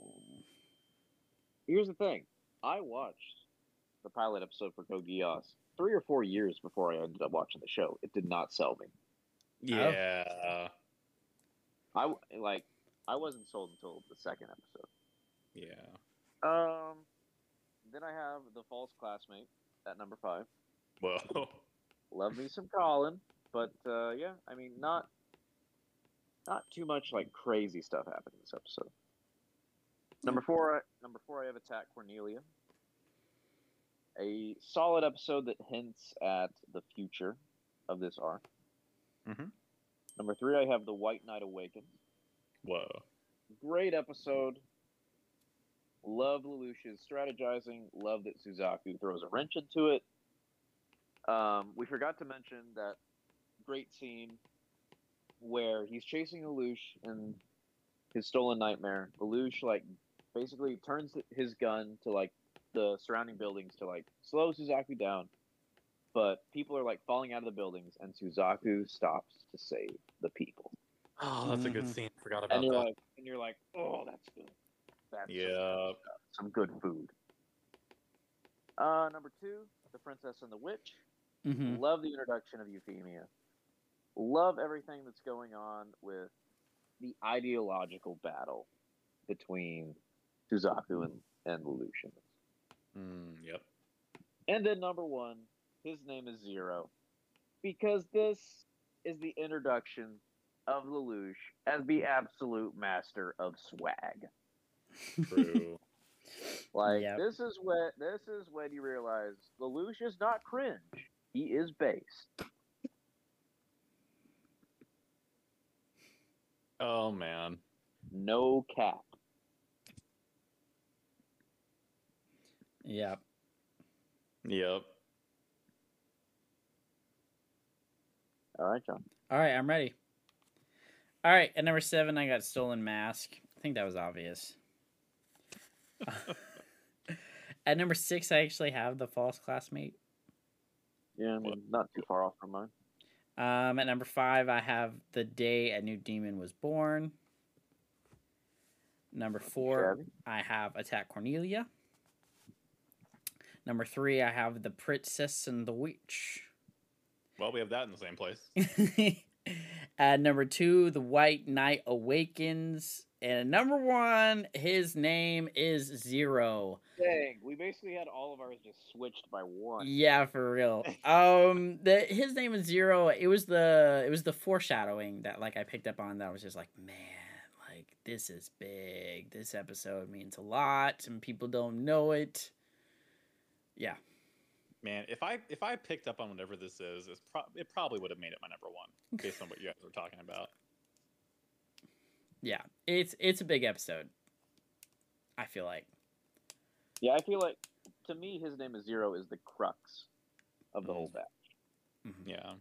C: Here's the thing: I watched the pilot episode for Code Geass three or four years before I ended up watching the show. It did not sell me.
B: Yeah,
C: I w- like, I wasn't sold until the second episode.
B: yeah.
C: Um, then I have the false classmate at number five.
B: Whoa.
C: love me some Colin, but uh, yeah, I mean, not not too much like crazy stuff happened in this episode. Number four, I, number four, I have Attack Cornelia, a solid episode that hints at the future of this arc.
B: Mhm.
C: Number three, I have The White Knight Awakens.
B: Whoa.
C: Great episode. Love Lelouch's strategizing. Love that Suzaku throws a wrench into it. Um, we forgot to mention that great scene where he's chasing Lelouch in his stolen nightmare. Lelouch like basically turns his gun to like the surrounding buildings to like slow Suzaku down, but people are like falling out of the buildings, and Suzaku stops to save the people
B: Oh, that's a good
A: Mhm.
B: scene. Forgot about
C: and you're
B: that.
C: like, and you're like, oh, that's good. That's some-
B: yeah.
C: some good food. Uh, number two, The Princess and the Witch.
B: Hmm.
A: Mhm.
C: Love the introduction of Euphemia. Love everything that's going on with the ideological battle between Suzaku and and Lelouch.
B: Mm, yep.
C: And then number one, his name is Zero, because this is the introduction of Lelouch as the absolute master of swag.
B: True.
C: Like
A: Yep.
C: this is when this is when you realize Lelouch is not cringe. He is based.
B: oh man.
C: No cap.
A: Yep.
B: Yep.
C: All right, John.
A: All right, I'm ready. All right, at number seven, I got Stolen Mask. I think that was obvious. at number six, I actually have The False Classmate.
C: Yeah, I mean, not too far off from mine.
A: Um, at number five, I have The Day a New Demon Was Born. Number four,
C: Shabby.
A: I have Attack Cornelia. Number three, I have The Princess and the Witch.
B: Well, we have that in the same place.
A: at Uh, number two, the White Knight awakens, and at number one, his name is Zero.
C: Dang, we basically had all of ours just switched by one.
A: Yeah, for real. Um, the his name is Zero. It was the it was the foreshadowing that like I picked up on that I was just like, man, like this is big. This episode means a lot, and people don't know it. Yeah,
B: Man, if I if I picked up on whatever this is, it's pro- it probably would have made it my number one based on what you guys were talking about.
A: yeah. It's it's a big episode. I feel like.
C: Yeah, I feel like to me, his name is Zero is the crux of the whole battle. Mm-hmm.
A: Mhm.
B: Yeah.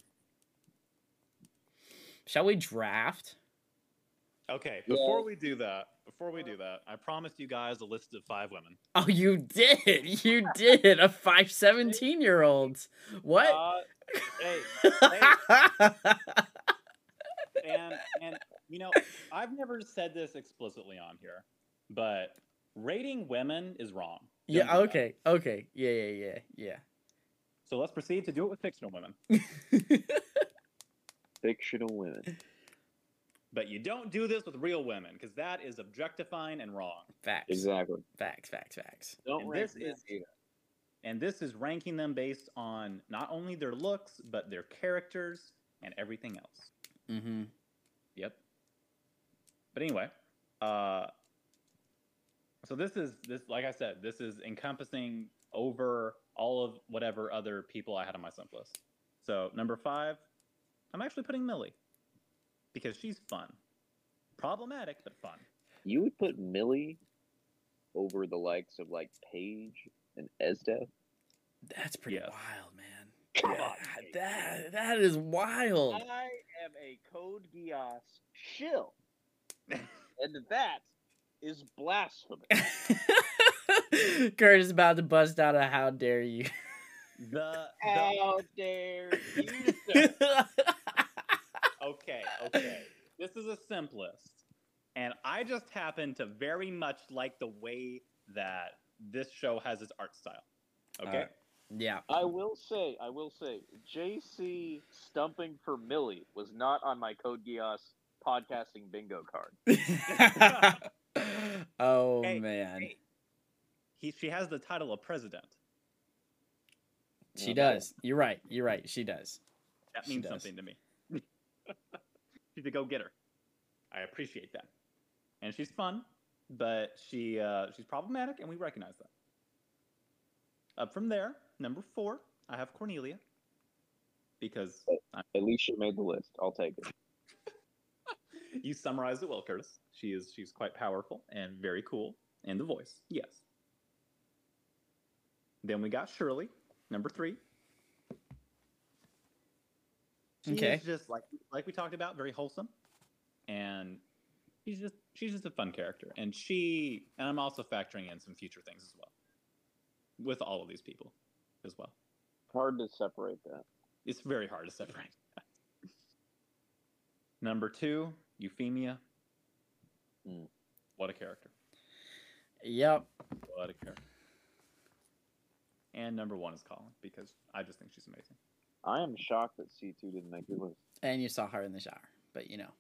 A: Shall we draft?
B: Okay.
C: Yeah.
B: Before we do that, before we do that, I promised you guys a list of five women.
A: Oh, you did. You did. A five 17 year olds. What?
C: Uh,
B: Uh, hey, hey, and and you said this explicitly on here, but rating women is wrong. Don't
A: Yeah.
B: do that.
A: Okay. Okay. Yeah. Yeah. Yeah.
B: So let's proceed to do it with fictional women.
A: Yeah.
C: Fictional women.
B: But you don't do this with real women because that is objectifying and wrong.
A: facts.
C: Exactly.
A: Facts. Facts. Facts.
C: Don't
B: And
C: rank
B: this
C: men
B: is-
C: either.
B: And this is ranking them based on not only their looks, but their characters and everything else.
A: Mm-hmm.
B: Yep. But anyway, uh, so this is this like I said, this is encompassing over all of whatever other people I had on my simp list. So number five, I'm actually putting Millie because she's fun, problematic but fun.
C: You would put Millie over the likes of like Paige and Esdev.
A: That's pretty
B: Yes.
A: wild, man.
C: Come
A: Yeah,
C: on, Jake.
A: that that is wild.
C: I am a Code Geass shill, and that is blasphemy.
A: Kurt is about to bust out a "How dare you."
B: The, the
C: How dare you? sir.
B: okay, okay, this is a simp list, and I just happen to very much like the way that this show has its art style. Okay.
A: Alright. yeah.
C: I will say, I will say, JC stumping for Millie was not on my Code Geass podcasting bingo card.
A: oh
B: Hey,
A: man,
B: hey. He, she has the title of president.
A: she does. You're right. You're right. She does.
B: That
A: She
B: means
A: does.
B: something to me. she's a go getter. I appreciate that. And she's fun, but she uh, she's problematic, and we recognize that. Up from there, number four, I have Cornelia. Because
C: At least you made the list. I'll take it.
B: you summarized it well, Curtis. She is she's quite powerful and very cool, and the voice, yes. Then we got Shirley, number three. She
A: Okay.
B: is just like like we talked about, very wholesome, and she's just she's just a fun character, and she and I'm also factoring in some future things as well, with all of these people, as well.
C: Hard to separate that.
B: It's very hard to separate. Number two, Euphemia.
A: Mm.
C: Hmm.
B: What a character.
A: Yep.
B: What a character. And number one is Colin because I just think she's amazing.
C: I am shocked that C2 didn't make your list.
A: And you saw her in the shower, but you know.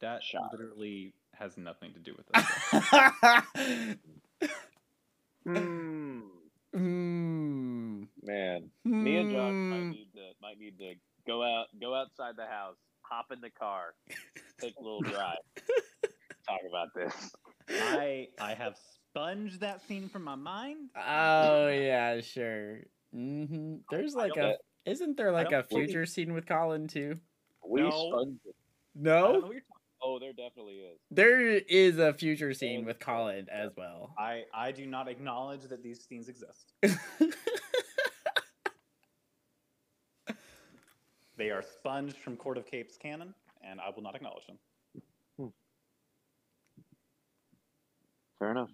B: That
C: Shot.
B: literally has nothing to do with it.
A: mm.
C: Hmm.
A: Hmm.
C: Man, me and Josh might
A: Mm.
C: need to might need to go out go outside the house, hop in the car, take a little drive, talk about this.
B: I I have sponged that scene from my mind.
A: Oh yeah, sure. hmm There's like a
C: don't-
A: isn't there like a
B: don't believe-
A: future scene with Colin too?
C: We
B: No.
C: sponged it.
B: I don't
A: No,
B: know what you're talking-
C: Oh, there definitely is.
A: there is a future scene
C: is.
A: with Colin as well.
B: I, I do not acknowledge that these scenes exist. They are sponged from Court of Capes canon, and I will not acknowledge them.
C: Fair enough.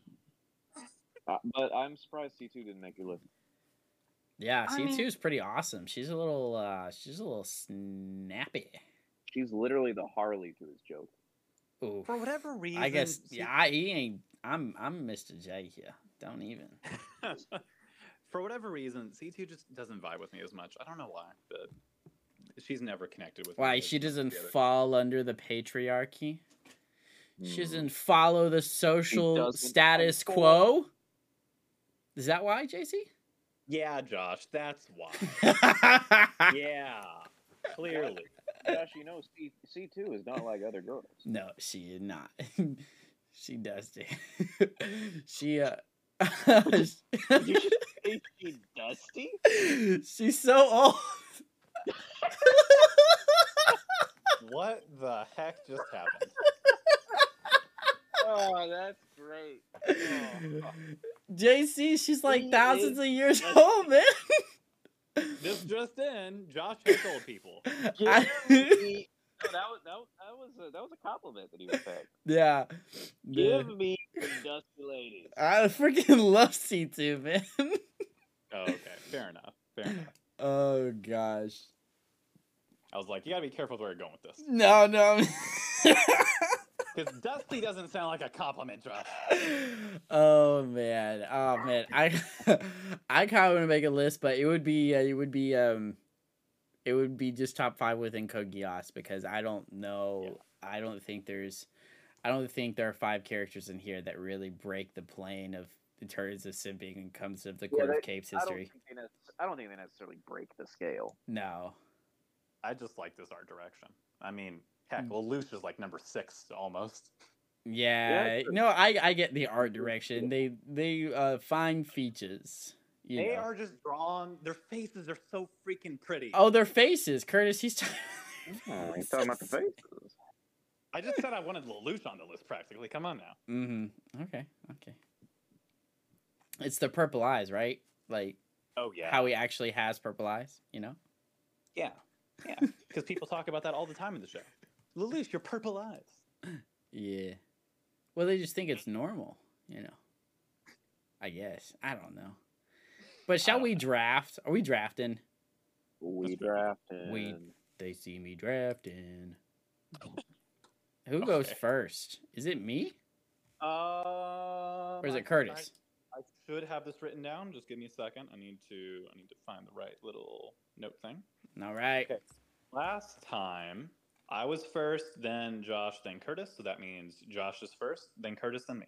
C: Uh, but I'm surprised C2 didn't make your list.
A: yeah,
B: I
A: C two
B: mean-
A: is pretty awesome. She's a little uh she's a little snappy.
C: She's literally the Harley to his joke.
A: Ooh.
D: For whatever reason,
A: I guess
D: see-
A: yeah, I he ain't I'm I'm Mr. J here. Don't even.
B: For whatever reason, C2 just doesn't vibe with me as much. I don't know why, but she's never connected with me.
A: Why
B: as
A: she
B: much as
A: doesn't
B: the other-
A: fall under the patriarchy? She doesn't follow the social
C: Hmm. doesn't
A: status
C: conform.
A: quo. Is that why, JC?
B: Yeah, Josh, that's why. yeah, clearly.
C: Josh, you know, C- C2 is not like other girls.
A: no, she is not. she does it. she uh
C: You should say she's dusty?
A: she's so old.
B: What the heck just happened?
C: Oh, that's great. Oh.
A: JC, she's like
C: She
A: thousands
C: is
A: of years
C: just-
A: old, man.
B: This just in, Josh hates old people.
A: I-
C: Give me- No, that was that, was- that was a, that was a compliment that he was paying.
A: yeah. yeah.
C: Give me some dusty ladies.
A: I freaking love C2, man.
B: Oh, okay, fair enough. Fair enough.
A: Oh gosh.
B: I was like, you gotta be careful with where you're going with this.
A: No, no.
B: Because Dusty doesn't sound like a compliment to us.
A: oh man, oh man, I I kind of want to make a list, but it would be uh, it would be um it would be just top five within Code Geass because I don't know, I don't think there's, I don't think there are five characters in here that really break the plane of the turns of simping and comes of the
C: Yeah,
A: Court
C: they-
A: of Capes
C: I don't, think
A: history.
C: they nec- I don't think they necessarily break the scale.
A: No,
B: I just like this art direction. I mean, heck, Lelouch is like number six almost.
A: yeah,
C: it's-
A: no, I I get the art direction. They they uh find features. You
B: They
A: know.
B: are just drawn. Their faces are so freaking pretty.
A: Oh, their faces, Curtis. He's talking.
C: Oh, you talking about the faces?
B: I just said I wanted Lelouch on the list practically. Come on now.
A: Mm-hmm. Okay. Okay. It's the purple eyes, right? Like
B: Oh yeah.
A: how he actually has purple eyes, you know?
B: yeah. Yeah. Because people talk about that all the time in the show. Lelouch, your purple eyes.
A: Yeah. Well, they just think it's normal, you know. I guess. I don't know. But shall
B: don't
A: we draft? Are we drafting?
C: We
B: Let's-
C: drafted.
A: we- They see me drafting. Who goes
B: Okay.
A: first? Is it me
B: Uh,
A: or is it Curtis?
B: I should have this written down. Just give me a second. I need to. I need to find the right little note thing.
A: All right.
B: Okay. Last time I was first, then Josh, then Curtis. So that means Josh is first, then Curtis, then me.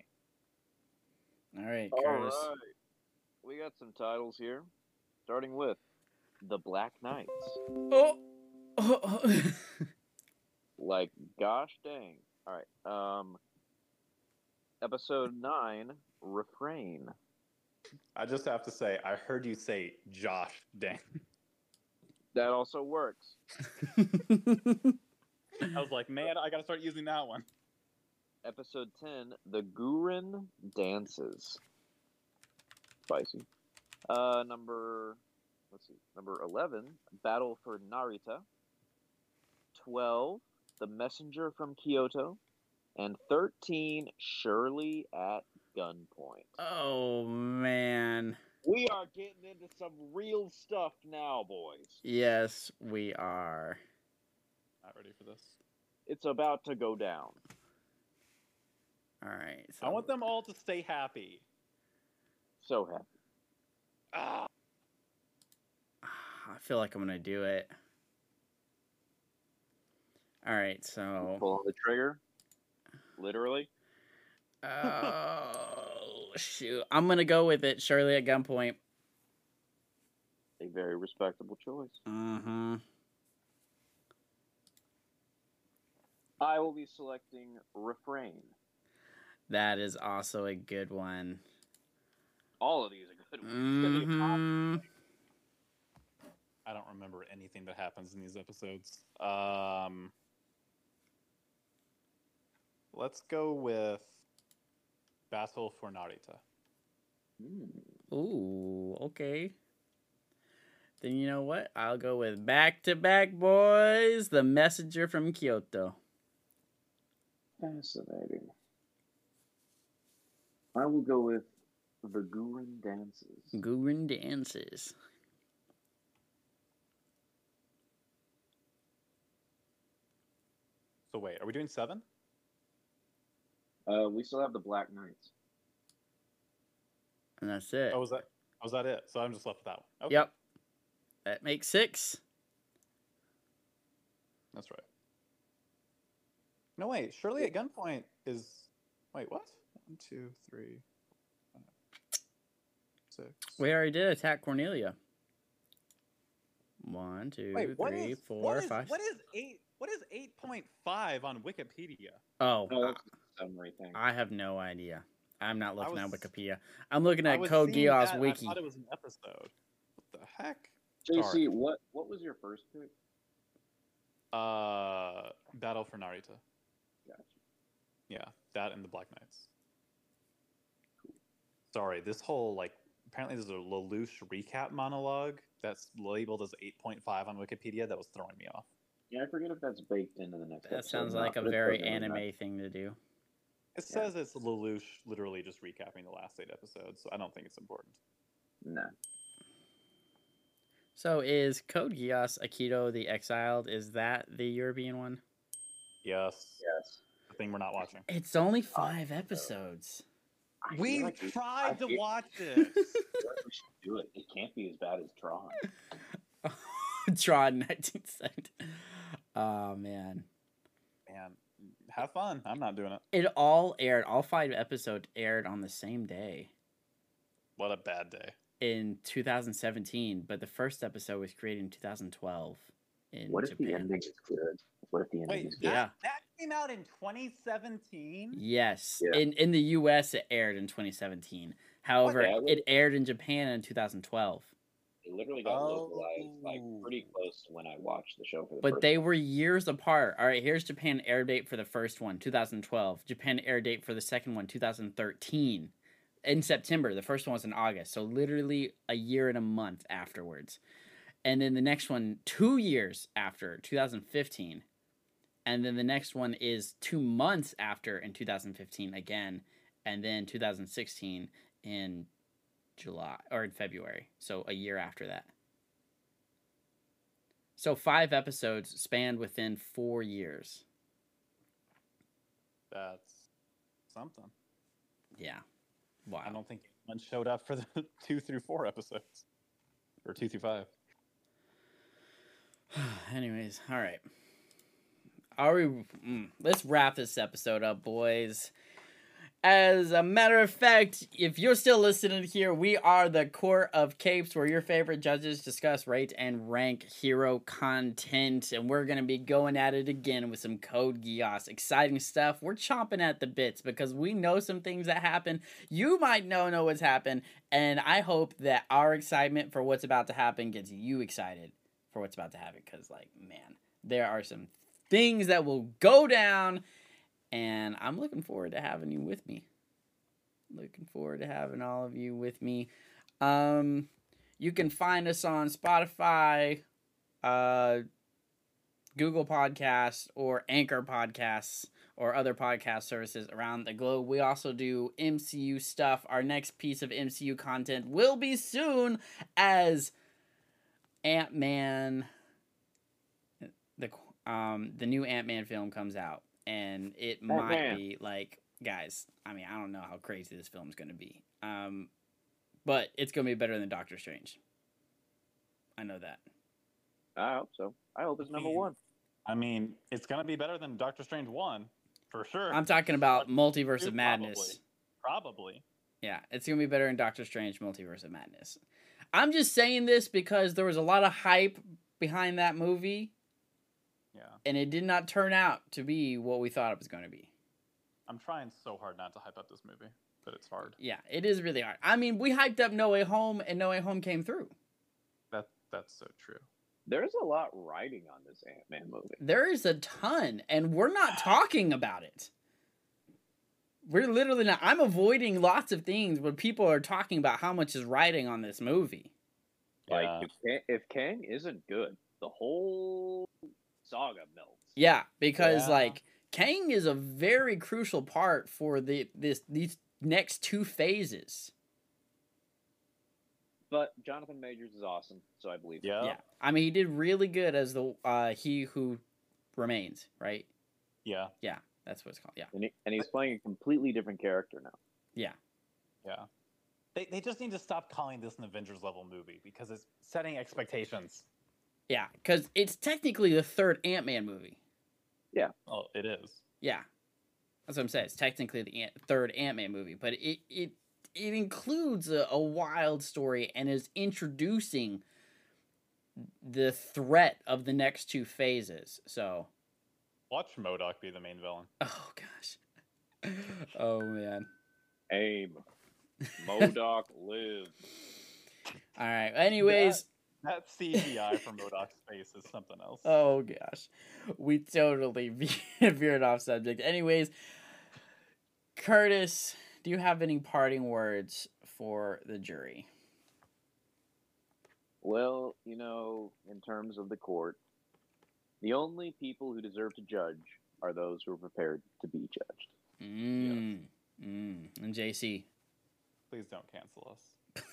A: All right,
C: All right.
A: Curtis.
C: We got some titles here, starting with The Black Knights.
A: Oh.
C: Like, gosh dang. All right. Um, episode 9, Refrain.
B: I just have to say, I heard you say Josh. Dang.
C: That also works.
B: I was like, man, I gotta start using that one.
C: Episode 10, The Gurin Dances. Spicy. Uh, number, let's see, number 11, Battle for Narita. 12, The Messenger from Kyoto. And 13, Shirley at Gunpoint.
A: oh man.
C: We are getting into some real stuff now, boys.
A: Yes, we are.
B: Not ready for this.
C: It's about to go down.
A: All right. So
B: I want them all to stay happy.
C: So happy.
B: Ah,
A: I feel like I'm gonna do it. All right. So.
C: Pull on the trigger. Literally.
A: Oh shoot! I'm gonna go with it. Shirley at gunpoint.
C: A very respectable choice.
A: Uh huh.
C: I will be selecting refrain.
A: That is also a good one.
C: All of these are good ones.
A: hmm
B: I don't remember anything that happens in these episodes. Um, let's go with Battle for Narita.
C: Hmm,
A: Ooh. Okay. Then you know what? I'll go with back to back boys. The messenger from Kyoto.
C: Fascinating. I will go with the Gurin dances.
A: Gurin dances.
B: So wait, are we doing seven?
C: Uh, we still have the Black Knights.
A: And that's it.
B: Oh, was that? Oh, was that it? So I'm just left with that one. Okay.
A: Yep. That makes six.
B: That's right. No, wait. Shirley at gunpoint is. Wait, what? One, two, three, five, six.
A: We already did attack Cornelia. One, two,
B: Wait, what
A: three,
B: is-
A: four,
B: what is-
A: five-
B: What is eight? What is eight point five on Wikipedia?
A: Oh,
C: Oh,
A: I-
C: that's a summary thing.
A: I have no idea. I'm not looking at
B: was-
A: Wikipedia. I'm looking
B: I
A: at
B: was
A: Code
B: seeing
A: Geass
B: that, and
A: Wiki.
B: I thought it was an episode. What the heck?
C: JC, what what was your first pick?
B: Uh, Battle for Narita.
C: Gotcha.
B: Yeah, that and the Black Knights. Sorry, this whole like apparently there's a Lelouch recap monologue that's labeled as 8.5 on Wikipedia that was throwing me off.
C: Yeah, I forget if that's baked into the next.
A: That
C: episode
A: sounds
C: or not,
A: like a
C: but it's
A: very
C: okay, I'm not-
A: anime thing to do.
B: It
C: Yeah.
B: says it's Lelouch literally just recapping the last eight episodes, so I don't think it's important.
C: Nah.
A: So is Code Geass Akito the Exiled? Is that the European one?
B: Yes.
C: Yes.
B: The thing we're not watching.
A: It's
B: Uh,
A: only five episodes.
C: I feel
D: We
C: like we- I
D: tried to
C: feel-
D: watch this.
C: I feel like we should do it. It can't be as bad as Tron.
A: Tron 1970. Oh man.
D: Man, have fun. I'm not doing it.
A: It all aired, all five episodes aired on the same day
D: What a bad day.
A: in 2017, but the first episode was created in 2012 in
C: What if the
A: Japan.
C: ending is good? What if the ending
D: Wait,
C: is
D: that,
C: good?
A: Yeah.
D: that came out in 2017.
A: Yes.
C: Yeah.
A: In in the US it aired in 2017. However,
C: Okay, I would-
A: it aired in Japan in 2012.
C: It literally got
D: Oh.
C: localized like pretty close to when I watched the show for the
A: Oh. But
C: first
A: they were years apart. All right, here's Japan air date for the first one, 2012. Japan air date for the second one, 2013. In September, the first one was in August. So literally a year and a month afterwards. And then the next one, two years after, 2015. And then the next one is two months after in 2015 again. And then 2016 in July or in February. So a year after that. So five episodes spanned within four years.
D: That's something.
A: Yeah. Wow.
D: I don't think anyone showed up for the two through four episodes or two through five.
A: Anyways, all right. Are we? Mm, let's wrap this episode up, boys. As a matter of fact, if you're still listening here, we are the Court of Capes, where your favorite judges discuss, rate, and rank hero content. And we're going to be going at it again with some Code Geass. Exciting stuff. We're chomping at the bits because we know some things that happen. You might know know what's happened. And I hope that our excitement for what's about to happen gets you excited for what's about to happen because like man there are some things that will go down and i'm looking forward to having you with me looking forward to having all of you with me um you can find us on spotify uh google podcasts or anchor podcasts or other podcast services around the globe we also do mcu stuff our next piece of mcu content will be soon as Ant Man, the qu- um the new Ant Man film comes out, and it might
C: Ant-Man.
A: be like guys. I mean, I don't know how crazy this film's gonna be, um, but it's gonna be better than Doctor Strange. I know that.
C: I hope so. I hope it's number
D: Man.
C: one.
D: I mean, it's gonna be better than Doctor Strange one for sure.
A: I'm talking about Multiverse of
D: Probably.
A: Madness.
D: probably.
A: Yeah, it's gonna be better in Doctor Strange: Multiverse of Madness. I'm just saying this because there was a lot of hype behind that movie,
D: Yeah,
A: and it did not turn out to be what we thought it was gonna be.
D: I'm trying so hard not to hype up this movie, but it's hard.
A: Yeah, it is really hard. I mean, we hyped up No Way Home, and No Way Home came through.
D: That that's so true.
C: There's a lot riding on this Ant Man movie.
A: There is a ton, and we're not talking about it. We're literally not. I'm avoiding lots of things when people are talking about how much is riding on this movie.
D: Yeah.
C: Like if Kang, if Kang isn't good, the whole saga melts.
A: Yeah, because
D: Yeah.
A: like Kang is a very crucial part for the this these next two phases.
C: But Jonathan Majors is awesome, so I believe. him.
D: yeah, yeah,
A: Yeah, I mean, he did really good as the uh, he who remains. Right?
D: yeah,
A: Yeah, that's what it's called. Yeah.
C: And, he, and he's playing a completely different character now.
D: They they just need to stop calling this an Avengers level movie because it's setting expectations.
A: Yeah, because it's technically the third Ant Man movie.
D: Oh, it is.
A: Yeah, that's what I'm saying. It's technically the Ant- third Ant Man movie, but it it it includes a, a wild story and is introducing the threat of the next two phases. So,
D: Watch Modoc be the main villain.
A: oh gosh, oh man.
C: Aim, Modoc live.
A: All right. Anyways,
D: That CGI for Modoc's face is something else.
A: Oh gosh, we totally ve- veered off subject. Anyways, Curtis, do you have any parting words for the jury?
C: Well, you know, in terms of the court, the only people who deserve to judge are those who are prepared to be judged.
A: Mm. Mm. And JC.
D: Please don't cancel us.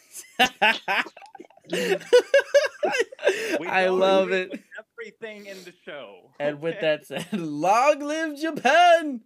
A: I
D: don't
A: love
D: agree
A: it.
D: with thing in the show.
A: And with
D: okay?
A: that said, long live Japan!